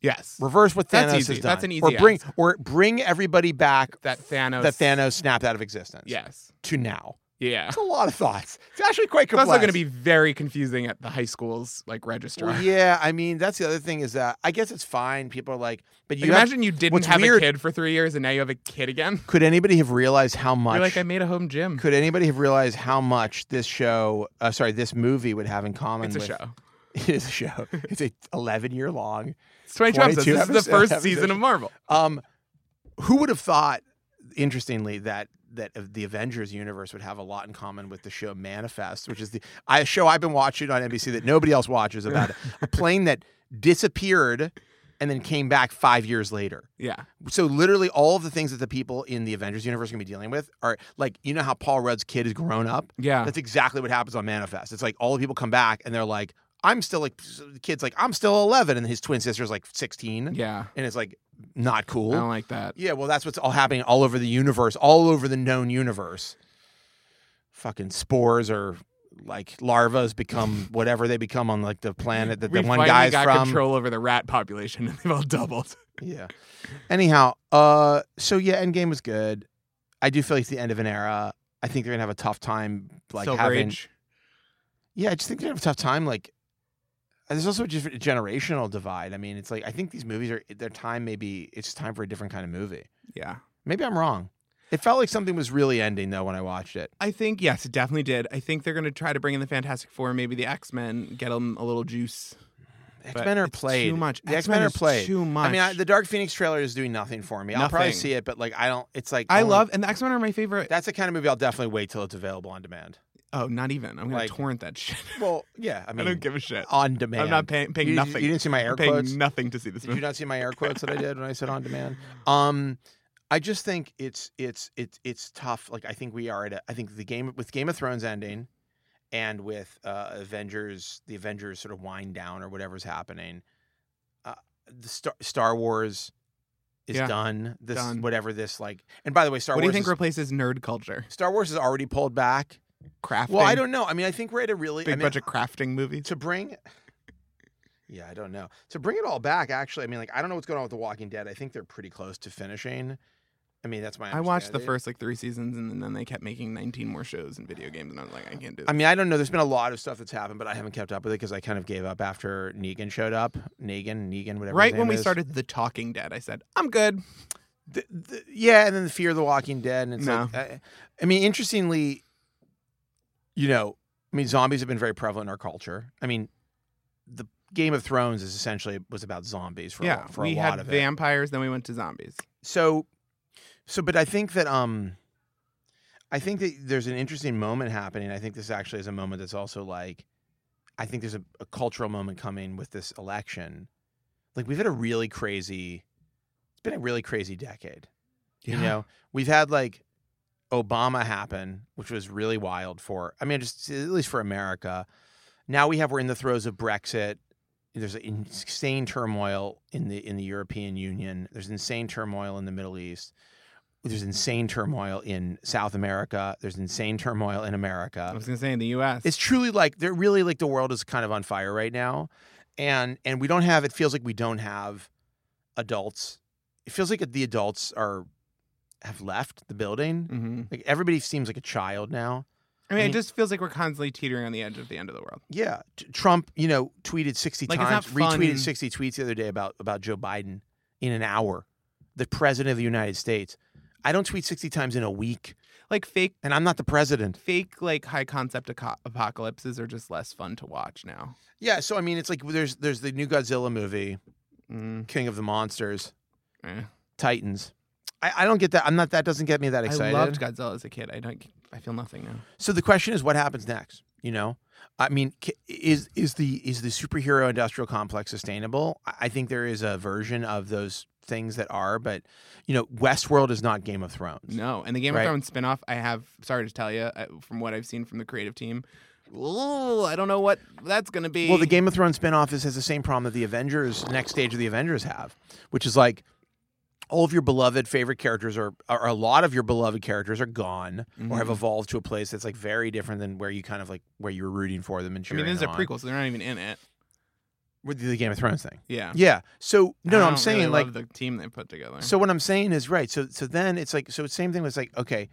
[SPEAKER 2] Yes.
[SPEAKER 1] Reverse what Thanos
[SPEAKER 2] That's
[SPEAKER 1] has
[SPEAKER 2] easy.
[SPEAKER 1] done.
[SPEAKER 2] That's an
[SPEAKER 1] or
[SPEAKER 2] easy
[SPEAKER 1] bring or bring everybody back
[SPEAKER 2] That Thanos.
[SPEAKER 1] that Thanos snapped out of existence.
[SPEAKER 2] Yes.
[SPEAKER 1] To now.
[SPEAKER 2] Yeah.
[SPEAKER 1] It's a lot of thoughts. It's actually quite
[SPEAKER 2] It's
[SPEAKER 1] complex.
[SPEAKER 2] also going to be very confusing at the high school's like register.
[SPEAKER 1] Well,
[SPEAKER 2] Like,
[SPEAKER 1] yeah, I mean, that's the other thing is that I guess it's fine. People are like, but you have-
[SPEAKER 2] imagine you didn't
[SPEAKER 1] what's
[SPEAKER 2] have
[SPEAKER 1] weird-
[SPEAKER 2] a kid for three years and now you have a kid again.
[SPEAKER 1] could anybody have realized how much
[SPEAKER 2] You're like, I made a home gym.
[SPEAKER 1] could anybody have realized how much this show, uh, sorry, this movie would have in common
[SPEAKER 2] It's a
[SPEAKER 1] with
[SPEAKER 2] show.
[SPEAKER 1] It is a show. It's a 11 year long.
[SPEAKER 2] It's 22 episodes.
[SPEAKER 1] 22
[SPEAKER 2] This is the
[SPEAKER 1] episodes-
[SPEAKER 2] first
[SPEAKER 1] episodes.
[SPEAKER 2] season of Marvel.
[SPEAKER 1] Um, who would have thought, interestingly, that that the Avengers universe would have a lot in common with the show Manifest, which is the I, show I've been watching on NBC that nobody else watches about a plane that disappeared and then came back five years later.
[SPEAKER 2] Yeah.
[SPEAKER 1] So literally, all of the things that the people in the Avengers universe are going to be dealing with are like you know how Paul Rudd's kid has grown up.
[SPEAKER 2] Yeah.
[SPEAKER 1] That's exactly what happens on Manifest. It's like all the people come back and they're like, I'm still like, the kid's like, I'm still 11. And his twin sister's like 16.
[SPEAKER 2] Yeah.
[SPEAKER 1] And it's like, not
[SPEAKER 2] I
[SPEAKER 1] cool.
[SPEAKER 2] don't like that.
[SPEAKER 1] Yeah, well, that's what's all happening all over the universe, all over the known universe. Fucking spores or like larvas become whatever they become on like the planet that
[SPEAKER 2] we
[SPEAKER 1] the one
[SPEAKER 2] finally
[SPEAKER 1] guy's
[SPEAKER 2] got
[SPEAKER 1] from.
[SPEAKER 2] control over the rat population and they've all doubled.
[SPEAKER 1] Yeah. Anyhow, uh, so yeah, Endgame was good. I do feel like it's the end of an era. I think they're gonna have a tough time like
[SPEAKER 2] Silver
[SPEAKER 1] having.
[SPEAKER 2] Age.
[SPEAKER 1] Yeah, I just think they have a tough time. Like, and there's also just a generational divide. I mean, it's like I think these movies are their time. Maybe it's just time for a different kind of movie.
[SPEAKER 2] Yeah.
[SPEAKER 1] Maybe I'm wrong. It felt like something was really ending though when I watched it.
[SPEAKER 2] I think, yes, it definitely did. I think they're going to try to bring in the Fantastic Four, maybe the X Men, get them a little juice.
[SPEAKER 1] X
[SPEAKER 2] but
[SPEAKER 1] Men are
[SPEAKER 2] it's
[SPEAKER 1] played
[SPEAKER 2] Too much.
[SPEAKER 1] The X Men are
[SPEAKER 2] is
[SPEAKER 1] played.
[SPEAKER 2] Too much.
[SPEAKER 1] I mean, I, the Dark Phoenix trailer is doing nothing for me. I'll probably
[SPEAKER 2] Nothing.
[SPEAKER 1] see it, but like I don't. It's like
[SPEAKER 2] I
[SPEAKER 1] only-
[SPEAKER 2] love, and the X Men are my favorite.
[SPEAKER 1] That's the kind of movie I'll definitely wait till it's available on demand.
[SPEAKER 2] Oh, not even. I'm gonna
[SPEAKER 1] Like-
[SPEAKER 2] torrent that shit.
[SPEAKER 1] Well, yeah. I
[SPEAKER 2] I
[SPEAKER 1] mean,
[SPEAKER 2] don't give a shit.
[SPEAKER 1] on demand.
[SPEAKER 2] I'm not paying, paying
[SPEAKER 1] you,
[SPEAKER 2] nothing.
[SPEAKER 1] You didn't see my air
[SPEAKER 2] I'm paying
[SPEAKER 1] quotes.
[SPEAKER 2] nothing to see this
[SPEAKER 1] Did you
[SPEAKER 2] movie.
[SPEAKER 1] not see my air quotes that I did when I said on demand? Um, I just think it's it's it's it's tough. Like I think we are at. A, I think the game with Game of Thrones ending, and with uh, Avengers, the Avengers sort of wind down or whatever's happening. Uh, the Star Star Wars is
[SPEAKER 2] Yeah.
[SPEAKER 1] done. This
[SPEAKER 2] Done.
[SPEAKER 1] whatever this like. And by the way, Star
[SPEAKER 2] What do
[SPEAKER 1] Wars.
[SPEAKER 2] you think
[SPEAKER 1] is,
[SPEAKER 2] replaces nerd culture?
[SPEAKER 1] Star Wars is already pulled back.
[SPEAKER 2] Crafting.
[SPEAKER 1] Well, I don't know. I mean, I think we're at a really I
[SPEAKER 2] Big
[SPEAKER 1] mean,
[SPEAKER 2] bunch of crafting movies.
[SPEAKER 1] to bring yeah i don't know to bring it all back actually i mean like i don't know what's going on with the walking dead i think they're pretty close to finishing i mean that's my
[SPEAKER 2] I watched the
[SPEAKER 1] understanding.
[SPEAKER 2] first like three seasons, and then they kept making 19 more shows and video games, and I was like, I can't do
[SPEAKER 1] i
[SPEAKER 2] this.
[SPEAKER 1] mean i don't know there's been a lot of stuff that's happened but i haven't kept up with it because i kind of gave up after negan showed up negan negan whatever his
[SPEAKER 2] right
[SPEAKER 1] name
[SPEAKER 2] when we
[SPEAKER 1] is.
[SPEAKER 2] started The Talking Dead, I said, I'm good.
[SPEAKER 1] Th- th- yeah and then the fear of the walking dead and it's like I, I mean interestingly you know I mean, zombies have been very prevalent in our culture. I mean, the Game of Thrones is essentially was about zombies for
[SPEAKER 2] yeah,
[SPEAKER 1] a, for
[SPEAKER 2] we
[SPEAKER 1] a lot
[SPEAKER 2] had
[SPEAKER 1] of it.
[SPEAKER 2] vampires, then we went to zombies.
[SPEAKER 1] so so but i think that um i think that there's an interesting moment happening i think this actually is a moment that's also like i think there's a, a cultural moment coming with this election like we've had a really crazy it's been a really crazy decade you know we've had like obama happen which was really wild for i mean just at least for america now we have we're in the throes of brexit there's insane turmoil in the in the european union there's insane turmoil in the middle east there's insane turmoil in south america there's insane turmoil in america
[SPEAKER 2] I was gonna say in the U.S.
[SPEAKER 1] it's truly like they're really like the world is kind of on fire right now, and and we don't have. It feels like we don't have adults. It feels like the adults are have left the building.
[SPEAKER 2] hmm
[SPEAKER 1] Like everybody seems like a child now.
[SPEAKER 2] I mean,
[SPEAKER 1] mean-
[SPEAKER 2] it just feels like we're constantly teetering on the edge of the end of the world.
[SPEAKER 1] Yeah, T- Trump, you know, tweeted sixty
[SPEAKER 2] Like, it's
[SPEAKER 1] times,
[SPEAKER 2] not fun.
[SPEAKER 1] retweeted sixty tweets the other day about about Joe Biden in an hour, the president of the United States. I don't tweet sixty times in a week,
[SPEAKER 2] Like fake,
[SPEAKER 1] and I'm not the president.
[SPEAKER 2] fake, like high concept aco- apocalypses are just less fun to watch now.
[SPEAKER 1] Yeah, so I mean, it's like there's there's the new Godzilla movie,
[SPEAKER 2] Mm,
[SPEAKER 1] King of the Monsters.
[SPEAKER 2] eh.
[SPEAKER 1] Titans. I, I don't get that. I'm not. That doesn't get me that
[SPEAKER 2] I
[SPEAKER 1] excited.
[SPEAKER 2] loved Godzilla as a kid. I don't. I feel nothing now.
[SPEAKER 1] so the question is, what happens next? You know, I mean, ca- is is the is the superhero industrial complex sustainable? I I think there is a version of those things that are, but you know, Westworld is not Game of Thrones.
[SPEAKER 2] No, and the Game
[SPEAKER 1] Right.
[SPEAKER 2] of Thrones spinoff. I have. Sorry to tell you, I, from what I've seen from the creative team, ooh, I don't know what that's gonna be.
[SPEAKER 1] Well, the Game of Thrones spinoff is, has the same problem that the Avengers next stage of the Avengers have, which is like all of your beloved favorite characters are, or a lot of your beloved characters are gone or have
[SPEAKER 2] Mhm.
[SPEAKER 1] evolved to a place that's like very different than where you kind of like where you were rooting for them and
[SPEAKER 2] I
[SPEAKER 1] cheering.
[SPEAKER 2] mean, this is a
[SPEAKER 1] on.
[SPEAKER 2] prequel, so they're not even in it.
[SPEAKER 1] with the Game of Thrones thing.
[SPEAKER 2] Yeah.
[SPEAKER 1] Yeah. So no, no
[SPEAKER 2] I
[SPEAKER 1] I'm
[SPEAKER 2] don't
[SPEAKER 1] saying
[SPEAKER 2] really
[SPEAKER 1] like
[SPEAKER 2] love the team they put together.
[SPEAKER 1] so what I'm saying is right. So so then it's like so it's same thing was like okay,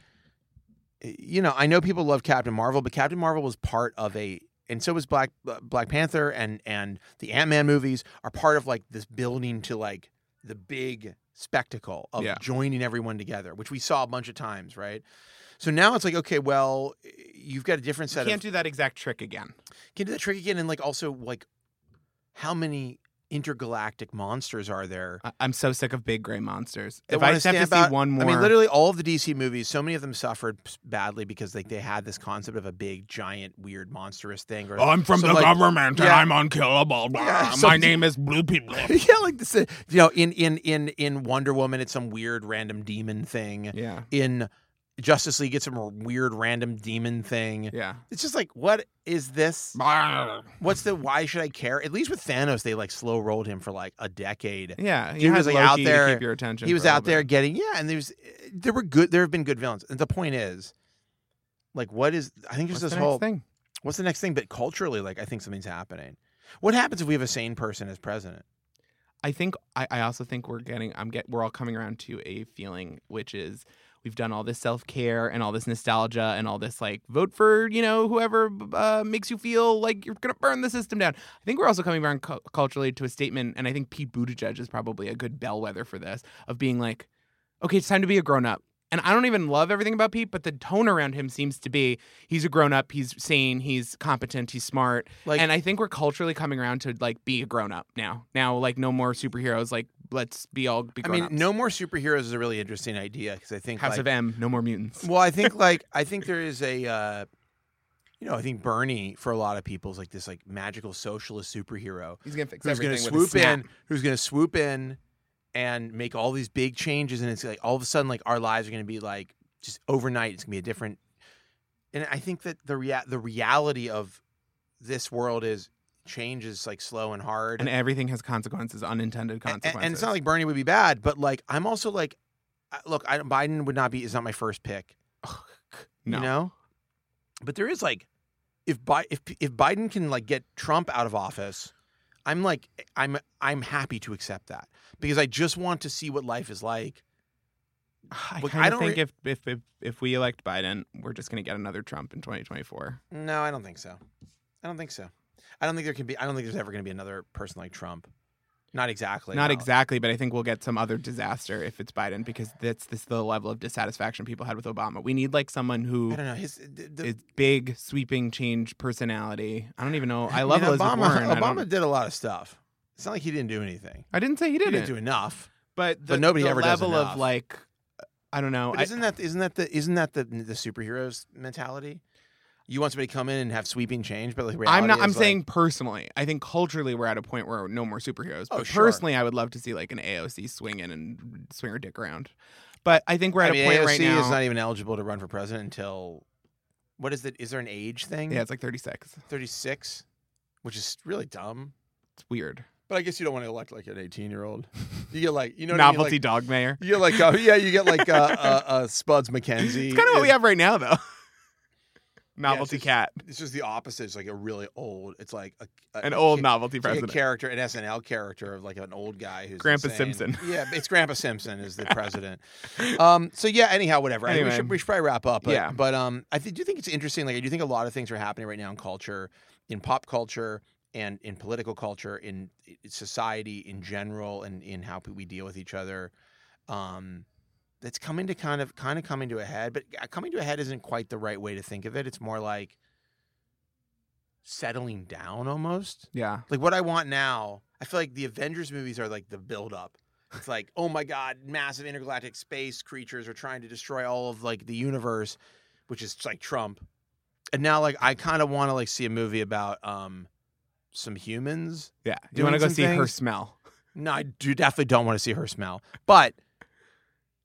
[SPEAKER 1] you know I know people love Captain Marvel, but Captain Marvel was part of a and so was Black uh, Black Panther and and the Ant Man movies are part of like this building to like the big spectacle of
[SPEAKER 2] Yeah.
[SPEAKER 1] joining everyone together, which we saw a bunch of times, right? So now it's like okay, well you've got a different
[SPEAKER 2] you
[SPEAKER 1] set
[SPEAKER 2] can't
[SPEAKER 1] of
[SPEAKER 2] do that exact trick again.
[SPEAKER 1] can do that trick again and like also like how many intergalactic monsters are there
[SPEAKER 2] I- I'm so sick of big gray monsters.
[SPEAKER 1] They
[SPEAKER 2] if I
[SPEAKER 1] wanna
[SPEAKER 2] just have to
[SPEAKER 1] stamp out-
[SPEAKER 2] see one more,
[SPEAKER 1] I mean, literally all of the DC movies, so many of them suffered s- badly because like they had this concept of a big, giant, weird, monstrous thing. Or,
[SPEAKER 2] I'm from
[SPEAKER 1] so,
[SPEAKER 2] the
[SPEAKER 1] like-
[SPEAKER 2] government and
[SPEAKER 1] yeah.
[SPEAKER 2] I'm unkillable. Blah.
[SPEAKER 1] Yeah, so-
[SPEAKER 2] My name is Blue People.
[SPEAKER 1] yeah, like this. uh, You know, in in in in Wonder Woman, it's some weird, random demon thing.
[SPEAKER 2] yeah,
[SPEAKER 1] In Justice League, it's some r- weird, random demon thing.
[SPEAKER 2] yeah.
[SPEAKER 1] It's just like, what is this?
[SPEAKER 2] Blah.
[SPEAKER 1] What's the? Why should I care? At least with Thanos, they like slow rolled him for like a decade.
[SPEAKER 2] Yeah, he
[SPEAKER 1] Dude
[SPEAKER 2] had
[SPEAKER 1] was, like,
[SPEAKER 2] Loki
[SPEAKER 1] out
[SPEAKER 2] to
[SPEAKER 1] there.
[SPEAKER 2] keep your attention.
[SPEAKER 1] He
[SPEAKER 2] for
[SPEAKER 1] was
[SPEAKER 2] a little
[SPEAKER 1] out there
[SPEAKER 2] bit.
[SPEAKER 1] getting yeah, and there's there were good there have been good villains. And the point is, like, what is? I think there's
[SPEAKER 2] What's
[SPEAKER 1] this
[SPEAKER 2] the next
[SPEAKER 1] whole
[SPEAKER 2] thing?
[SPEAKER 1] what's the next thing? But culturally, like, I think something's happening. What happens if we have a sane person as president?
[SPEAKER 2] I think I, I also think we're getting I'm get we're all coming around to a feeling which is we've done all this self care and all this nostalgia and all this like vote for you know whoever uh, makes you feel like you're gonna burn the system down. I think we're also coming around cu- culturally to a statement, and I think Pete Buttigieg is probably a good bellwether for this of being like, okay, it's time to be a grown up. And I don't even love everything about Pete, but the tone around him seems to be he's a grown up, he's sane, he's competent, he's smart,
[SPEAKER 1] Like,
[SPEAKER 2] and I think we're culturally coming around to like be a grown up now. Now, like no more superheroes. Like let's be all be
[SPEAKER 1] I
[SPEAKER 2] grown
[SPEAKER 1] mean, no more superheroes is a really interesting idea because I think
[SPEAKER 2] House
[SPEAKER 1] like,
[SPEAKER 2] of M, no more mutants.
[SPEAKER 1] well, I think like I think there is a, uh, you know, I think Bernie for a lot of people is like this like magical socialist superhero
[SPEAKER 2] He's gonna fix
[SPEAKER 1] who's going to
[SPEAKER 2] everything with
[SPEAKER 1] swoop
[SPEAKER 2] a snap.
[SPEAKER 1] in, who's going to swoop in and make all these big changes. And it's like all of a sudden, like our lives are going to be like just overnight. It's going to be a different. And I think that the rea- the reality of this world is change is like slow and hard.
[SPEAKER 2] and everything has consequences, unintended
[SPEAKER 1] A- a-
[SPEAKER 2] consequences.
[SPEAKER 1] And, it's not like Bernie would be bad, but like I'm also like, I- look, I, Biden would not be is not my first pick.
[SPEAKER 2] no.
[SPEAKER 1] You know, but there is like, if Bi- if if Biden can like get Trump out of office, I'm like I'm I'm happy to accept that because I just want to see what life is like.
[SPEAKER 2] I
[SPEAKER 1] Look,
[SPEAKER 2] kind
[SPEAKER 1] I
[SPEAKER 2] of
[SPEAKER 1] don't
[SPEAKER 2] think
[SPEAKER 1] re-
[SPEAKER 2] if, if if if we elect Biden, we're just gonna get another Trump in 2024.
[SPEAKER 1] No, I don't think so. I don't think so. I don't think there can be. I don't think there's ever going to be another person like Trump. Not exactly.
[SPEAKER 2] Not
[SPEAKER 1] no.
[SPEAKER 2] exactly, but I think we'll get some other disaster if it's Biden because that's this the level of dissatisfaction people had with Obama. We need like someone
[SPEAKER 1] I
[SPEAKER 2] who
[SPEAKER 1] don't know. His the, the,
[SPEAKER 2] is big, sweeping change personality. I don't even know. I
[SPEAKER 1] mean,
[SPEAKER 2] love Elizabeth
[SPEAKER 1] Obama.
[SPEAKER 2] Warren. I,
[SPEAKER 1] Obama
[SPEAKER 2] don't-
[SPEAKER 1] did a lot of stuff. It's not like he didn't do anything.
[SPEAKER 2] I didn't say he
[SPEAKER 1] He
[SPEAKER 2] didn't,
[SPEAKER 1] didn't do enough.
[SPEAKER 2] but the,
[SPEAKER 1] nobody
[SPEAKER 2] the
[SPEAKER 1] ever does
[SPEAKER 2] level
[SPEAKER 1] enough.
[SPEAKER 2] of like I don't know.
[SPEAKER 1] But
[SPEAKER 2] I-
[SPEAKER 1] isn't that isn't that the isn't that the the superheroes mentality? You want somebody to come in and have sweeping change, but like reality
[SPEAKER 2] I'm not.
[SPEAKER 1] is,
[SPEAKER 2] I'm
[SPEAKER 1] like,
[SPEAKER 2] saying personally. I think culturally we're at a point where no more superheroes.
[SPEAKER 1] Oh,
[SPEAKER 2] but
[SPEAKER 1] sure.
[SPEAKER 2] personally, I would love to see like an AOC swing in and swing her dick around. But I think we're at
[SPEAKER 1] I mean,
[SPEAKER 2] a point
[SPEAKER 1] AOC
[SPEAKER 2] right now.
[SPEAKER 1] is not even eligible to run for president until what is it? Is there an age thing?
[SPEAKER 2] yeah, it's like 36.
[SPEAKER 1] thirty six, which is really dumb.
[SPEAKER 2] It's weird.
[SPEAKER 1] But I guess you don't want to elect like an eighteen year old. You get like you know what I mean?
[SPEAKER 2] Novelty
[SPEAKER 1] Like,
[SPEAKER 2] dog mayor.
[SPEAKER 1] You get like uh, yeah, you get like uh, uh, uh, Spuds McKenzie.
[SPEAKER 2] It's kind of what we
[SPEAKER 1] is-
[SPEAKER 2] have right now, though. Novelty
[SPEAKER 1] just-
[SPEAKER 2] cat,
[SPEAKER 1] It's just the opposite. It's like a really old. It's like a, a-
[SPEAKER 2] an
[SPEAKER 1] a
[SPEAKER 2] old
[SPEAKER 1] kid-
[SPEAKER 2] novelty
[SPEAKER 1] it's like
[SPEAKER 2] president.
[SPEAKER 1] a character, an SNL character of like an old guy who's
[SPEAKER 2] Grandpa
[SPEAKER 1] insane.
[SPEAKER 2] Simpson.
[SPEAKER 1] Yeah, it's Grandpa Simpson is the president. um. So yeah. Anyhow, whatever. I- we
[SPEAKER 2] Anyway.
[SPEAKER 1] should we should probably wrap up. But,
[SPEAKER 2] Yeah.
[SPEAKER 1] But um, I th- do think it's interesting. Like I do think a lot of things are happening right now in culture, in pop culture. And in political culture, in i- society in general, and in how we deal with each other, um, that's coming to kind of kind of coming to a head. But uh, coming to a head isn't quite the right way to think of it. It's more like settling down almost.
[SPEAKER 2] yeah,
[SPEAKER 1] Like what I want now, I feel like the Avengers movies are like the build up. It's like, oh my god, massive intergalactic space creatures are trying to destroy all of like the universe, which is like Trump. And now like I kind of want to like see a movie about um some humans.
[SPEAKER 2] yeah. You want to
[SPEAKER 1] Doing
[SPEAKER 2] go
[SPEAKER 1] some
[SPEAKER 2] see her
[SPEAKER 1] things.
[SPEAKER 2] smell?
[SPEAKER 1] No, I do definitely don't want to see her smell. But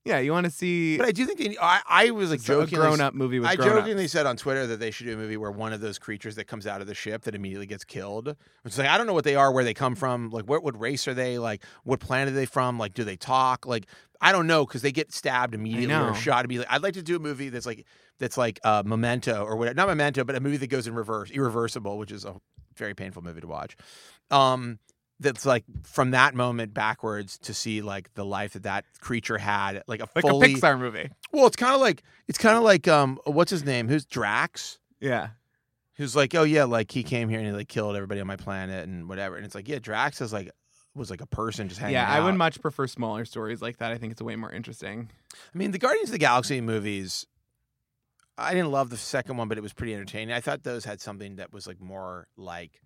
[SPEAKER 2] Yeah, you want to see
[SPEAKER 1] but I do think they, I I was like
[SPEAKER 2] s- a
[SPEAKER 1] joking
[SPEAKER 2] grown up movie with
[SPEAKER 1] I
[SPEAKER 2] grown
[SPEAKER 1] jokingly said on Twitter that they should do a movie where one of those creatures that comes out of the ship that immediately gets killed. Which is like I don't know what they are, where they come from, like what what race are they, like what planet are they from, like do they talk, like I don't know because they get stabbed immediately or
[SPEAKER 2] know.
[SPEAKER 1] shot immediately. I'd like to do a movie that's like that's like uh, Memento or whatever, not Memento, but a movie that goes in reverse, Irreversible, which is a very painful movie to watch. Um, that's like from that moment backwards to see like the life that that creature had, like a
[SPEAKER 2] like
[SPEAKER 1] fully
[SPEAKER 2] a Pixar movie.
[SPEAKER 1] well, it's kind of like it's kind of like um, what's his name? Who's Drax?
[SPEAKER 2] Yeah,
[SPEAKER 1] Who's like, oh yeah, like he came here and he like killed everybody on my planet and whatever. And it's like, yeah, Drax is like was like a person just hanging
[SPEAKER 2] yeah.
[SPEAKER 1] out.
[SPEAKER 2] I would much prefer smaller stories like that. I think it's way more interesting.
[SPEAKER 1] I mean, the Guardians of the Galaxy movies. I didn't love the second one, but it was pretty entertaining. I thought those had something that was like more like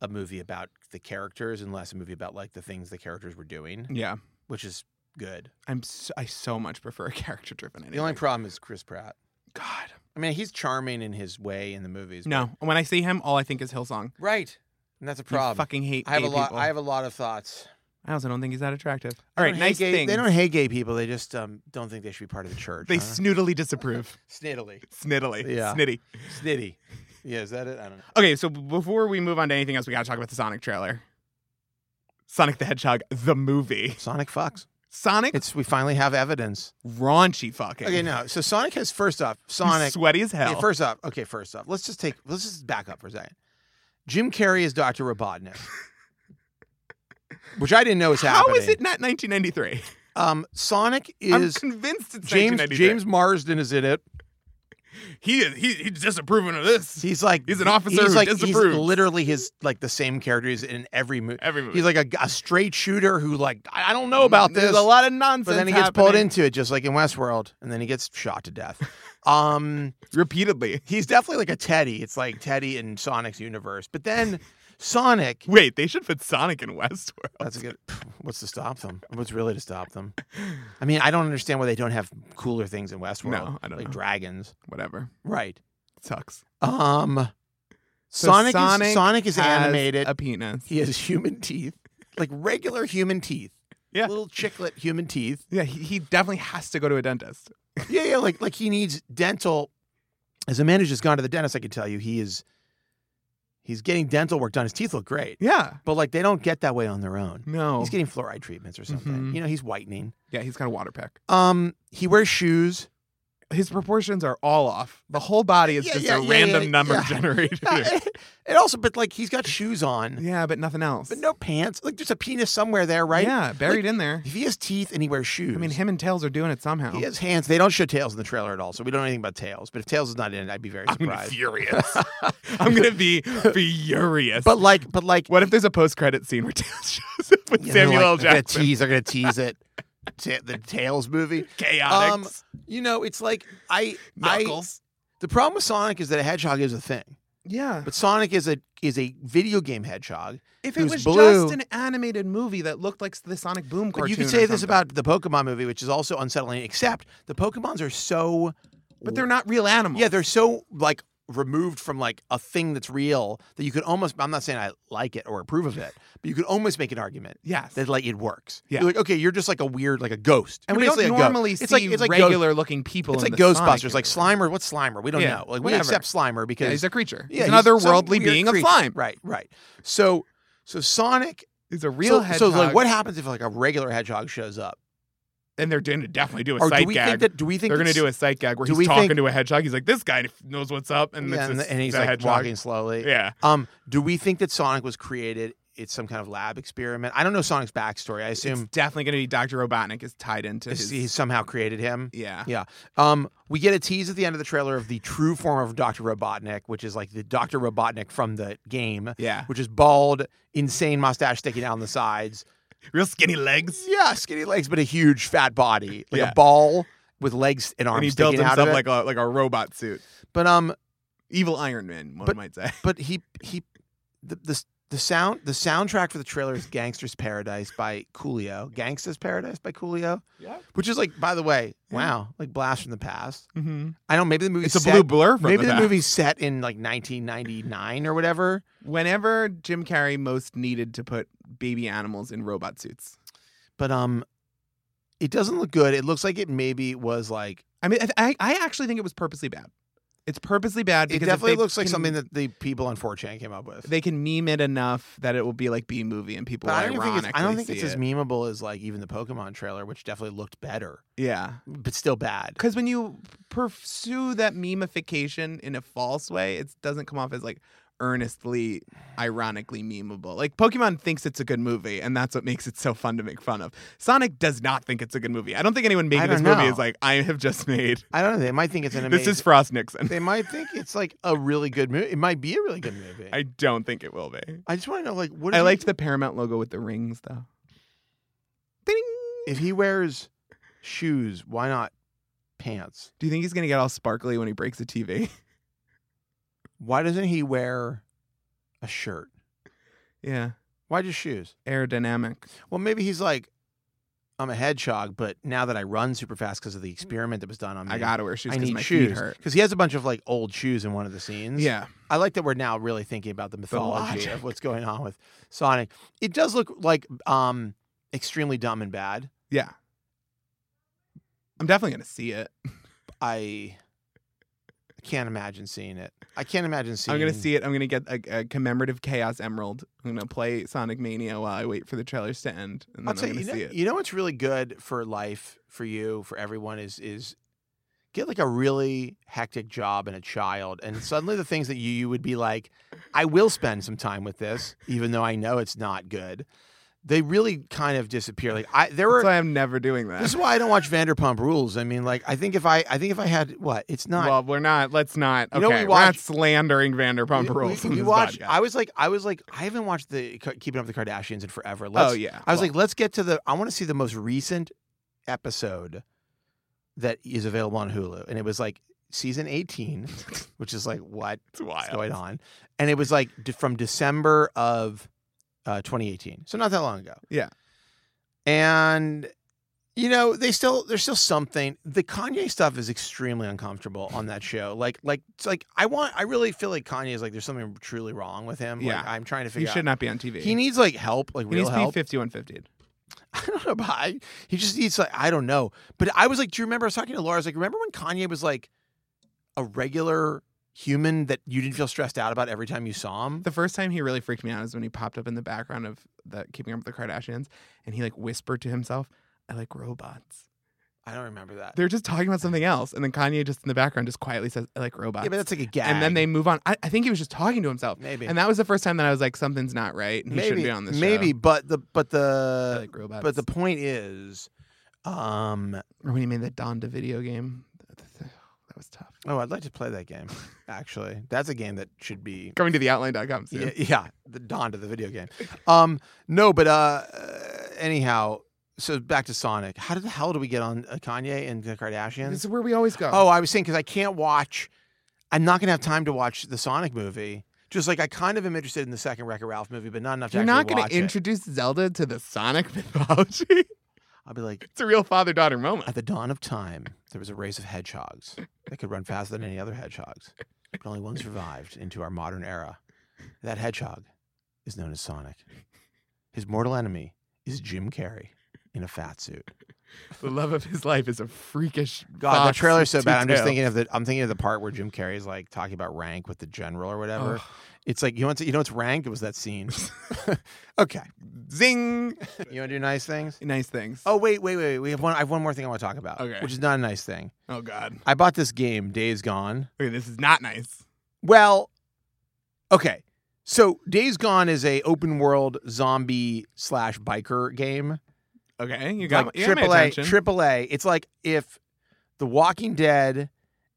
[SPEAKER 1] a movie about the characters and less a movie about like the things the characters were doing,
[SPEAKER 2] Yeah,
[SPEAKER 1] which is good.
[SPEAKER 2] I'm. So, I so much prefer a character driven.
[SPEAKER 1] The only problem is Chris Pratt.
[SPEAKER 2] God.
[SPEAKER 1] I mean, he's charming in his way in the movies.
[SPEAKER 2] No, when I see him, all I think is Hillsong.
[SPEAKER 1] but- right, and that's a
[SPEAKER 2] You
[SPEAKER 1] problem.
[SPEAKER 2] fucking hate.
[SPEAKER 1] I have
[SPEAKER 2] gay
[SPEAKER 1] a lot.
[SPEAKER 2] People.
[SPEAKER 1] I have a lot of thoughts.
[SPEAKER 2] I also don't think he's that attractive.
[SPEAKER 1] They
[SPEAKER 2] All right,
[SPEAKER 1] don't hate
[SPEAKER 2] nice
[SPEAKER 1] gay,
[SPEAKER 2] thing.
[SPEAKER 1] They don't hate gay people. They just um, don't think they should be part of the church.
[SPEAKER 2] They
[SPEAKER 1] huh?
[SPEAKER 2] snootily disapprove.
[SPEAKER 1] snittily,
[SPEAKER 2] Snittily.
[SPEAKER 1] Yeah.
[SPEAKER 2] Snitty.
[SPEAKER 1] snitty. Yeah, is that it? I don't know.
[SPEAKER 2] Okay, so b- before we move on to anything else, we got to talk about the Sonic trailer. Sonic the Hedgehog, the movie.
[SPEAKER 1] Sonic Fox.
[SPEAKER 2] Sonic,
[SPEAKER 1] It's we finally have evidence.
[SPEAKER 2] raunchy fucking.
[SPEAKER 1] Okay, no. So Sonic has first off
[SPEAKER 2] He's
[SPEAKER 1] Sonic.
[SPEAKER 2] Sweaty as hell.
[SPEAKER 1] Okay, first off, okay, first off, let's just take let's just back up for a second. Jim Carrey is Doctor Robotnik, which I didn't know was
[SPEAKER 2] How
[SPEAKER 1] happening.
[SPEAKER 2] is it not 1993?
[SPEAKER 1] Um, Sonic
[SPEAKER 2] I'm
[SPEAKER 1] is
[SPEAKER 2] convinced it's
[SPEAKER 1] James
[SPEAKER 2] 1993.
[SPEAKER 1] James Marsden is in it.
[SPEAKER 2] he is he, he's disapproving of this.
[SPEAKER 1] He's like
[SPEAKER 2] He's an officer
[SPEAKER 1] He's
[SPEAKER 2] who
[SPEAKER 1] like he's
[SPEAKER 2] disapproves.
[SPEAKER 1] literally his like the same character he's in every movie.
[SPEAKER 2] Every movie.
[SPEAKER 1] He's like a, a straight shooter who like I I don't know about this,
[SPEAKER 2] There's a lot of nonsense.
[SPEAKER 1] but then he gets pulled
[SPEAKER 2] happening
[SPEAKER 1] into it just like in Westworld, and then he gets shot to death. um,
[SPEAKER 2] repeatedly.
[SPEAKER 1] he's definitely like a Teddy. It's like Teddy in Sonic's universe, but then Sonic.
[SPEAKER 2] Wait, they should put Sonic in Westworld.
[SPEAKER 1] That's a good. What's to stop them? What's really to stop them? I mean, I don't understand why they don't have cooler things in Westworld,
[SPEAKER 2] No, I don't
[SPEAKER 1] like
[SPEAKER 2] know.
[SPEAKER 1] dragons,
[SPEAKER 2] Whatever.
[SPEAKER 1] right?
[SPEAKER 2] Sucks.
[SPEAKER 1] Um,
[SPEAKER 2] So
[SPEAKER 1] Sonic, is,
[SPEAKER 2] Sonic
[SPEAKER 1] Sonic is
[SPEAKER 2] has
[SPEAKER 1] animated.
[SPEAKER 2] A penis.
[SPEAKER 1] He has human teeth, like regular human teeth.
[SPEAKER 2] Yeah.
[SPEAKER 1] little chiclet human teeth.
[SPEAKER 2] Yeah, he, he definitely has to go to a dentist.
[SPEAKER 1] Yeah, yeah, like like he needs dental. As a man who's just gone to the dentist, I can tell you he is. He's getting dental work done. His teeth look great,
[SPEAKER 2] Yeah.
[SPEAKER 1] but like they don't get that way on their own.
[SPEAKER 2] No.
[SPEAKER 1] He's getting fluoride treatments or something.
[SPEAKER 2] Mhm.
[SPEAKER 1] You know, he's whitening.
[SPEAKER 2] yeah, he's got a water pack.
[SPEAKER 1] Um, he wears shoes.
[SPEAKER 2] his proportions are all off. The whole body is
[SPEAKER 1] Yeah,
[SPEAKER 2] just
[SPEAKER 1] yeah,
[SPEAKER 2] a
[SPEAKER 1] yeah,
[SPEAKER 2] random
[SPEAKER 1] yeah,
[SPEAKER 2] number
[SPEAKER 1] yeah.
[SPEAKER 2] generated.
[SPEAKER 1] and also, but like he's got shoes on,
[SPEAKER 2] yeah, but nothing else.
[SPEAKER 1] but no pants. Like there's a penis somewhere there, right?
[SPEAKER 2] Yeah, buried in there.
[SPEAKER 1] If he has teeth and he wears shoes,
[SPEAKER 2] I mean, him and Tails are doing it somehow.
[SPEAKER 1] He has hands. They don't show tails in the trailer at all, so we don't know anything about tails. But if tails is not in it, I'd be very
[SPEAKER 2] I'm gonna be
[SPEAKER 1] surprised.
[SPEAKER 2] furious. I'm gonna be furious.
[SPEAKER 1] But like, but like,
[SPEAKER 2] what if there's a post-credit scene where Tails shows up with
[SPEAKER 1] you know,
[SPEAKER 2] Samuel
[SPEAKER 1] like,
[SPEAKER 2] L.
[SPEAKER 1] They're gonna
[SPEAKER 2] Jackson?
[SPEAKER 1] tease. They're gonna tease it. Ta- the tails movie.
[SPEAKER 2] Chaotic
[SPEAKER 1] Um, You know, it's like I, I.
[SPEAKER 2] knuckles.
[SPEAKER 1] The problem with Sonic is that a hedgehog is a thing,
[SPEAKER 2] yeah.
[SPEAKER 1] but Sonic is a is a video game hedgehog.
[SPEAKER 2] If
[SPEAKER 1] it
[SPEAKER 2] it
[SPEAKER 1] was
[SPEAKER 2] was,
[SPEAKER 1] blue-
[SPEAKER 2] just an animated movie that looked like the Sonic Boom
[SPEAKER 1] But
[SPEAKER 2] cartoon,
[SPEAKER 1] you could
[SPEAKER 2] or
[SPEAKER 1] say this
[SPEAKER 2] something.
[SPEAKER 1] about the Pokemon movie, which is also unsettling. Except the Pokemons are so,
[SPEAKER 2] but they're not real animals.
[SPEAKER 1] yeah, they're so like removed from like a thing that's real that you could almost. I'm not saying I like it or approve of it, but you could almost make an argument
[SPEAKER 2] yes.
[SPEAKER 1] that like it works.
[SPEAKER 2] Yeah.
[SPEAKER 1] You're like, okay, you're just like a weird, like a ghost.
[SPEAKER 2] and
[SPEAKER 1] You're
[SPEAKER 2] we don't
[SPEAKER 1] basically a ghost.
[SPEAKER 2] normally see
[SPEAKER 1] it's like, it's like ghost-
[SPEAKER 2] regular-looking people.
[SPEAKER 1] it's
[SPEAKER 2] in
[SPEAKER 1] like
[SPEAKER 2] the Sonic
[SPEAKER 1] Ghostbusters, like
[SPEAKER 2] universe.
[SPEAKER 1] Slimer. What's Slimer? We don't
[SPEAKER 2] Yeah,
[SPEAKER 1] know. Like we
[SPEAKER 2] whatever.
[SPEAKER 1] accept Slimer because
[SPEAKER 2] Yeah, he's a creature.
[SPEAKER 1] yeah,
[SPEAKER 2] he's an
[SPEAKER 1] he's some
[SPEAKER 2] otherworldly
[SPEAKER 1] weird
[SPEAKER 2] being of
[SPEAKER 1] creature.
[SPEAKER 2] slime.
[SPEAKER 1] Right, right. So, so Sonic.
[SPEAKER 2] He's a real
[SPEAKER 1] so,
[SPEAKER 2] hedgehog.
[SPEAKER 1] so like, what happens if like a regular hedgehog shows up?
[SPEAKER 2] And they're going to definitely do a
[SPEAKER 1] Or
[SPEAKER 2] sight
[SPEAKER 1] do we
[SPEAKER 2] gag.
[SPEAKER 1] think that? Do we think
[SPEAKER 2] they're going to
[SPEAKER 1] it's-
[SPEAKER 2] do a sight gag where
[SPEAKER 1] do we
[SPEAKER 2] he's talking
[SPEAKER 1] think-
[SPEAKER 2] to a hedgehog. He's like, "This guy knows what's up," and,
[SPEAKER 1] yeah,
[SPEAKER 2] it's
[SPEAKER 1] and,
[SPEAKER 2] this-
[SPEAKER 1] and he's
[SPEAKER 2] the
[SPEAKER 1] like
[SPEAKER 2] hedgehog.
[SPEAKER 1] walking slowly.
[SPEAKER 2] Yeah,
[SPEAKER 1] Um, do we think that Sonic was created? It's some kind of lab experiment. I don't know Sonic's backstory. I
[SPEAKER 2] it's
[SPEAKER 1] assume
[SPEAKER 2] definitely going to be Doctor Robotnik is tied into
[SPEAKER 1] he's
[SPEAKER 2] his.
[SPEAKER 1] he somehow created him.
[SPEAKER 2] yeah,
[SPEAKER 1] Um, we get a tease at the end of the trailer of the true form of Dr. Robotnik, which is like the Dr. Robotnik from the game,
[SPEAKER 2] yeah,
[SPEAKER 1] which is bald, insane mustache sticking out on the sides.
[SPEAKER 2] real skinny legs.
[SPEAKER 1] Yeah, skinny legs, but a huge fat body, like
[SPEAKER 2] Yeah.
[SPEAKER 1] a ball with legs and arms
[SPEAKER 2] And he built
[SPEAKER 1] sticking out
[SPEAKER 2] himself
[SPEAKER 1] of it.
[SPEAKER 2] like a like a robot suit,
[SPEAKER 1] but um,
[SPEAKER 2] evil Iron Man, one
[SPEAKER 1] But-
[SPEAKER 2] might say.
[SPEAKER 1] but he he, the the. The sound, the soundtrack for the trailer is "Gangster's Paradise" by Coolio. "Gangster's Paradise" by Coolio,
[SPEAKER 2] Yeah,
[SPEAKER 1] which is like, by the way,
[SPEAKER 2] Yeah.
[SPEAKER 1] wow, like blast from the past.
[SPEAKER 2] mm-hmm.
[SPEAKER 1] I know maybe the movie
[SPEAKER 2] it's a blue blur from
[SPEAKER 1] Maybe the,
[SPEAKER 2] back.
[SPEAKER 1] movie's set in like 1999 or whatever.
[SPEAKER 2] Whenever Jim Carrey most needed to put baby animals in robot suits.
[SPEAKER 1] But um, it doesn't look good. It looks like it maybe was like
[SPEAKER 2] I mean, I, I actually think it was purposely bad. It's purposely bad
[SPEAKER 1] it
[SPEAKER 2] because if
[SPEAKER 1] definitely
[SPEAKER 2] they
[SPEAKER 1] looks like
[SPEAKER 2] can-
[SPEAKER 1] something that the people on 4chan came up with.
[SPEAKER 2] they can meme it enough that it will be like B movie and people
[SPEAKER 1] but I
[SPEAKER 2] will
[SPEAKER 1] don't think it's, I don't think
[SPEAKER 2] ironically
[SPEAKER 1] it's
[SPEAKER 2] see
[SPEAKER 1] as
[SPEAKER 2] it.
[SPEAKER 1] memeable as like even the Pokemon trailer, which definitely looked better,
[SPEAKER 2] yeah.
[SPEAKER 1] but still bad.
[SPEAKER 2] Because when you pursue that memification in a false way, it doesn't come off as like earnestly, ironically memeable. Like Pokemon thinks it's a good movie, and that's what makes it so fun to make fun of. Sonic does not think it's a good movie. I don't think anyone making
[SPEAKER 1] don't
[SPEAKER 2] this movie
[SPEAKER 1] know.
[SPEAKER 2] is like, I have just made
[SPEAKER 1] I don't know. They might think it's an amazing.
[SPEAKER 2] this is Frost Nixon.
[SPEAKER 1] they might think it's like a really good movie. It might be a really good movie. I,
[SPEAKER 2] I don't think it will be.
[SPEAKER 1] just want to know like what if
[SPEAKER 2] I
[SPEAKER 1] he-
[SPEAKER 2] liked the Paramount logo with the rings though. Ding!
[SPEAKER 1] if he wears shoes. Why not pants?
[SPEAKER 2] Do you think he's gonna get all sparkly when he breaks a TV?
[SPEAKER 1] Why doesn't he wear a shirt?
[SPEAKER 2] yeah.
[SPEAKER 1] Why just shoes?
[SPEAKER 2] Aerodynamic.
[SPEAKER 1] Well, maybe he's like, I'm a hedgehog, but now that I run super fast because of the experiment that was done on me,
[SPEAKER 2] I gotta wear shoes
[SPEAKER 1] Mm. I
[SPEAKER 2] because
[SPEAKER 1] need
[SPEAKER 2] my feet
[SPEAKER 1] shoes
[SPEAKER 2] hurt.
[SPEAKER 1] because he has a bunch of like old shoes in one of the scenes.
[SPEAKER 2] Yeah.
[SPEAKER 1] I like that we're now really thinking about the mythology of
[SPEAKER 2] logic.
[SPEAKER 1] what's going on with Sonic. It does look like um extremely dumb and bad.
[SPEAKER 2] Yeah. I'm definitely gonna see it.
[SPEAKER 1] I can't imagine seeing it. I can't imagine seeing.
[SPEAKER 2] I'm gonna see it. I'm gonna get a, a commemorative Chaos Emerald. I'm gonna play Sonic Mania while I wait for the trailers to end, and then
[SPEAKER 1] I'll
[SPEAKER 2] I'm
[SPEAKER 1] tell you,
[SPEAKER 2] gonna
[SPEAKER 1] you know,
[SPEAKER 2] see it.
[SPEAKER 1] you know what's really good for life for you for everyone is is get like a really hectic job and a child, and suddenly the things that you you would be like, I will spend some time with this, even though I know it's not good. They really kind of disappear. Like I, there
[SPEAKER 2] That's
[SPEAKER 1] were.
[SPEAKER 2] why I'm never doing
[SPEAKER 1] This
[SPEAKER 2] that.
[SPEAKER 1] is why I don't watch Vanderpump Rules. I mean, like I think if I I think if I had what it's not.
[SPEAKER 2] Well, we're not. Let's not.
[SPEAKER 1] You know,
[SPEAKER 2] Okay,
[SPEAKER 1] we
[SPEAKER 2] we are
[SPEAKER 1] watched-
[SPEAKER 2] not slandering Vanderpump Rules. in
[SPEAKER 1] we
[SPEAKER 2] this
[SPEAKER 1] watched.
[SPEAKER 2] podcast.
[SPEAKER 1] I was like, I was like, I haven't watched the Keeping Up with the Kardashians in forever. Let's,
[SPEAKER 2] oh yeah.
[SPEAKER 1] I was
[SPEAKER 2] Well,
[SPEAKER 1] like, let's get to the. I want to see the most recent episode that is available on Hulu, and it was like season eighteen, which is like what's
[SPEAKER 2] it's wild.
[SPEAKER 1] going on, and it was like de- from December of uh, 2018, so not that long ago.
[SPEAKER 2] Yeah.
[SPEAKER 1] and you know they still there's still something. The Kanye stuff is extremely uncomfortable on that show. Like like it's like I want I really feel like Kanye is like there's something truly wrong with him.
[SPEAKER 2] Yeah.
[SPEAKER 1] like, I'm trying to
[SPEAKER 2] He
[SPEAKER 1] figure
[SPEAKER 2] should
[SPEAKER 1] out.
[SPEAKER 2] not be on TV.
[SPEAKER 1] He needs like help, like
[SPEAKER 2] He
[SPEAKER 1] real
[SPEAKER 2] needs to be
[SPEAKER 1] help.
[SPEAKER 2] 5150.
[SPEAKER 1] I don't know about I, he just needs like I don't know. But I was like, do you remember I was talking to Laura? I was like, remember when Kanye was like a regular human that you didn't feel stressed out about every time you saw him?
[SPEAKER 2] The first time he really freaked me out is when he popped up in the background of the Keeping Up with the Kardashians, and he like whispered to himself, "I like robots."
[SPEAKER 1] I don't remember that.
[SPEAKER 2] They're just talking about something else, and then Kanye just in the background just quietly says, "I like robots."
[SPEAKER 1] Yeah, but that's like a gag.
[SPEAKER 2] and then they move on. I, I think he was just talking to himself,
[SPEAKER 1] maybe
[SPEAKER 2] and that was the first time that I was like, "Something's not right." And he
[SPEAKER 1] maybe
[SPEAKER 2] shouldn't be on this.
[SPEAKER 1] maybe,
[SPEAKER 2] show.
[SPEAKER 1] but the but
[SPEAKER 2] I
[SPEAKER 1] the
[SPEAKER 2] like robots.
[SPEAKER 1] but the point is, um,
[SPEAKER 2] or when he made that Donda video game, that was tough.
[SPEAKER 1] oh, I'd like to play that game. Actually, that's a game that should be
[SPEAKER 2] Going to the outline.com soon.
[SPEAKER 1] Yeah, yeah, the dawn to the video game. Um, no, but uh, anyhow, so back to Sonic. How the hell do we get on uh, Kanye and the
[SPEAKER 2] This
[SPEAKER 1] Kardashians?
[SPEAKER 2] is where we always go.
[SPEAKER 1] Oh, I was saying because I can't watch. I'm not gonna have time to watch the Sonic movie. Just like I kind of am interested in the second Wreck-It Ralph movie, but not enough to
[SPEAKER 2] you're
[SPEAKER 1] actually
[SPEAKER 2] not going
[SPEAKER 1] watch
[SPEAKER 2] to
[SPEAKER 1] it.
[SPEAKER 2] introduce Zelda to the Sonic mythology. it's
[SPEAKER 1] I'll be like,
[SPEAKER 2] a real father daughter moment.
[SPEAKER 1] at the dawn of time, there was a race of hedgehogs that could run faster than any other hedgehogs, but only one survived into our modern era. That hedgehog is known as Sonic. His mortal enemy is Jim Carrey in a fat suit.
[SPEAKER 2] the love of his life is a freakish.
[SPEAKER 1] God,
[SPEAKER 2] fox
[SPEAKER 1] the trailer's so
[SPEAKER 2] with
[SPEAKER 1] bad. I'm
[SPEAKER 2] two
[SPEAKER 1] just
[SPEAKER 2] tails.
[SPEAKER 1] thinking of the. I'm thinking of the part where Jim Carrey is like talking about rank with the general or whatever.
[SPEAKER 2] Ugh.
[SPEAKER 1] It's like you know, what's, you know, it's ranked. It was that scene. okay,
[SPEAKER 2] Zing.
[SPEAKER 1] you want to do nice things?
[SPEAKER 2] Nice things.
[SPEAKER 1] Oh wait, wait, wait. We have one. I have one more thing I want to talk about,
[SPEAKER 2] Okay.
[SPEAKER 1] which is not a nice thing.
[SPEAKER 2] oh God.
[SPEAKER 1] I bought this game, Days Gone.
[SPEAKER 2] Okay, this is not nice.
[SPEAKER 1] Well, okay. So Days Gone is a open world zombie slash biker game.
[SPEAKER 2] Okay, you got
[SPEAKER 1] like
[SPEAKER 2] you got my
[SPEAKER 1] AAA,
[SPEAKER 2] attention.
[SPEAKER 1] AAA. It's like if The Walking Dead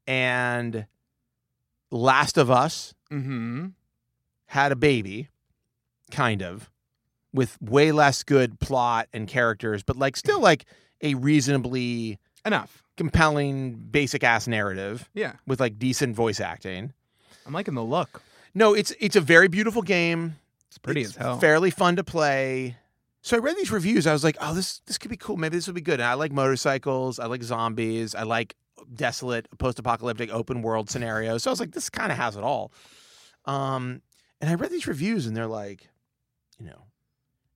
[SPEAKER 1] and Last of Us
[SPEAKER 2] Mm-hmm.
[SPEAKER 1] had a baby, kind of, with way less good plot and characters, but like still like a reasonably
[SPEAKER 2] Enough.
[SPEAKER 1] compelling basic ass narrative
[SPEAKER 2] Yeah,
[SPEAKER 1] with like decent voice acting.
[SPEAKER 2] I'm liking the look.
[SPEAKER 1] No, it's it's a very beautiful game.
[SPEAKER 2] It's pretty
[SPEAKER 1] It's
[SPEAKER 2] as hell.
[SPEAKER 1] Fairly fun to play. So I read these reviews. I was like, oh, this this could be cool. Maybe this would be good. And I like motorcycles. I like zombies. I like desolate post-apocalyptic open world scenarios. So I was like, this kind of has it all. Um, and I read these reviews, and they're like, you know,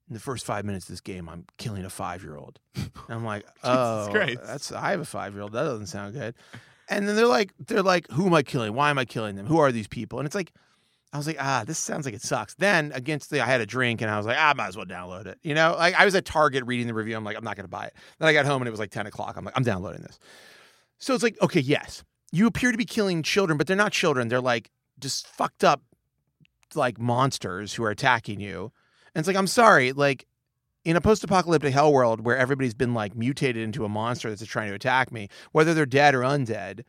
[SPEAKER 1] in the first five minutes of this game, I'm killing a five-year-old. And I'm like, oh,
[SPEAKER 2] Christ.
[SPEAKER 1] that's I have a five-year-old. That doesn't sound good. And then they're like, they're like, who am I killing? Why am I killing them? Who are these people? And it's like, I was like, ah, this sounds like it sucks. Then against the, I had a drink and I was like, ah, I might as well download it. You know, like I was at Target reading the review. I'm like, I'm not going to buy it. Then I got home and it was like 10 o'clock. I'm like, I'm downloading this. So it's like, okay, yes, you appear to be killing children, but they're not children. They're like just fucked up, like monsters who are attacking you. And it's like, I'm sorry, like in a post apocalyptic hell world where everybody's been like mutated into a monster that's trying to attack me, whether they're dead or undead,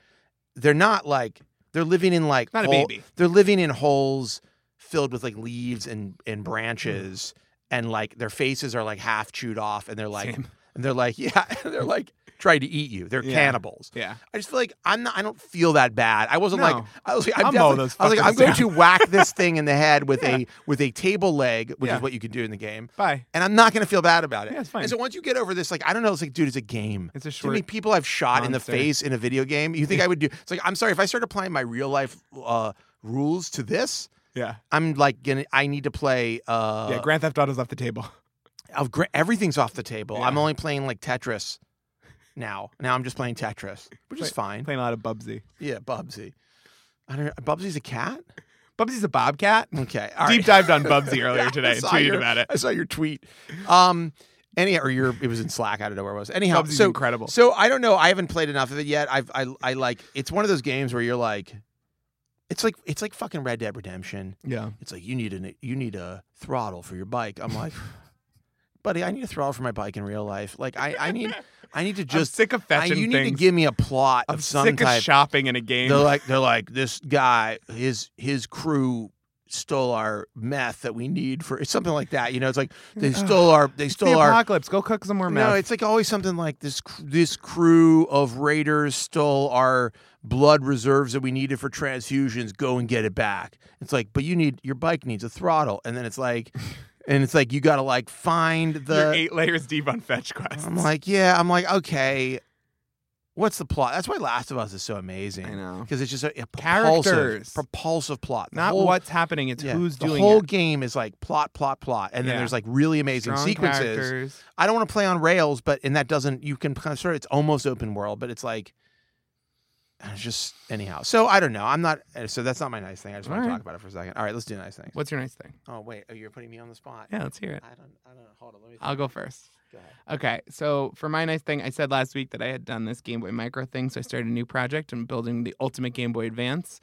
[SPEAKER 1] they're not like, they're living in like
[SPEAKER 2] Not a
[SPEAKER 1] hole-
[SPEAKER 2] baby.
[SPEAKER 1] they're living in holes filled with like leaves and and branches
[SPEAKER 2] Mm.
[SPEAKER 1] and like their faces are like half chewed off and they're like
[SPEAKER 2] Same.
[SPEAKER 1] and they're like yeah they're like trying to eat you they're
[SPEAKER 2] Yeah.
[SPEAKER 1] cannibals
[SPEAKER 2] Yeah.
[SPEAKER 1] i just feel like i'm not i don't feel that bad i wasn't like
[SPEAKER 2] No.
[SPEAKER 1] i was like i'm,
[SPEAKER 2] I'll mow
[SPEAKER 1] definitely-
[SPEAKER 2] those
[SPEAKER 1] i was like i'm
[SPEAKER 2] fuckers
[SPEAKER 1] going
[SPEAKER 2] down.
[SPEAKER 1] to whack this thing in the head with
[SPEAKER 2] Yeah.
[SPEAKER 1] a with a table leg which
[SPEAKER 2] Yeah.
[SPEAKER 1] is what you can do in the game
[SPEAKER 2] Bye.
[SPEAKER 1] and i'm not going to feel bad about it
[SPEAKER 2] Yeah, it's fine.
[SPEAKER 1] and so once you get over this like i don't know it's like dude it's a game
[SPEAKER 2] It's a
[SPEAKER 1] too many
[SPEAKER 2] short.
[SPEAKER 1] people I've shot in the
[SPEAKER 2] monster.
[SPEAKER 1] face in a video game. You think I would do? It's like I'm sorry if I start applying my real life uh, rules to this.
[SPEAKER 2] Yeah.
[SPEAKER 1] I'm like gonna. I need to play. Uh,
[SPEAKER 2] Yeah. Grand Theft Auto's off the table.
[SPEAKER 1] I've gra- everything's off the table.
[SPEAKER 2] Yeah.
[SPEAKER 1] I'm only playing like Tetris now. Now I'm just playing Tetris, which is fine.
[SPEAKER 2] Playing a lot of Bubsy.
[SPEAKER 1] Yeah, Bubsy. I don't. know. Bubsy's a cat.
[SPEAKER 2] Bubsy's a bobcat.
[SPEAKER 1] Okay. all right.
[SPEAKER 2] Deep dived on Bubsy
[SPEAKER 1] Yeah,
[SPEAKER 2] earlier
[SPEAKER 1] I
[SPEAKER 2] today and
[SPEAKER 1] saw
[SPEAKER 2] tweeted
[SPEAKER 1] your-
[SPEAKER 2] about it.
[SPEAKER 1] I saw your tweet. Um. Anyhow, or your it was in Slack. I don't know where it was. Anyhow,
[SPEAKER 2] Bubsy's
[SPEAKER 1] so
[SPEAKER 2] incredible.
[SPEAKER 1] So I don't know. I haven't played enough of it yet. I've I I like it's one of those games where you're like, it's like it's like fucking Red Dead Redemption.
[SPEAKER 2] Yeah.
[SPEAKER 1] It's like you need an you need a throttle for your bike. I'm like, buddy, I need a throttle for my bike in real life. Like I I need I need to
[SPEAKER 2] Just
[SPEAKER 1] just
[SPEAKER 2] sick of
[SPEAKER 1] I,
[SPEAKER 2] fetching
[SPEAKER 1] you need
[SPEAKER 2] things.
[SPEAKER 1] to give me a plot
[SPEAKER 2] I'm
[SPEAKER 1] of some
[SPEAKER 2] sick
[SPEAKER 1] type.
[SPEAKER 2] of shopping in a game.
[SPEAKER 1] They're like they're like this guy his his crew stole our meth that we need for it's something like that. You know, it's like they stole our they
[SPEAKER 2] It's the
[SPEAKER 1] stole our
[SPEAKER 2] apocalypse. Go cook some more meth.
[SPEAKER 1] no, it's like always something like this. cr- This crew of raiders stole our blood reserves that we needed for transfusions. Go and get it back. It's like, but you need your bike needs a throttle, and then it's like, and it's like you got to like find
[SPEAKER 2] You're
[SPEAKER 1] the.
[SPEAKER 2] eight layers deep on fetch quests.
[SPEAKER 1] I'm like, yeah, I'm like, okay, what's the plot? That's why Last of Us is so amazing.
[SPEAKER 2] I know.
[SPEAKER 1] because it's just a, a propulsive,
[SPEAKER 2] Characters.
[SPEAKER 1] propulsive plot. The
[SPEAKER 2] Not
[SPEAKER 1] whole-
[SPEAKER 2] what's happening, it's
[SPEAKER 1] yeah,
[SPEAKER 2] who's
[SPEAKER 1] the
[SPEAKER 2] doing
[SPEAKER 1] whole
[SPEAKER 2] it.
[SPEAKER 1] game is like plot, plot, plot, and then
[SPEAKER 2] Yeah.
[SPEAKER 1] there's like really amazing
[SPEAKER 2] Strong
[SPEAKER 1] sequences.
[SPEAKER 2] characters.
[SPEAKER 1] I don't want to play on rails, but and that doesn't you can kind of sort of it's almost open world, but it's like it's just anyhow. So I don't know. I'm not uh, so that's not my nice thing. I just want
[SPEAKER 2] All
[SPEAKER 1] to
[SPEAKER 2] right.
[SPEAKER 1] talk about it for a second. All right, let's do nice things.
[SPEAKER 2] What's your nice thing?
[SPEAKER 1] Oh wait, oh you're putting me on the spot.
[SPEAKER 2] Yeah, let's hear it.
[SPEAKER 1] I don't I don't hold on, let me
[SPEAKER 2] I'll go first.
[SPEAKER 1] Go ahead.
[SPEAKER 2] Okay, so for my nice thing, I said last week that I had done this Game Boy Micro thing, so I started a new project. I'm building the ultimate Game Boy Advance.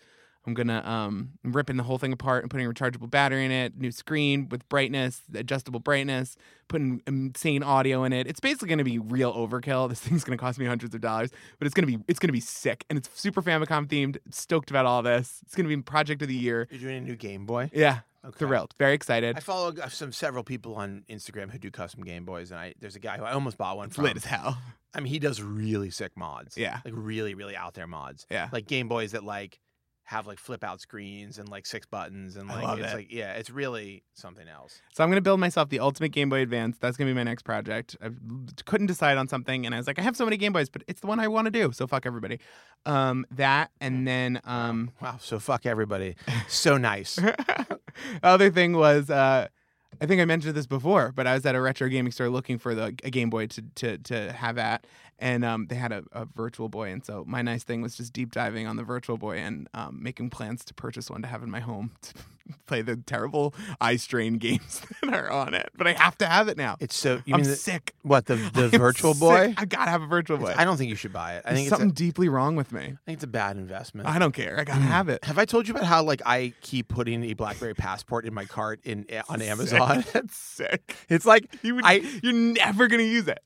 [SPEAKER 2] I'm gonna um I'm ripping the whole thing apart and putting a rechargeable battery in it, new screen with brightness, adjustable brightness, putting insane audio in it. It's basically gonna be real overkill. This thing's gonna cost me hundreds of dollars, but it's gonna be it's gonna be sick and it's super Famicom themed. Stoked about all this. It's gonna be project of the year.
[SPEAKER 1] You're doing a new Game Boy.
[SPEAKER 2] Yeah,
[SPEAKER 1] Okay.
[SPEAKER 2] thrilled, very excited.
[SPEAKER 1] I follow uh, some several people on Instagram who do custom Game Boys, and I there's a guy who I almost bought one
[SPEAKER 2] It's
[SPEAKER 1] from.
[SPEAKER 2] lit as hell.
[SPEAKER 1] I mean, he does really sick mods.
[SPEAKER 2] Yeah,
[SPEAKER 1] Like really, really out there mods.
[SPEAKER 2] yeah.
[SPEAKER 1] Like Game Boys that like have like flip out screens and like six buttons and
[SPEAKER 2] I
[SPEAKER 1] like
[SPEAKER 2] love
[SPEAKER 1] it's
[SPEAKER 2] it.
[SPEAKER 1] like yeah, it's really something else.
[SPEAKER 2] So I'm gonna build myself the ultimate Game Boy Advance. That's gonna be my next project. I couldn't decide on something, and I was like, I have so many Game Boys, but it's the one I want to do. So fuck everybody. Um, that, and then um,
[SPEAKER 1] Wow, so fuck everybody. So nice.
[SPEAKER 2] other thing was, uh, I think I mentioned this before, but I was at a retro gaming store looking for the a Game Boy to to to have at, and um, they had a, a Virtual Boy, and so my nice thing was just deep diving on the Virtual Boy and um, making plans to purchase one to have in my home to play the terrible eye strain games that are on it. But I have to have it now.
[SPEAKER 1] It's so you
[SPEAKER 2] I'm
[SPEAKER 1] mean the,
[SPEAKER 2] sick.
[SPEAKER 1] what the the
[SPEAKER 2] I'm
[SPEAKER 1] Virtual
[SPEAKER 2] sick.
[SPEAKER 1] Boy?
[SPEAKER 2] I gotta have a virtual boy.
[SPEAKER 1] It's- I don't think you should buy it. I think it's
[SPEAKER 2] There's
[SPEAKER 1] a,
[SPEAKER 2] something
[SPEAKER 1] I
[SPEAKER 2] deeply wrong with me.
[SPEAKER 1] think it's a bad investment.
[SPEAKER 2] I don't care. I gotta have it.
[SPEAKER 1] Have I told you about how like I keep putting a BlackBerry Passport in my cart in eh, on
[SPEAKER 2] Sick.
[SPEAKER 1] Amazon?
[SPEAKER 2] That's sick.
[SPEAKER 1] It's like
[SPEAKER 2] You would,
[SPEAKER 1] I-
[SPEAKER 2] you're never gonna use it.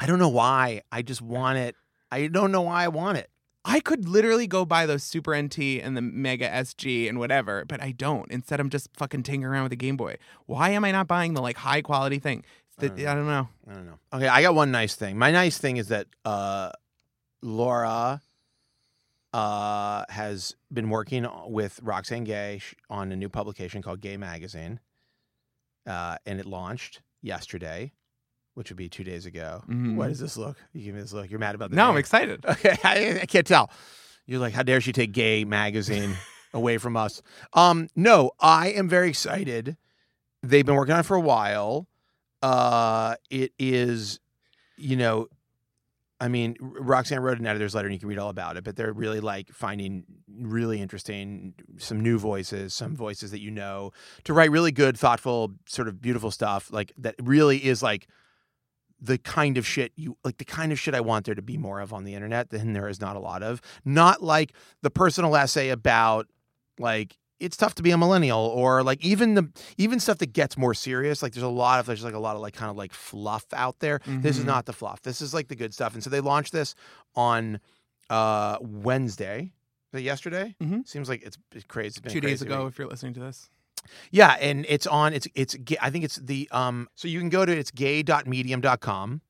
[SPEAKER 1] I don't know why. I just want it. I don't know why I want it.
[SPEAKER 2] I could literally go buy those Super NT and the Mega SG and whatever, but I don't. Instead, I'm just fucking tinkering around with a Game Boy. Why am I not buying the like high quality thing? It's
[SPEAKER 1] I
[SPEAKER 2] the-
[SPEAKER 1] don't know. I
[SPEAKER 2] I don't know.
[SPEAKER 1] don't know. Okay, I got one nice thing. My nice thing is that uh, Laura uh, has been working with Roxane Gay sh- on a new publication called Gay Magazine, uh, and it launched yesterday, which would be two days ago.
[SPEAKER 2] Mhm.
[SPEAKER 1] What does this look? You give me this look. You're mad about the
[SPEAKER 2] No,
[SPEAKER 1] name.
[SPEAKER 2] I'm excited.
[SPEAKER 1] Okay, I, I can't tell. You're like, how dare she take Gay Magazine away from us? Um, no, I am very excited. They've been working on it for a while. Uh, it is, you know, I mean, R- Roxanne wrote an editor's letter, and you can read all about it. But they're really like finding really interesting, some new voices, some voices that you know, to write really good, thoughtful, sort of beautiful stuff. Like that really is like the kind of shit you like the kind of shit I want there to be more of on the internet than there is not a lot of. Not like the personal essay about like it's tough to be a millennial or like even the even stuff that gets more serious. Like there's a lot of there's like a lot of like kind of like fluff out there. This is
[SPEAKER 2] Mhm.
[SPEAKER 1] not the fluff. This is like the good stuff. And so they launched this on uh Wednesday. Is it yesterday?
[SPEAKER 2] Mhm.
[SPEAKER 1] Seems like it's it's crazy. It's been a
[SPEAKER 2] Two days
[SPEAKER 1] crazy
[SPEAKER 2] ago,
[SPEAKER 1] week.
[SPEAKER 2] if you're listening to this,
[SPEAKER 1] Yeah, and it's on it's it's ga- I think it's the um so you can go to it's gay.medium.com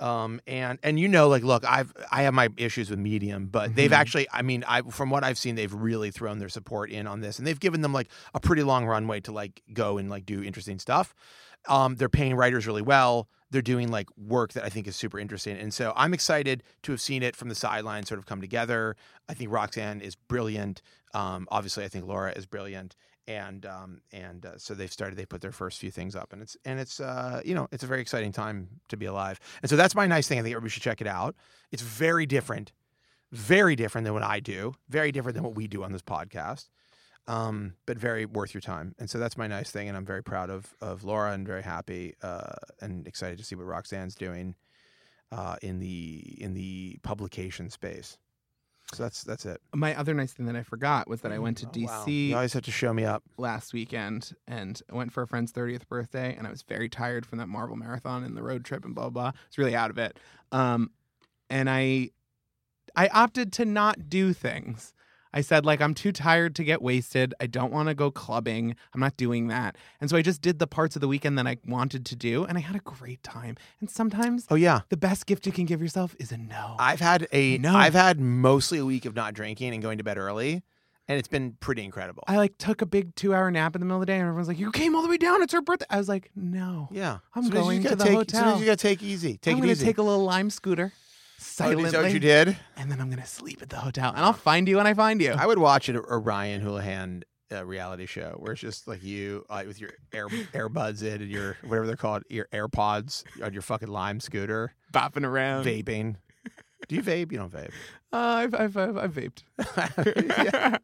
[SPEAKER 1] um and and you know like look I've I have my issues with Medium but they've
[SPEAKER 2] Mhm.
[SPEAKER 1] actually I mean I from what I've seen they've really thrown their support in on this and they've given them like a pretty long runway to like go and like do interesting stuff. Um they're paying writers really well. They're doing like work that I think is super interesting. And so I'm excited to have seen it from the sidelines sort of come together. I think Roxanne is brilliant. Um obviously I think Laura is brilliant and um, and uh, so they've started. They put their first few things up, and it's and it's uh, you know it's a very exciting time to be alive. And so that's my nice thing. I think everybody should check it out. It's very different, very different than what I do. Very different than what we do on this podcast, um, but very worth your time. And so that's my nice thing, and I'm very proud of of Laura and very happy uh, and excited to see what Roxanne's doing uh, in the in the publication space. So that's that's it.
[SPEAKER 2] my other nice thing that I forgot was that I went to
[SPEAKER 1] Oh, wow.
[SPEAKER 2] DC
[SPEAKER 1] You always have to show me up.
[SPEAKER 2] last weekend and I went for a friend's 30th birthday and I was very tired from that Marvel marathon and the road trip and blah blah. blah. I was really out of it. Um and I I opted to not do things. I said like I'm too tired to get wasted. I don't want to go clubbing. I'm not doing that. And so I just did the parts of the weekend that I wanted to do and I had a great time. And sometimes
[SPEAKER 1] Oh yeah.
[SPEAKER 2] the best gift you can give yourself is a no.
[SPEAKER 1] I've had a
[SPEAKER 2] No.
[SPEAKER 1] have had mostly a week of not drinking and going to bed early, and it's been pretty incredible.
[SPEAKER 2] I like took a big 2-hour nap in the middle of the day and everyone's like, "You came all the way down. It's her birthday." I was like, "No."
[SPEAKER 1] yeah,
[SPEAKER 2] I'm
[SPEAKER 1] Sometimes
[SPEAKER 2] going
[SPEAKER 1] you
[SPEAKER 2] to
[SPEAKER 1] gotta
[SPEAKER 2] the
[SPEAKER 1] take,
[SPEAKER 2] hotel.
[SPEAKER 1] Sometimes you gotta take easy. Take
[SPEAKER 2] I'm
[SPEAKER 1] it
[SPEAKER 2] gonna
[SPEAKER 1] easy.
[SPEAKER 2] take a little lime scooter
[SPEAKER 1] Oh,
[SPEAKER 2] silently,
[SPEAKER 1] Is that what you did?
[SPEAKER 2] and then I'm gonna sleep at the hotel, and I'll find you when I find you.
[SPEAKER 1] I would watch a, a Ryan Houlihan uh, reality show where it's just like you uh, with your air earbuds in and your whatever they're called your AirPods on your fucking Lime scooter,
[SPEAKER 2] Bopping around.
[SPEAKER 1] vaping. Do you vape? You don't vape.
[SPEAKER 2] Uh, I've, I've, I've, I've vaped.
[SPEAKER 1] Yeah.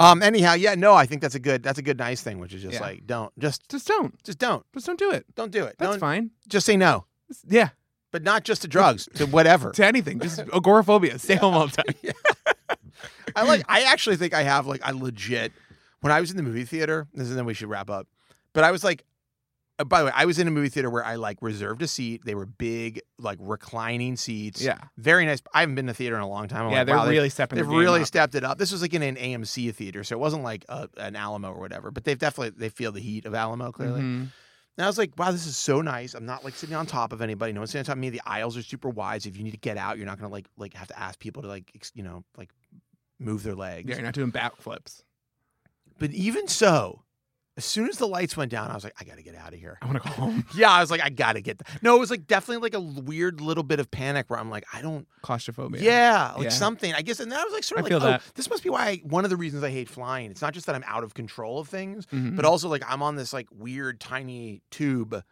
[SPEAKER 1] Um. Anyhow, yeah. No, I think that's a good. That's a good nice thing, which is just
[SPEAKER 2] Yeah.
[SPEAKER 1] like don't just
[SPEAKER 2] Just don't.
[SPEAKER 1] just don't
[SPEAKER 2] Just don't do it.
[SPEAKER 1] don't do it.
[SPEAKER 2] That's
[SPEAKER 1] don't
[SPEAKER 2] fine.
[SPEAKER 1] just say no.
[SPEAKER 2] Yeah,
[SPEAKER 1] but not just to drugs, to whatever.
[SPEAKER 2] to anything. Just agoraphobia. Stay home all the time.
[SPEAKER 1] I like. I actually think I have like I legit. When I was in the movie theater, this is then we should wrap up. But I was like, uh, by the way, I was in a movie theater where I like reserved a seat. They were big, like reclining seats.
[SPEAKER 2] Yeah,
[SPEAKER 1] very nice. I haven't been to theater in a long time. I'm
[SPEAKER 2] yeah.
[SPEAKER 1] like,
[SPEAKER 2] they're
[SPEAKER 1] wow, they-
[SPEAKER 2] really stepping.
[SPEAKER 1] They've
[SPEAKER 2] the game
[SPEAKER 1] really
[SPEAKER 2] up.
[SPEAKER 1] stepped it up. This was like in an AMC theater, so it wasn't like a, an Alamo or whatever. But they've definitely they feel the heat of Alamo clearly.
[SPEAKER 2] Mhm.
[SPEAKER 1] And I was like, wow, this is so nice. I'm not like sitting on top of anybody. No one's sitting on top of me. The aisles are super wide. So if you need to get out, you're not gonna like like have to ask people to like ex- you know like move their legs.
[SPEAKER 2] Yeah, you're not doing backflips.
[SPEAKER 1] But even so, as soon as the lights went down, I was like, I gotta get out of here.
[SPEAKER 2] I want to go home.
[SPEAKER 1] Yeah, I was like, I gotta get. Th-. No, it was like definitely like a l- weird little bit of panic where I'm like, I don't.
[SPEAKER 2] Claustrophobia.
[SPEAKER 1] Yeah, like
[SPEAKER 2] Oh, Yeah.
[SPEAKER 1] something. I guess, and then I was like, sort of
[SPEAKER 2] I
[SPEAKER 1] like,
[SPEAKER 2] feel
[SPEAKER 1] oh,
[SPEAKER 2] that.
[SPEAKER 1] this must be why. I, one of the reasons I hate flying. It's not just that I'm out of control of things,
[SPEAKER 2] Mhm.
[SPEAKER 1] but also like I'm on this like weird tiny tube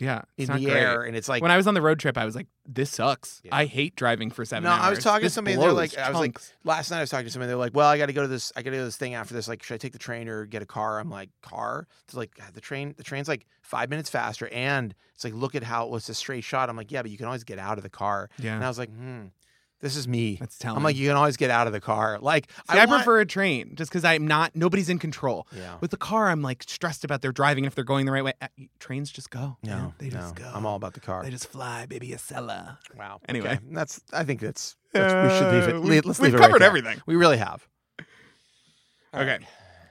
[SPEAKER 2] yeah,
[SPEAKER 1] in
[SPEAKER 2] it's
[SPEAKER 1] the
[SPEAKER 2] not great.
[SPEAKER 1] air, and it's like.
[SPEAKER 2] when I was on the road trip, I was like, "This sucks.
[SPEAKER 1] Yeah.
[SPEAKER 2] I hate driving for seven
[SPEAKER 1] No,
[SPEAKER 2] hours."
[SPEAKER 1] I was talking to
[SPEAKER 2] This
[SPEAKER 1] somebody and
[SPEAKER 2] blows
[SPEAKER 1] they're like- I was like,
[SPEAKER 2] chunks."
[SPEAKER 1] last night I was talking to somebody. They're like, "Well, I got to go to this. I got to go to this thing after this. Like, should I take the train or get a car?" I'm like, "Car." It's like God, the train. The train's like five minutes faster, and it's like, look at how it was a straight shot. I'm like, "Yeah, but you can always get out of the car." And
[SPEAKER 2] "Yeah,
[SPEAKER 1] I was like, "Hmm, this is me."
[SPEAKER 2] that's telling."
[SPEAKER 1] I'm like, "You can always get out of the car." Like,
[SPEAKER 2] See, I,
[SPEAKER 1] want-
[SPEAKER 2] prefer a train just because I'm not. Nobody's in control.
[SPEAKER 1] Yeah.
[SPEAKER 2] With the car, I'm like stressed about their driving and if they're going the right way. Uh, Trains just go. man.
[SPEAKER 1] No,
[SPEAKER 2] they just
[SPEAKER 1] no,
[SPEAKER 2] go.
[SPEAKER 1] I'm all about the car.
[SPEAKER 2] They just fly, baby, a sella.
[SPEAKER 1] Wow.
[SPEAKER 2] Anyway.
[SPEAKER 1] Okay. that's. I think that's. that's we should leave it.
[SPEAKER 2] Uh,
[SPEAKER 1] le- Let's
[SPEAKER 2] we've
[SPEAKER 1] leave it. right
[SPEAKER 2] covered
[SPEAKER 1] there.
[SPEAKER 2] everything.
[SPEAKER 1] We really have. All
[SPEAKER 2] Okay.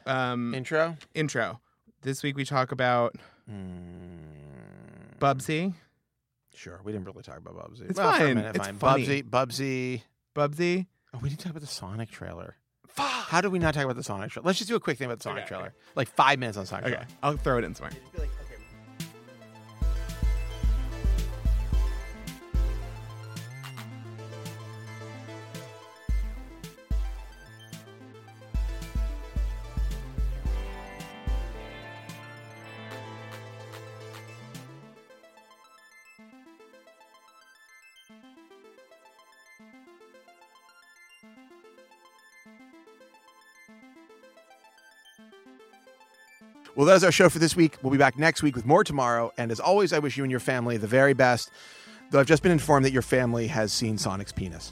[SPEAKER 1] right.
[SPEAKER 2] Um,
[SPEAKER 1] Intro.
[SPEAKER 2] intro. This week we talk about
[SPEAKER 1] Hmm. Mm,
[SPEAKER 2] Bubsy.
[SPEAKER 1] Sure. We didn't really talk about Bubsy.
[SPEAKER 2] It's
[SPEAKER 1] well, For a
[SPEAKER 2] fine.
[SPEAKER 1] minute,
[SPEAKER 2] It's
[SPEAKER 1] fine.
[SPEAKER 2] funny.
[SPEAKER 1] Bubsy. Bubsy.
[SPEAKER 2] Bubsy.
[SPEAKER 1] Oh, we didn't talk about the Sonic trailer.
[SPEAKER 2] Fuck.
[SPEAKER 1] How do we not talk about the Sonic trailer? Let's just do a quick thing about the Sonic
[SPEAKER 2] Okay.
[SPEAKER 1] trailer. Like five minutes on Sonic
[SPEAKER 2] Okay,
[SPEAKER 1] trailer.
[SPEAKER 2] I'll throw it in somewhere.
[SPEAKER 1] Well, that is our show for this week. We'll be back next week with more tomorrow. And as always, I wish you and your family the very best. Though I've just been informed that your family has seen Sonic's penis.